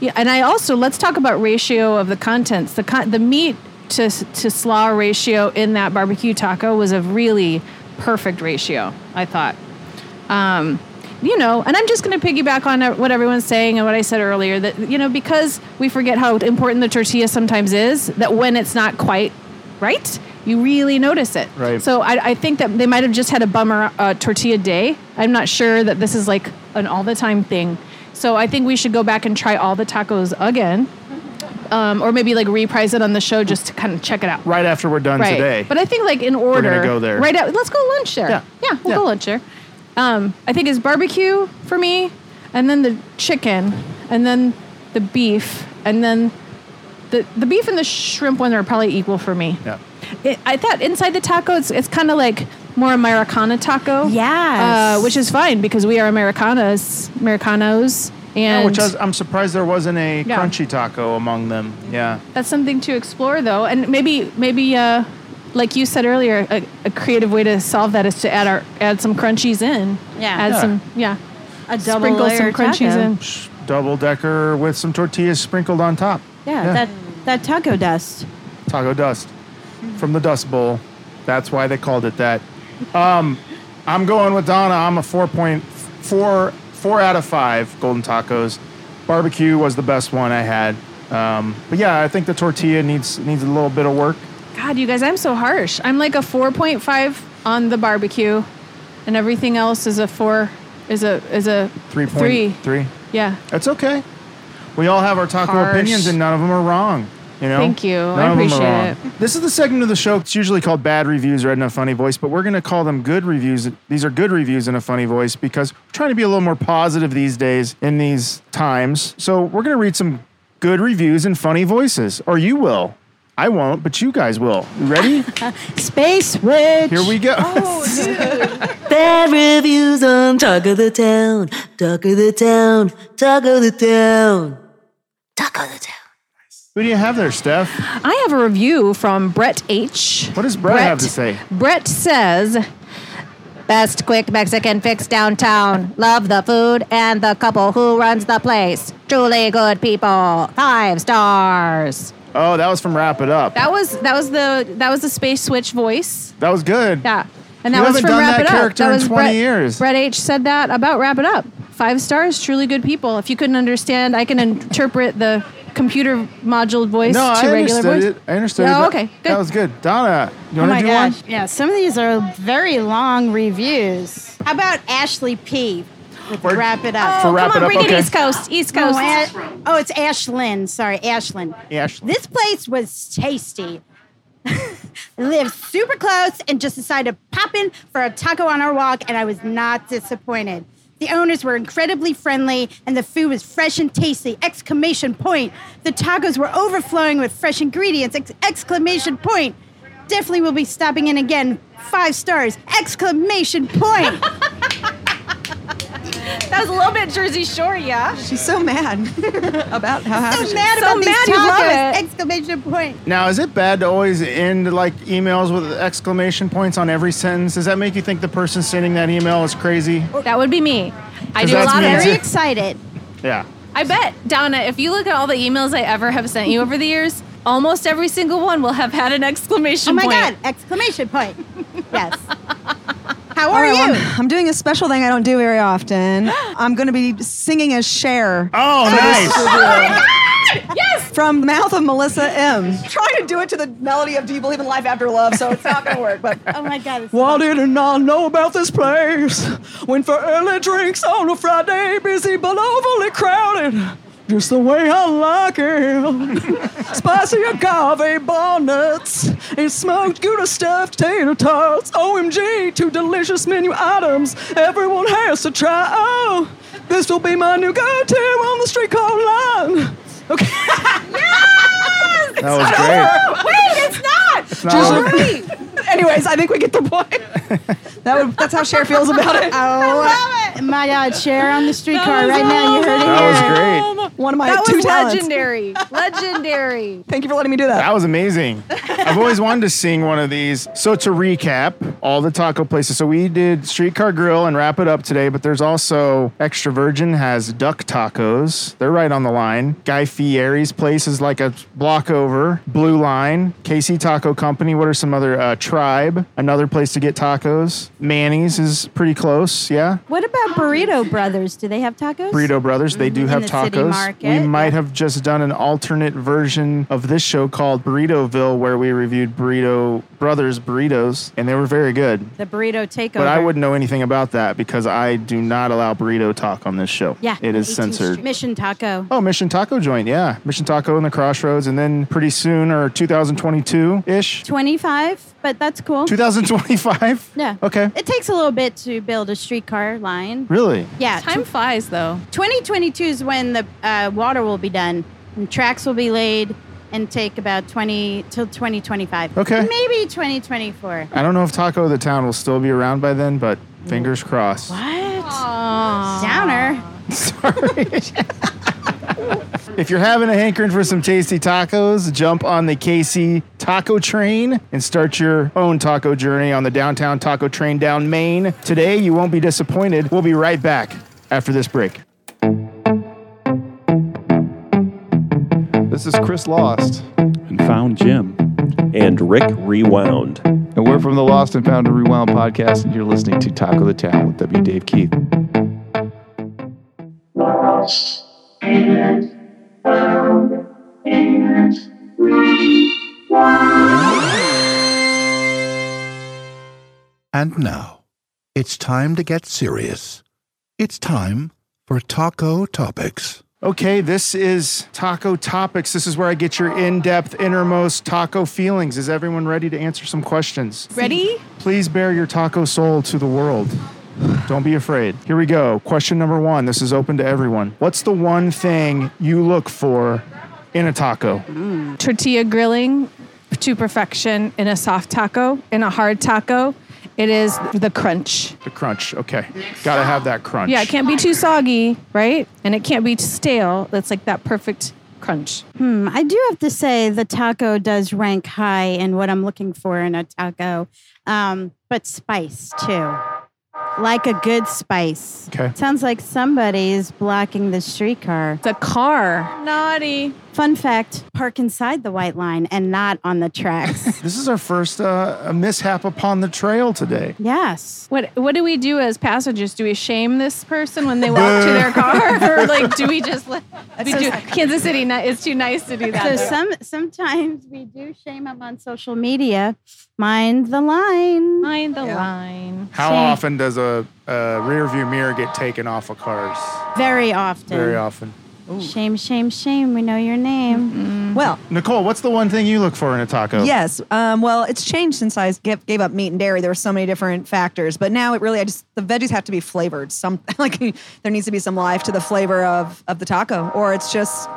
Yeah, and I also let's talk about ratio of the contents. The con- the meat to s- to slaw ratio in that barbecue taco was a really perfect ratio. I thought, um, you know, and I'm just going to piggyback on uh, what everyone's saying and what I said earlier that you know because we forget how important the tortilla sometimes is that when it's not quite right, you really notice it. Right. So I, I think that they might have just had a bummer uh, tortilla day. I'm not sure that this is like an all the time thing. So I think we should go back and try all the tacos again, um, or maybe like reprise it on the show just to kind of check it out. Right after we're done Right. today. But I think like in gonna order. go there. Right. Out, let's go lunch there. Yeah. we'll Yeah. go lunch there. Um, I think it's barbecue for me, and then the chicken, and then the beef, and then the the beef and the shrimp one are probably equal for me. yeah. It, I thought inside the taco, it's, it's kind of like more Americana taco. Yes. Uh, which is fine because we are Americanas, Americanos. And Yeah, which I was, I'm surprised there wasn't a Yeah. crunchy taco among them. Yeah. that's something to explore though. And maybe, maybe, uh, like you said earlier, a, a creative way to solve that is to add our add some crunchies in. Yeah. Add Yeah. some, yeah. A double Sprinkle some layer crunchies taco. in. Double decker with some tortillas sprinkled on top. Yeah, that that taco dust. Taco dust. from the Dust Bowl. That's why they called it that. Um, I'm going with Donna. I'm a 4.4 four out of 5 Golden Tacos. Barbecue was the best one I had. Um, but yeah, I think the tortilla needs needs a little bit of work. God, you guys, I'm so harsh. I'm like a 4.5 on the barbecue, and everything else is a four. Is a is a 3.3. three. Yeah. That's okay. We all have our taco Harsh. opinions, and none of them are wrong. You know, Thank you. I None of them are appreciate wrong. it. This is the segment of the show. It's usually called bad reviews or in a funny voice, but we're going to call them good reviews. These are good reviews in a funny voice because we're trying to be a little more positive these days in these times. So we're going to read some good reviews in funny voices, or you will. I won't, but you guys will. You ready? Space Witch. Here we go. Oh. Bad reviews on Talk of the Town, Talk of the Town, Talk of the Town, Talk of the Town. Who do you have there, Steph? I have a review from Brett H. What does Brett, have to say? Brett says, Best quick Mexican fix downtown. Love the food and the couple who runs the place. Truly good people. Five stars. Oh, that was from Wrap It Up. "That was that was the that was the space switch voice." That was good. Yeah, and that You was haven't from done Wrap that It Up. character in That was 20 Brett, years. Brett H said that about Wrap It Up. Five stars, truly good people. If you couldn't understand, I can interpret the computer module voice No, to I regular understood it. voice. I understood Oh, it. but okay, That good. was good. Donna, you Oh want to my do gosh. one? Yeah, some of these are very long reviews. How about Ashley P? With Word. wrap it up. For Oh, wrap come it on, up, bring okay. it East Coast, East Coast. Oh, A- oh, it's Ashlyn. Sorry, Ashlyn. Ashley. This place was tasty. Lived super close and just decided to pop in for a taco on our walk, and I was not disappointed. The owners were incredibly friendly, and the food was fresh and tasty! Exclamation point! The tacos were overflowing with fresh ingredients! Ex- exclamation point! Definitely will be stopping in again. Five stars! Exclamation point! That was a little bit Jersey Shore, yeah. She's so mad about how happy so mad So about these mad you love tacos! it. Exclamation point! Now, is it bad to always end like emails with exclamation points on every sentence? Does that make you think the person sending that email is crazy? That would be me. I 'Cause do a that's lot me of Very too. it. excited. Yeah. I bet, Donna, if you look at all the emails I ever have sent you over the years, almost every single one will have had an exclamation Oh my point. god! Exclamation point. Yes. How All are right, well, you? I'm, I'm doing a special thing I don't do very often. I'm going to be singing a share Oh, nice. from the mouth of Melissa M. Trying to do it to the melody of Do You Believe in Life After Love, so it's not going to work. But Oh my god! it's- Why didn't I know about this place? Went for early drinks on a Friday, busy but overly crowded. Just the way I like it. Spicy agave bonnets and smoked Gouda stuffed tater tots. OMG, two delicious menu items everyone has to try. Oh, this will be my new go-to on the street called line. Okay. That was great. Wait, it's not. not Just over. Anyways, I think we get the point. That would, that's how Cher feels about it. Oh my god! Share on the streetcar right now. You heard it That here. Oh was great. One of my That two was talents. legendary. legendary. Thank you for letting me do that. That was amazing. I've always wanted to sing one of these. So to recap, all the taco places. So we did Streetcar Grill and wrap it up today, but there's also Extra Virgin has duck tacos. They're right on the line. Guy Fieri's place is like a block over. Blue Line, KC Taco Company. What are some other uh, Tribe? Another place to get tacos. Manny's is pretty close. Yeah. What about Burrito Brothers? Do they have tacos? Burrito Brothers. They do Mm-hmm. In have the tacos. city We market. might have just done an alternate version of this show called Burritoville, where we reviewed Burrito Brothers burritos, and they were very good. The burrito takeover. But I wouldn't know anything about that because I do not allow burrito talk on this show. Yeah. it is 18th censored. Street. Mission Taco. Oh, Mission Taco Joint, yeah. Mission Taco in the Crossroads, and then pretty soon, or 2022 ish, 25, but that's cool. 2025. Yeah. Okay. It takes a little bit to build a streetcar line. Really? Yeah. Time flies, though. 2022 is when the uh, water will be done and tracks will be laid and take about 20 till 2025. Okay. Maybe 2024. I don't know if Taco the Town will still be around by then, but Mm. fingers crossed. What? Downer. Sorry. if you're having a hankering for some tasty tacos, jump on the KC Taco Train and start your own taco journey on the downtown taco train down Maine. Today, you won't be disappointed. We'll be right back after this break. This is Chris Lost, and found Jim. Found and Rick Rewound. And we're from the Lost and Found and Rewound podcast, and you're listening to Taco the Town with W. Dave Keith. And now, it's time to get serious. It's time for Taco Topics. Okay, this is Taco Topics. This is where I get your in depth, innermost taco feelings. Is everyone ready to answer some questions? Ready? Please bear your taco soul to the world. Don't be afraid. Here we go. Question number one. This is open to everyone. What's the one thing you look for in a taco? Tortilla grilling to perfection in a soft taco, in a hard taco. It is the crunch. The crunch. Okay. Gotta have that crunch. Yeah, it can't be too soggy, right? And it can't be too stale. That's like that perfect crunch. Hmm, I do have to say the taco does rank high in what I'm looking for in a taco, um, but spice too. Like a good spice. Okay. Sounds like somebody's blocking the streetcar. The car. Naughty. Fun fact park inside the white line and not on the tracks. This is our first uh, a mishap upon the trail today. yes. What what do we do as passengers? Do we shame this person when they walk to their car, or like do we just let we do Kansas City? ni- It's too nice to do So that. though. some sometimes we do shame them on social media. Mind the line. Mind the line. How often does a, a rear view mirror get taken off of cars? Very often. Very often. Shame, shame, shame. We know your name. Mm-hmm. Well, Nicole, what's the one thing you look for in a taco? Yes. Um, well, it's changed since I gave, gave up meat and dairy. There were so many different factors, but now it really, I just the veggies have to be flavored. Some like there needs to be some life to the flavor of of the taco, or it's just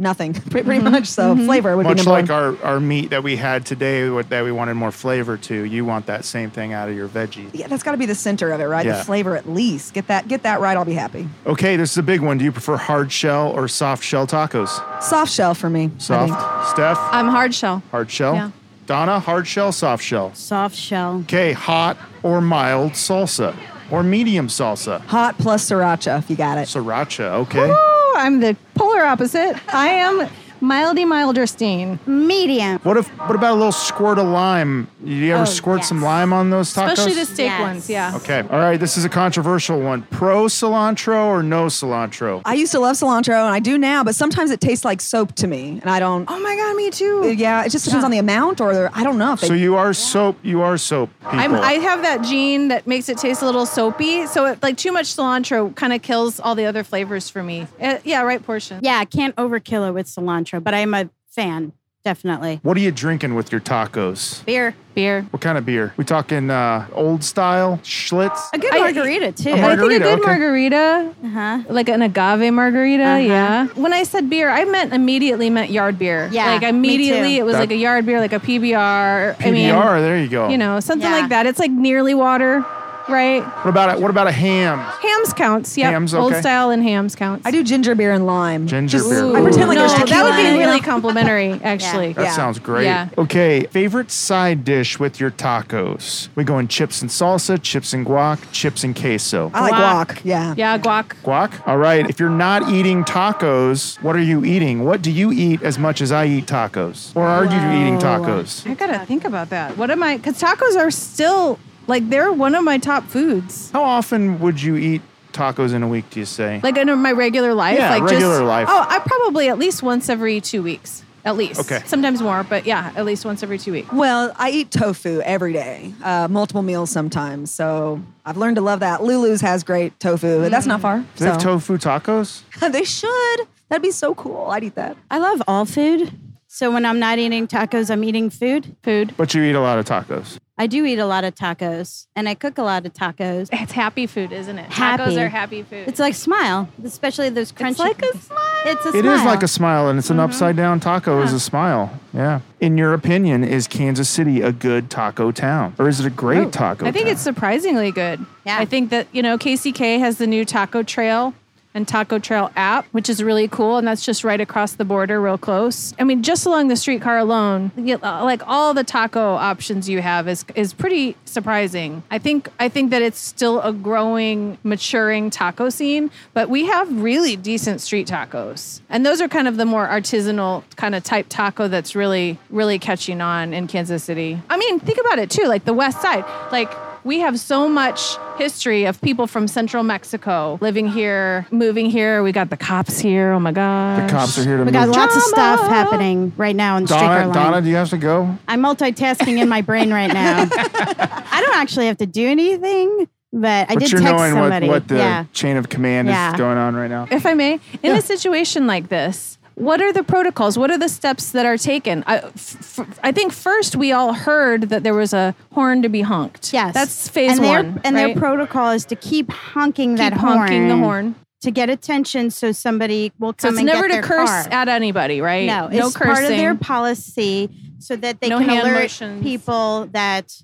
nothing pretty pretty much. So flavor would be Much number like one. our, our meat that we had today what, that we wanted more flavor to, you want that same thing out of your veggie. yeah, that's got to be the center of it, right? Yeah. The flavor at least. Get that get that right. I'll be happy. Okay, this is a big one. Do you prefer hard shell or soft shell tacos? Soft shell for me. I Soft. think. Steph, I'm hard shell. hard shell. Yeah. Donna, hard shell, soft shell. Soft shell. Okay, hot or mild salsa or medium salsa. Hot plus sriracha if you got it. Sriracha, okay. Oh, I'm the polar opposite. I am mildy milderstein. Medium. What if? What about a little squirt of lime? You ever squirt some lime on those tacos? Oh, Especially the steak Yes. ones, yeah. Okay. All right. This is a controversial one. Pro cilantro or no cilantro? I used to love cilantro and I do now, but sometimes it tastes like soap to me, and I don't. Uh, Oh my god, me too. Yeah, it just depends on the amount, or the, I don't know if they So you are soap. You are soap people. I'm, I have that gene that makes it taste a little soapy. So it, like too much cilantro kind of kills all the other flavors for me. Eh, yeah, right portion. Yeah, I can't overkill it with cilantro, but I'm a fan, definitely. what are you drinking with your tacos? Beer. Beer. What kind of beer? We talking uh, old style Schlitz? A good I- margarita, too. mar- I think Margarita, a good okay. margarita, Uh-huh. like an agave margarita. Yeah. When I said beer, I meant immediately meant yard beer. Yeah, Like me immediately, too. it was That- like a yard beer, like a PBR. PBR. I mean, there you go. you know, something Yeah. like that. It's like nearly water, right? What about a, what about a ham? Hams counts. Yeah. Hams, Old okay. style and hams counts. I do ginger beer and lime. Ginger Just- beer. I pretend like no, there's tequila. that would in be it. really complimentary, actually. That Yeah. sounds great. Yeah. Okay, favorite side dish with your tacos? We going chips and salsa, chips and guac, chips and queso. I like Guac. guac. Yeah. Yeah, guac. Guac. All right. If you're not eating tacos, what are you eating? What do you eat as much as I eat tacos? Or are you eating tacos? I gotta think about that. What am I? Because tacos are still like they're one of my top foods. How often would you eat tacos in a week, do you say? Like in my regular life. Yeah, like regular just, life. Oh, I probably at least once every two weeks. At least. Okay. Sometimes more, but yeah, at least once every two weeks. Well, I eat tofu every day, uh, multiple meals sometimes. So I've learned to love that. Lulu's has great tofu. but That's Mm. not far. do they have so- tofu tacos? they should. That'd be so cool. I'd eat that. I love all food. So when I'm not eating tacos, I'm eating food. Food. But you eat a lot of tacos. I do eat a lot of tacos and I cook a lot of tacos. It's happy food, isn't it? Tacos Happy. are happy food. It's like smile, especially those crunchy. It's like a smile. It's a It is smile. Mm-hmm. like a smile, and it's an upside down taco is a smile. Yeah. In your opinion, is Kansas City a good taco town? Or is it a great Oh, taco I think town? it's surprisingly good. Yeah. I think that, you know, KCK has the new taco trail and Taco Trail app, which is really cool. And that's just right across the border, real close. I mean, just along the streetcar alone, you get, uh, like all the taco options you have is is pretty surprising. I think I think that it's still a growing, maturing taco scene, but we have really decent street tacos, and those are kind of the more artisanal kind of type taco that's really really catching on in Kansas City. I mean, think about it too, like the West Side, like we have so much history of people from central Mexico living here, moving here. We got the cops here. Oh my God. The cops are here to We got move. lots of stuff happening right now in Streaker Donna, Line. Donna, do you have to go? I'm multitasking in my brain right now. I don't actually have to do anything, but I but did you're text knowing somebody. what, what the yeah. chain of command Yeah. is going on right now. If I may, in a situation like this, what are the protocols? What are the steps that are taken? I, f- f- I think first we all heard that there was a horn to be honked. Yes. That's phase and one. Their, and right? their protocol is to keep honking that Keep horn. honking the horn. To get attention so somebody will So come it's and never get to their curse car. at anybody, right? No, it's no cursing. part of their policy so that they No can hand alert motions. people that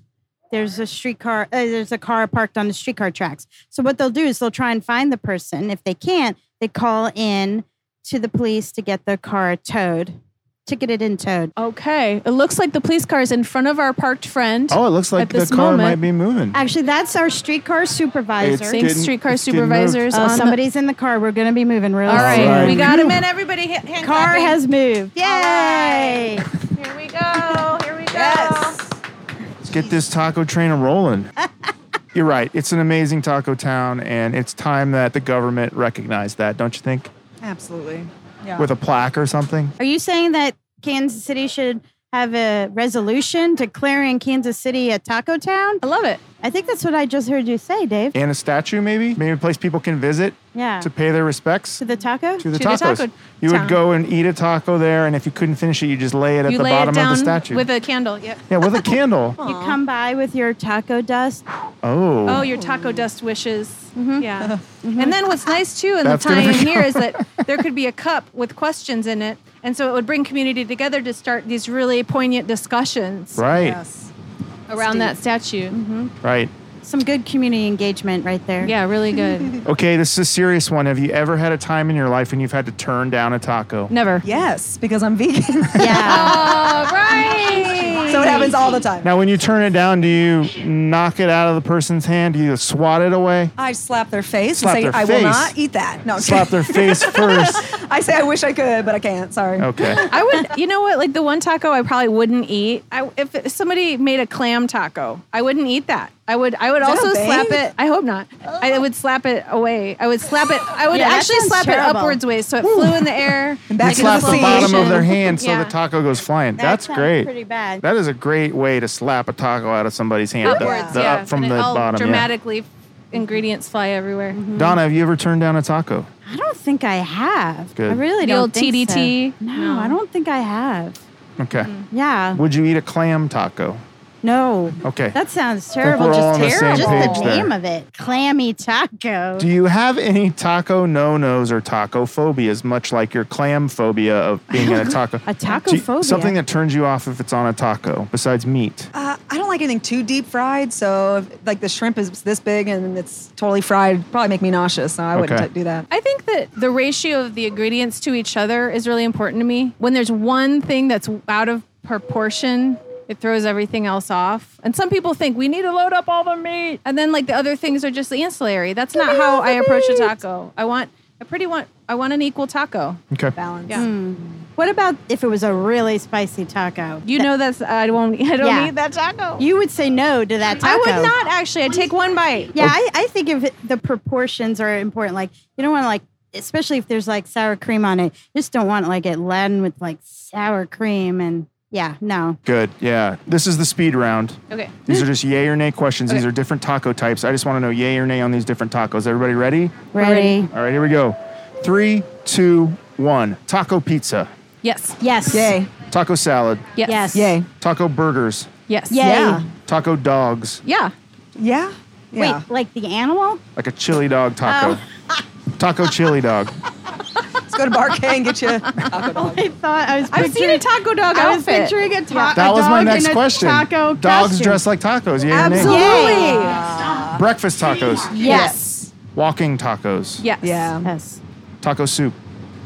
there's a streetcar, uh, there's a car parked on the streetcar tracks. So what they'll do is they'll try and find the person. If they can't, they call in to the police to get the car towed, ticketed and towed. okay. It looks like the police car is in front of our parked friend. Oh, it looks At like the this car moment- might be moving. Actually, that's our streetcar supervisor. It's Thanks, getting- streetcar it's getting moved. supervisors. Oh, on the- somebody's in the car. We're going to be moving real all soon. right. All right. we got him in. Everybody, ha- hand Car clapping. has moved. Yay! Here we go. Here we go. Let's get this taco train rolling. You're right. It's an amazing taco town, and it's time that the government recognized that, don't you think? Absolutely. Yeah. With a plaque or something. Are you saying that Kansas City should have a resolution declaring Kansas City a taco town? I love it. I think that's what I just heard you say, Dave. And a statue, maybe? Maybe a place people can visit Yeah. to pay their respects To the taco? to the to the tacos. taco you town. would go and eat a taco there, and if you couldn't finish it, you just lay it at you the lay bottom it down of the statue. with a candle. Yep. yeah, with a candle. You come by with your taco dust. Oh. Oh, your taco dust wishes. Mm-hmm. Yeah. And then what's nice too, and That's the gonna tie in be- here is that there could be a cup with questions in it, and so it would bring community together to start these really poignant discussions right. Yes. around that statue. Mm-hmm. Right. Some good community engagement right there. Yeah, really good. Okay, this is a serious one. Have you ever had a time in your life when you've had to turn down a taco? Never. Yes, because I'm vegan. Yeah. All right. so it happens all the time. Now, when you turn it down, do you knock it out of the person's hand? Do you swat it away? I slap their face Slap and say, their I face. will not eat that. No, I'm Slap their face first. kidding. I say, I wish I could, but I can't. Sorry. Okay. I would, you know what? Like the one taco I probably wouldn't eat. I, if somebody made a clam taco, I wouldn't eat that. I would. I would that also a thing? slap it. I hope not. I would slap it away. I would slap it. I would Yeah, that actually sounds slap it terrible. upwards ways so it flew in the air. back like to in a slap the bottom of flotation. their hand so Yeah. the taco goes flying. That's sounds great. Pretty bad. That is a great way to slap a taco out of somebody's hand. the- Upwards, the yeah. up from and the it all bottom. yeah. Dramatically, ingredients fly everywhere. Donna, have you ever turned down a taco? I don't think I have. Good. I really The don't old think TDT? so. No, I don't think I have. Okay. Mm-hmm. Yeah. Would you eat a clam taco? No. Okay. That sounds terrible. we're Just all on the same terrible. Just page the there. name of it. Clammy taco. Do you have any taco no-nos or taco phobias, much like your clam phobia of being in a taco? A taco Do you- phobia? Something that turns you off if it's on a taco, besides meat. Uh, I don't like anything too deep fried. So, if, like the shrimp is this big and it's totally fried, it'd probably make me nauseous. So, I wouldn't Okay. t- do that. I think that the ratio of the ingredients to each other is really important to me. When there's one thing that's out of proportion, it throws everything else off. And some people think we need to load up all the meat, and then like the other things are just ancillary. That's not how I approach a taco. I want, I pretty want, I want an equal taco. Mm. Okay. Balance. Yeah. What about if it was a really spicy taco? You know that's I won't, I don't Yeah. need that taco. You would say no to that taco. I would not actually. I'd take one bite. Yeah, I, I think if it, the proportions are important, like you don't want to like, especially if there's like sour cream on it, you just don't want like it laden with like sour cream and yeah, no. Good. Yeah. This is the speed round. Okay. These are just yay or nay questions. These Okay. are different taco types. I just want to know yay or nay on these different tacos. Everybody ready? Ready? All right, here we go. Three, two, one. Taco pizza, Yes. Yes. Yay. taco salad, Yes. Yes. Yay. taco burgers, Yes. Yay. Yeah. taco dogs, Yeah. Yeah. Yeah. Wait, like the animal? like a chili dog taco. Taco chili dog. Let's go to Bar K and get you. Taco dog. I thought I was. I've seen a taco dog I was outfit. picturing a, ta- That a was dog my next in a question. Taco Dogs costume. dressed like tacos. Yay or nay? Absolutely. Yay. Breakfast tacos. Oh. Yes. Walking tacos. Yes. Yeah. Yes. Taco soup.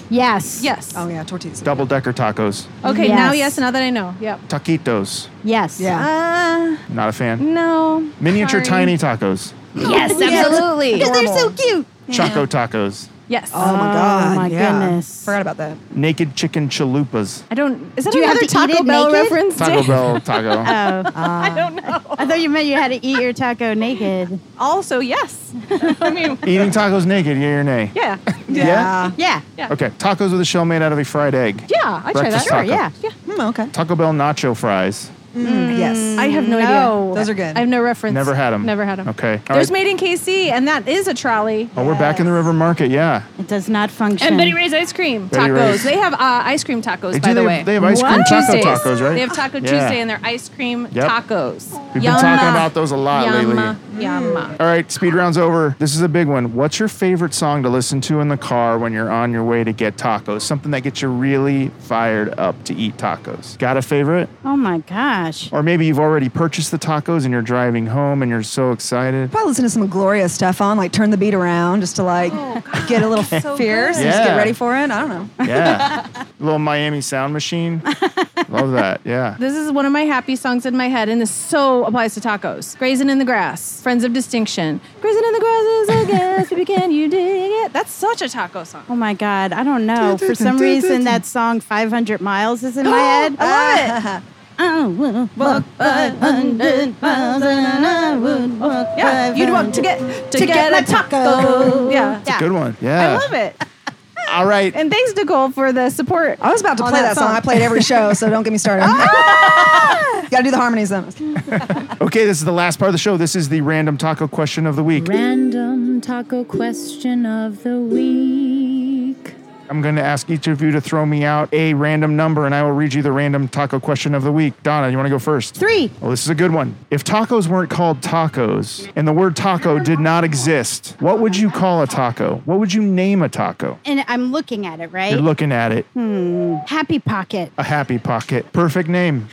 Yes. Yes. Oh yeah, tortillas. Double decker tacos. Okay, now Yes. yes, now that I know. Yep. Taquitos. Yes. Yeah. Uh, Not a fan. no. Miniature Sorry. tiny tacos. Oh, Yes, absolutely. Because they're so cute. Choco tacos. Yes. Oh my god. my yeah. goodness. Forgot about that. Naked chicken chalupas. I don't. Is that Do you have another to eat Taco it Bell naked? reference? Taco Dan? Bell taco. Oh, I don't know. I thought you meant you had to eat your taco naked. Also, yes. I mean, Eating tacos naked, yay or nay? yeah. Yeah. Yeah. Okay. Tacos with a shell made out of a fried egg. Yeah, I try Breakfast that. taco. Yeah. Hmm, okay. Taco Bell nacho fries. Mm, yes. I have no, No. idea. Those are good. I have no reference. Never had them. Never had them. Okay. All There's right. made in KC, and that is a trolley. oh, we're back in the River Market. Yeah. It does not function. And Betty Ray's ice cream Betty tacos. Ray's. They have uh, ice cream tacos, They by do. the They- way. they have ice cream What? taco Tuesdays. tacos, right? They have Taco Yeah. Tuesday and their ice cream Yep. tacos. We've Yum. been talking about those a lot lately. Yum. uh, Yum. All right, speed round's over. This is a big one. What's your favorite song to listen to in the car when you're on your way to get tacos? Something that gets you really fired up to eat tacos. Got a favorite? oh my gosh. Or maybe you've already purchased the tacos and you're driving home and you're so excited. Probably listen to some Gloria stuff on, like turn the beat around just to like get a little fierce and just Yeah. get ready for it. I don't know. Yeah. Little Miami sound machine. Love that. Yeah. This is one of my happy songs in my head, and this so applies to tacos. Grazing in the grass, Friends of Distinction. Grazing in the grass is a gas, baby, can you dig it? That's such a taco song. Oh my God. I don't know. For some reason, that song 500 Miles is in my head. I love it. I will walk 500 miles and I would walk Yeah, you'd want 500. to get to, To get get, my a taco. Yeah. Yeah. Good one. Yeah. I love it. All right. And thanks, Nicole, for the support. I was about to On play that that song. song. I played every show, so don't get me started. Gotta do the harmonies then. Okay, this is the last part of the show. This is the random taco question of the week. Random taco question of the week. I'm going to ask each of you to throw me out a random number and I will read you the random taco question of the week. Donna, you want to go first? Three. Well, this is a good one. If tacos weren't called tacos and the word taco did not exist, what would you call a taco? What would you name a taco? And I'm looking at it, right? You're looking at it. Happy Pocket. A happy pocket. Perfect name.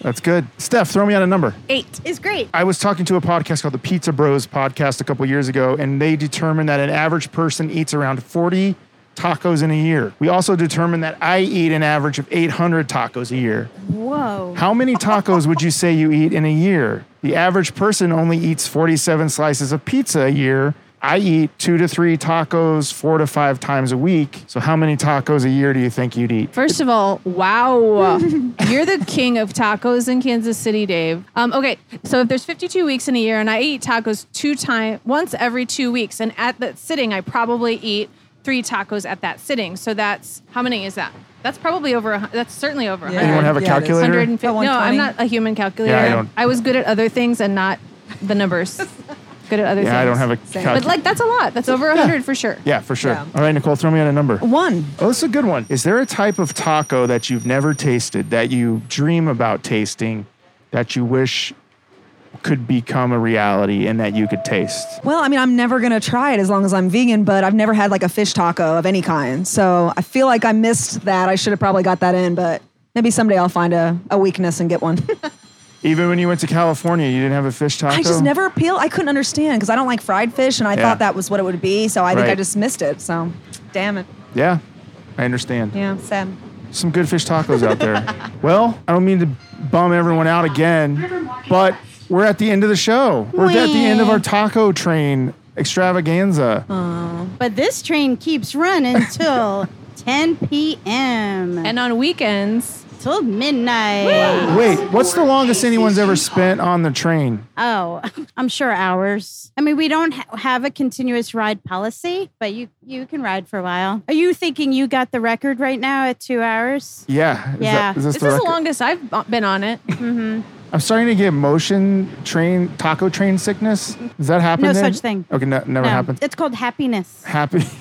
That's good. Steph, throw me out a number. Eight. It's great. I was talking to a podcast called the Pizza Bros podcast a couple years ago, and they determined that an average person eats around 40 tacos in a year. We also determined that I eat an average of 800 tacos a year. Whoa. How many tacos would you say you eat in a year? The average person only eats 47 slices of pizza a year. I eat two to three tacos four to five times a week. So, how many tacos a year do you think you'd eat? First of all, wow. You're the king of tacos in Kansas City, Dave. Um, okay, so if there's 52 weeks in a year and I eat tacos two time, once every two weeks, and at that sitting, I probably eat three tacos at that sitting. So that's, how many is that? That's probably over, a, hun- that's certainly over a Yeah. hundred. Anyone have a Yeah, it is. calculator? 150. About No, 120. I'm not a human calculator. Yeah, I don't- was good at other things and not the numbers. good at other things. Yeah, I don't have a Same. calculator. But like that's a lot. That's over a 100 for sure. yeah, for sure. Yeah. All right, Nicole, throw me out a number. One. Oh, this is a good one. Is there a type of taco that you've never tasted that you dream about tasting that you wish could become a reality and that you could taste? Well, I mean, I'm never gonna try it as long as I'm vegan, but I've never had like a fish taco of any kind. So I feel like I missed that. I should have probably got that in, but maybe someday I'll find a, a weakness and get one. Even when you went to California, you didn't have a fish taco? I just never appeal. I couldn't understand because I don't like fried fish, and I Yeah. thought that was what it would be. So I think I Right. just missed it. So, damn it. Yeah, I understand. Yeah, sad. Some good fish tacos out there. well, I don't mean to bum everyone out again, but we're at the end of the show. We're at the end of our taco train extravaganza. But this train keeps running till 10 p.m. And on weekends, till midnight. Wait, what's the longest anyone's ever spent on the train? Oh, I'm sure hours. I mean, we don't ha- have a continuous ride policy, but you you can ride for a while. Are you thinking you got the record right now at two hours? Yeah. Is Yeah. That, is this this the is the record? longest I've bu- been on it. I'm starting to get motion train taco train sickness. Does that happen? No there? such thing. Okay, no, never happened. it's called happiness. Happy.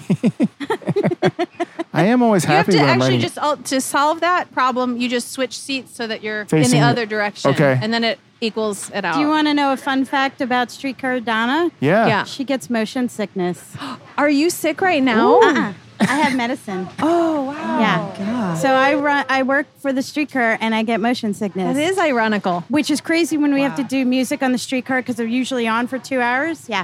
I am always You have happy to when I'm actually riding. just uh, to solve that problem. You just switch seats so that you're Facing the- in the other direction. okay. and then it equals it out. Do you want to know a fun fact about Streetcar Donna? yeah. Oh. yeah. She gets motion sickness. Are you sick right now? Uh-uh. I have medicine. Oh wow, yeah. God. So I run. I work for the streetcar, and I get motion that sickness. is ironical. which is crazy when we have to do music on the streetcar because they're usually on for two hours. Yeah.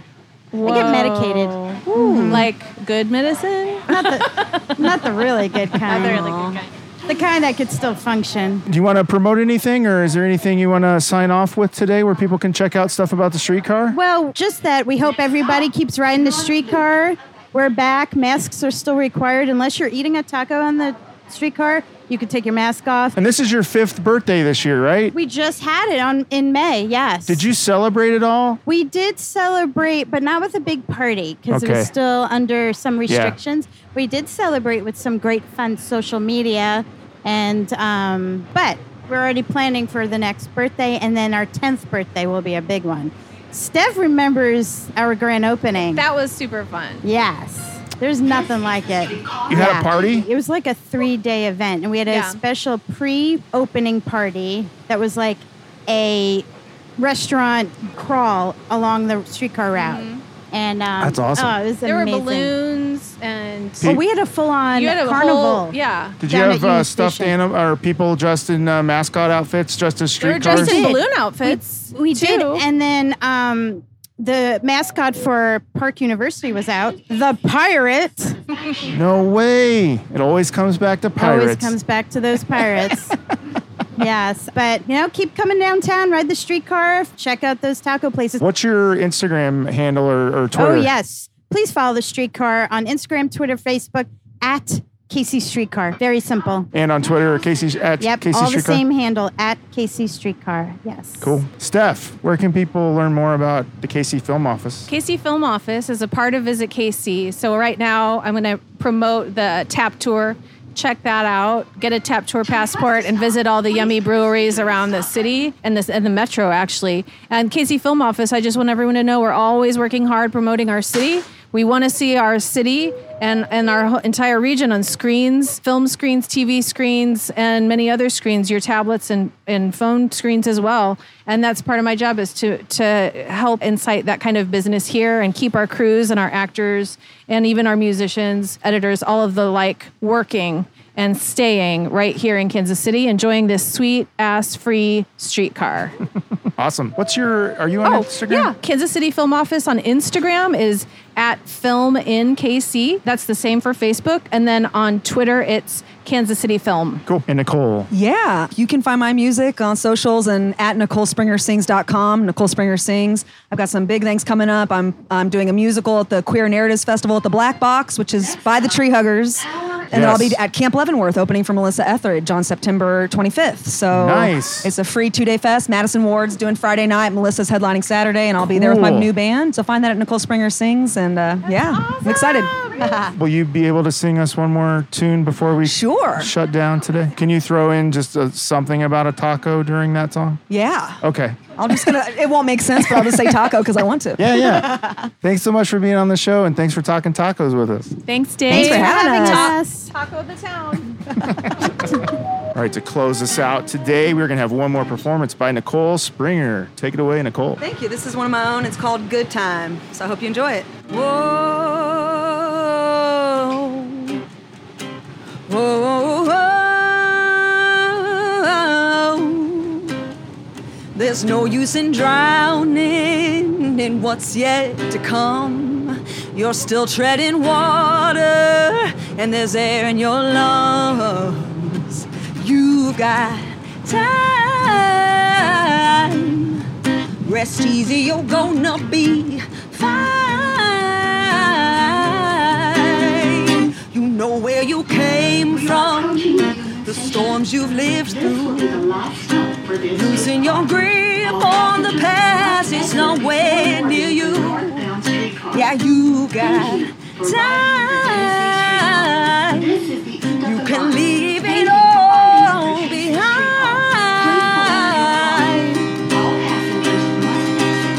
I get medicated. Mm-hmm. Like good medicine? Not the, not the really good kind. the really good The kind that could still function. Do you want to promote anything, or is there anything you want to sign off with today where people can check out stuff about the streetcar? Well, just that we hope everybody keeps riding the streetcar. We're back. Masks are still required unless you're eating a taco on the streetcar. You could take your mask off. And this is your fifth birthday this year, right? We just had it on in May. Yes. Did you celebrate it all? We did celebrate, but not with a big party because it Okay. was still under some restrictions. We did celebrate with some great fun social media, and um, but we're already planning for the next birthday, and then our tenth birthday will be a big one. Steph remembers our grand opening. That was super fun. yes. There's nothing like it. You had a party? It was like a three day event, and we had a Yeah. special pre opening party that was like a restaurant crawl along the streetcar route. And um, That's awesome. Oh, it was Mm-hmm. There amazing. were balloons and Well, we had a full on you had a carnival. whole yeah. Did you Down have at uh, Union stuffed Station. animal or people dressed in uh, mascot outfits, dressed as They were streetcars? dressed in did. balloon outfits. We did. too. And then um, the mascot for Park University was out. The pirate No way! It always comes back to pirates. always comes back to those pirates. yes. But, you know, keep coming downtown, ride the streetcar, check out those taco places. What's your Instagram handle or, or Twitter? Oh, yes. Please follow the streetcar on Instagram, Twitter, Facebook at Casey Streetcar. Very simple. And on Twitter, Casey at Yep, Casey all the Streetcar. same handle at Casey Streetcar. Yes. Cool. Steph, where can people learn more about the KC Film Office? KC Film Office is a part of Visit KC. So right now I'm going to promote the tap tour. Check that out. Get a tap tour passport and visit all the yummy breweries around the city and this and the metro actually. And KC Film Office, I just want everyone to know we're always working hard promoting our city. We want to see our city and, and our ho- entire region on screens, film screens, TV screens, and many other screens, your tablets and, and phone screens as well. And that's part of my job is to, to help incite that kind of business here and keep our crews and our actors and even our musicians, editors, all of the like working and staying right here in Kansas City, enjoying this sweet ass free streetcar. Awesome. What's your? Are you Oh, Oh, on Instagram? Yeah, Kansas City Film Office on Instagram is at Film in KC. That's the same for Facebook, and then on Twitter it's Kansas City Film. Cool. And Nicole. Yeah, you can find my music on socials and at NicoleSpringerSings.com. Nicole Springer Sings. I've got some big things coming up. I'm I'm doing a musical at the Queer Narratives Festival at the Black Box, which is by the Tree Huggers, and I'll Yes. be at Camp Leavenworth opening for Melissa Etheridge on September 25th. So Nice. It's a free two day fest. Madison Ward's doing Friday night. Melissa's headlining Saturday, and I'll be there with my Cool. new band. So find that at Nicole Springer Sings, and uh, yeah, I'm excited. Will you be able to sing us one more tune before we Sure. shut down today? Can you throw in just uh something about a taco during that song? yeah. Okay. I'm just gonna. It won't make sense, but I'll just say taco because I want to. Yeah, yeah. thanks so much for being on the show, and thanks for talking tacos with us. Thanks, Dave. Thanks for having us. Yes. Taco the town. All right, to close us out today, we're gonna have one more performance by Nicole Springer. Take it away, Nicole. Thank you. This is one of my own. It's called Good Time. So I hope you enjoy it. Whoa. Whoa, There's no use in drowning in what's yet to come. You're still treading water, and there's air in your lungs. You've got time. Rest easy, you're gonna be fine. You know where you came from, the storms you've lived through. Losing your grip on the past is nowhere near you. Yeah, you got time. You can leave it all behind.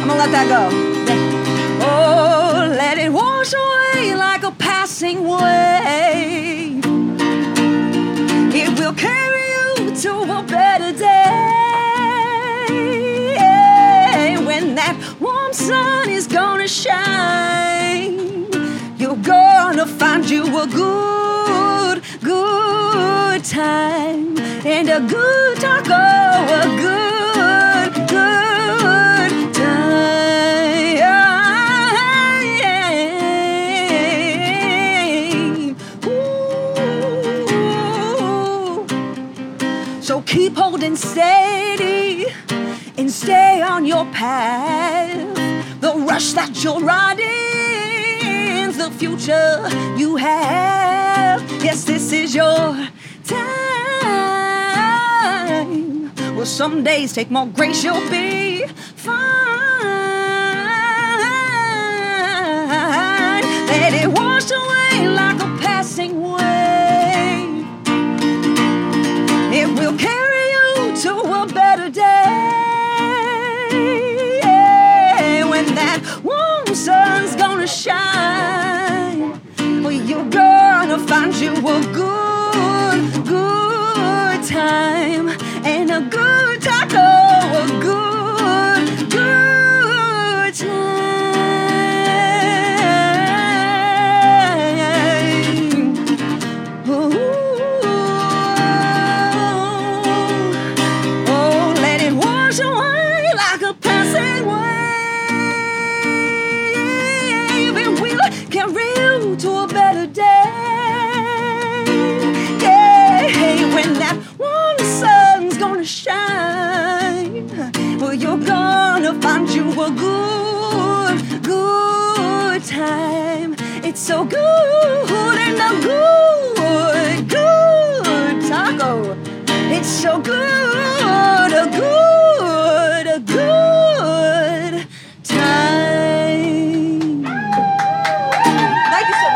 I'm gonna let that go. Oh, let it wash away like a passing wave. It will carry you to a better day. When that warm sun is gonna shine, you're gonna find you a good, good time. And a good taco, a good, good time. So keep holding steady and stay on your path. The rush that you're riding's the future you have. Yes, this is your time. Well, some days take more grace, you'll be fine. Let it wash away like a passing wave. It will carry you to a better day when that warm sun's gonna shine. Well, you're gonna find you a good, good time and a good taco, a good, good time. Ooh. Oh, let it wash away like a passing wave. It will carry you to a better day. Yeah, when that warm sun's gonna shine, well, you're gonna find you a good, good time. It's so good and a good, good taco. It's so good, a good, a good time. Thank you so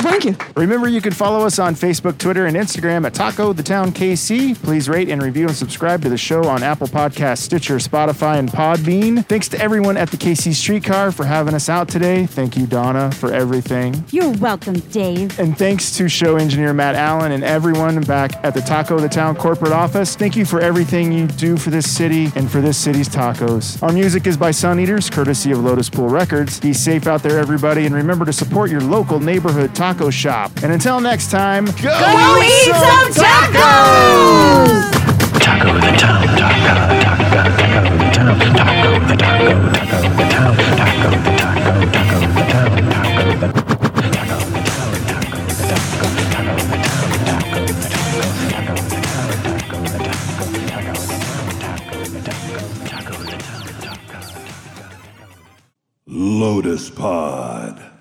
Thank you. Remember, you can follow us on Facebook, Twitter, and Instagram at Taco the Town KC. Please rate and review and subscribe to the show on Apple Podcasts, Stitcher, Spotify, and Podbean. Thanks to everyone at the KC Streetcar for having us out today. Thank you, Donna, for everything. You're welcome, Dave. And thanks to show engineer Matt Allen and everyone back at the Taco the Town corporate office. Thank you for everything you do for this city and for this city's tacos. Our music is by Sun Eaters, courtesy of Lotus Pool Records. Be safe out there, everybody, and remember to support your local neighborhood taco shop. And until next time, go, eat some tacos! Taco the town, taco, taco, taco the town, taco the taco, taco the town, taco the taco, taco the town, taco the taco the town, taco the taco, taco the town, taco the taco, taco the town, taco the taco, taco the town, taco the taco, taco the town, taco. Lotus Pod.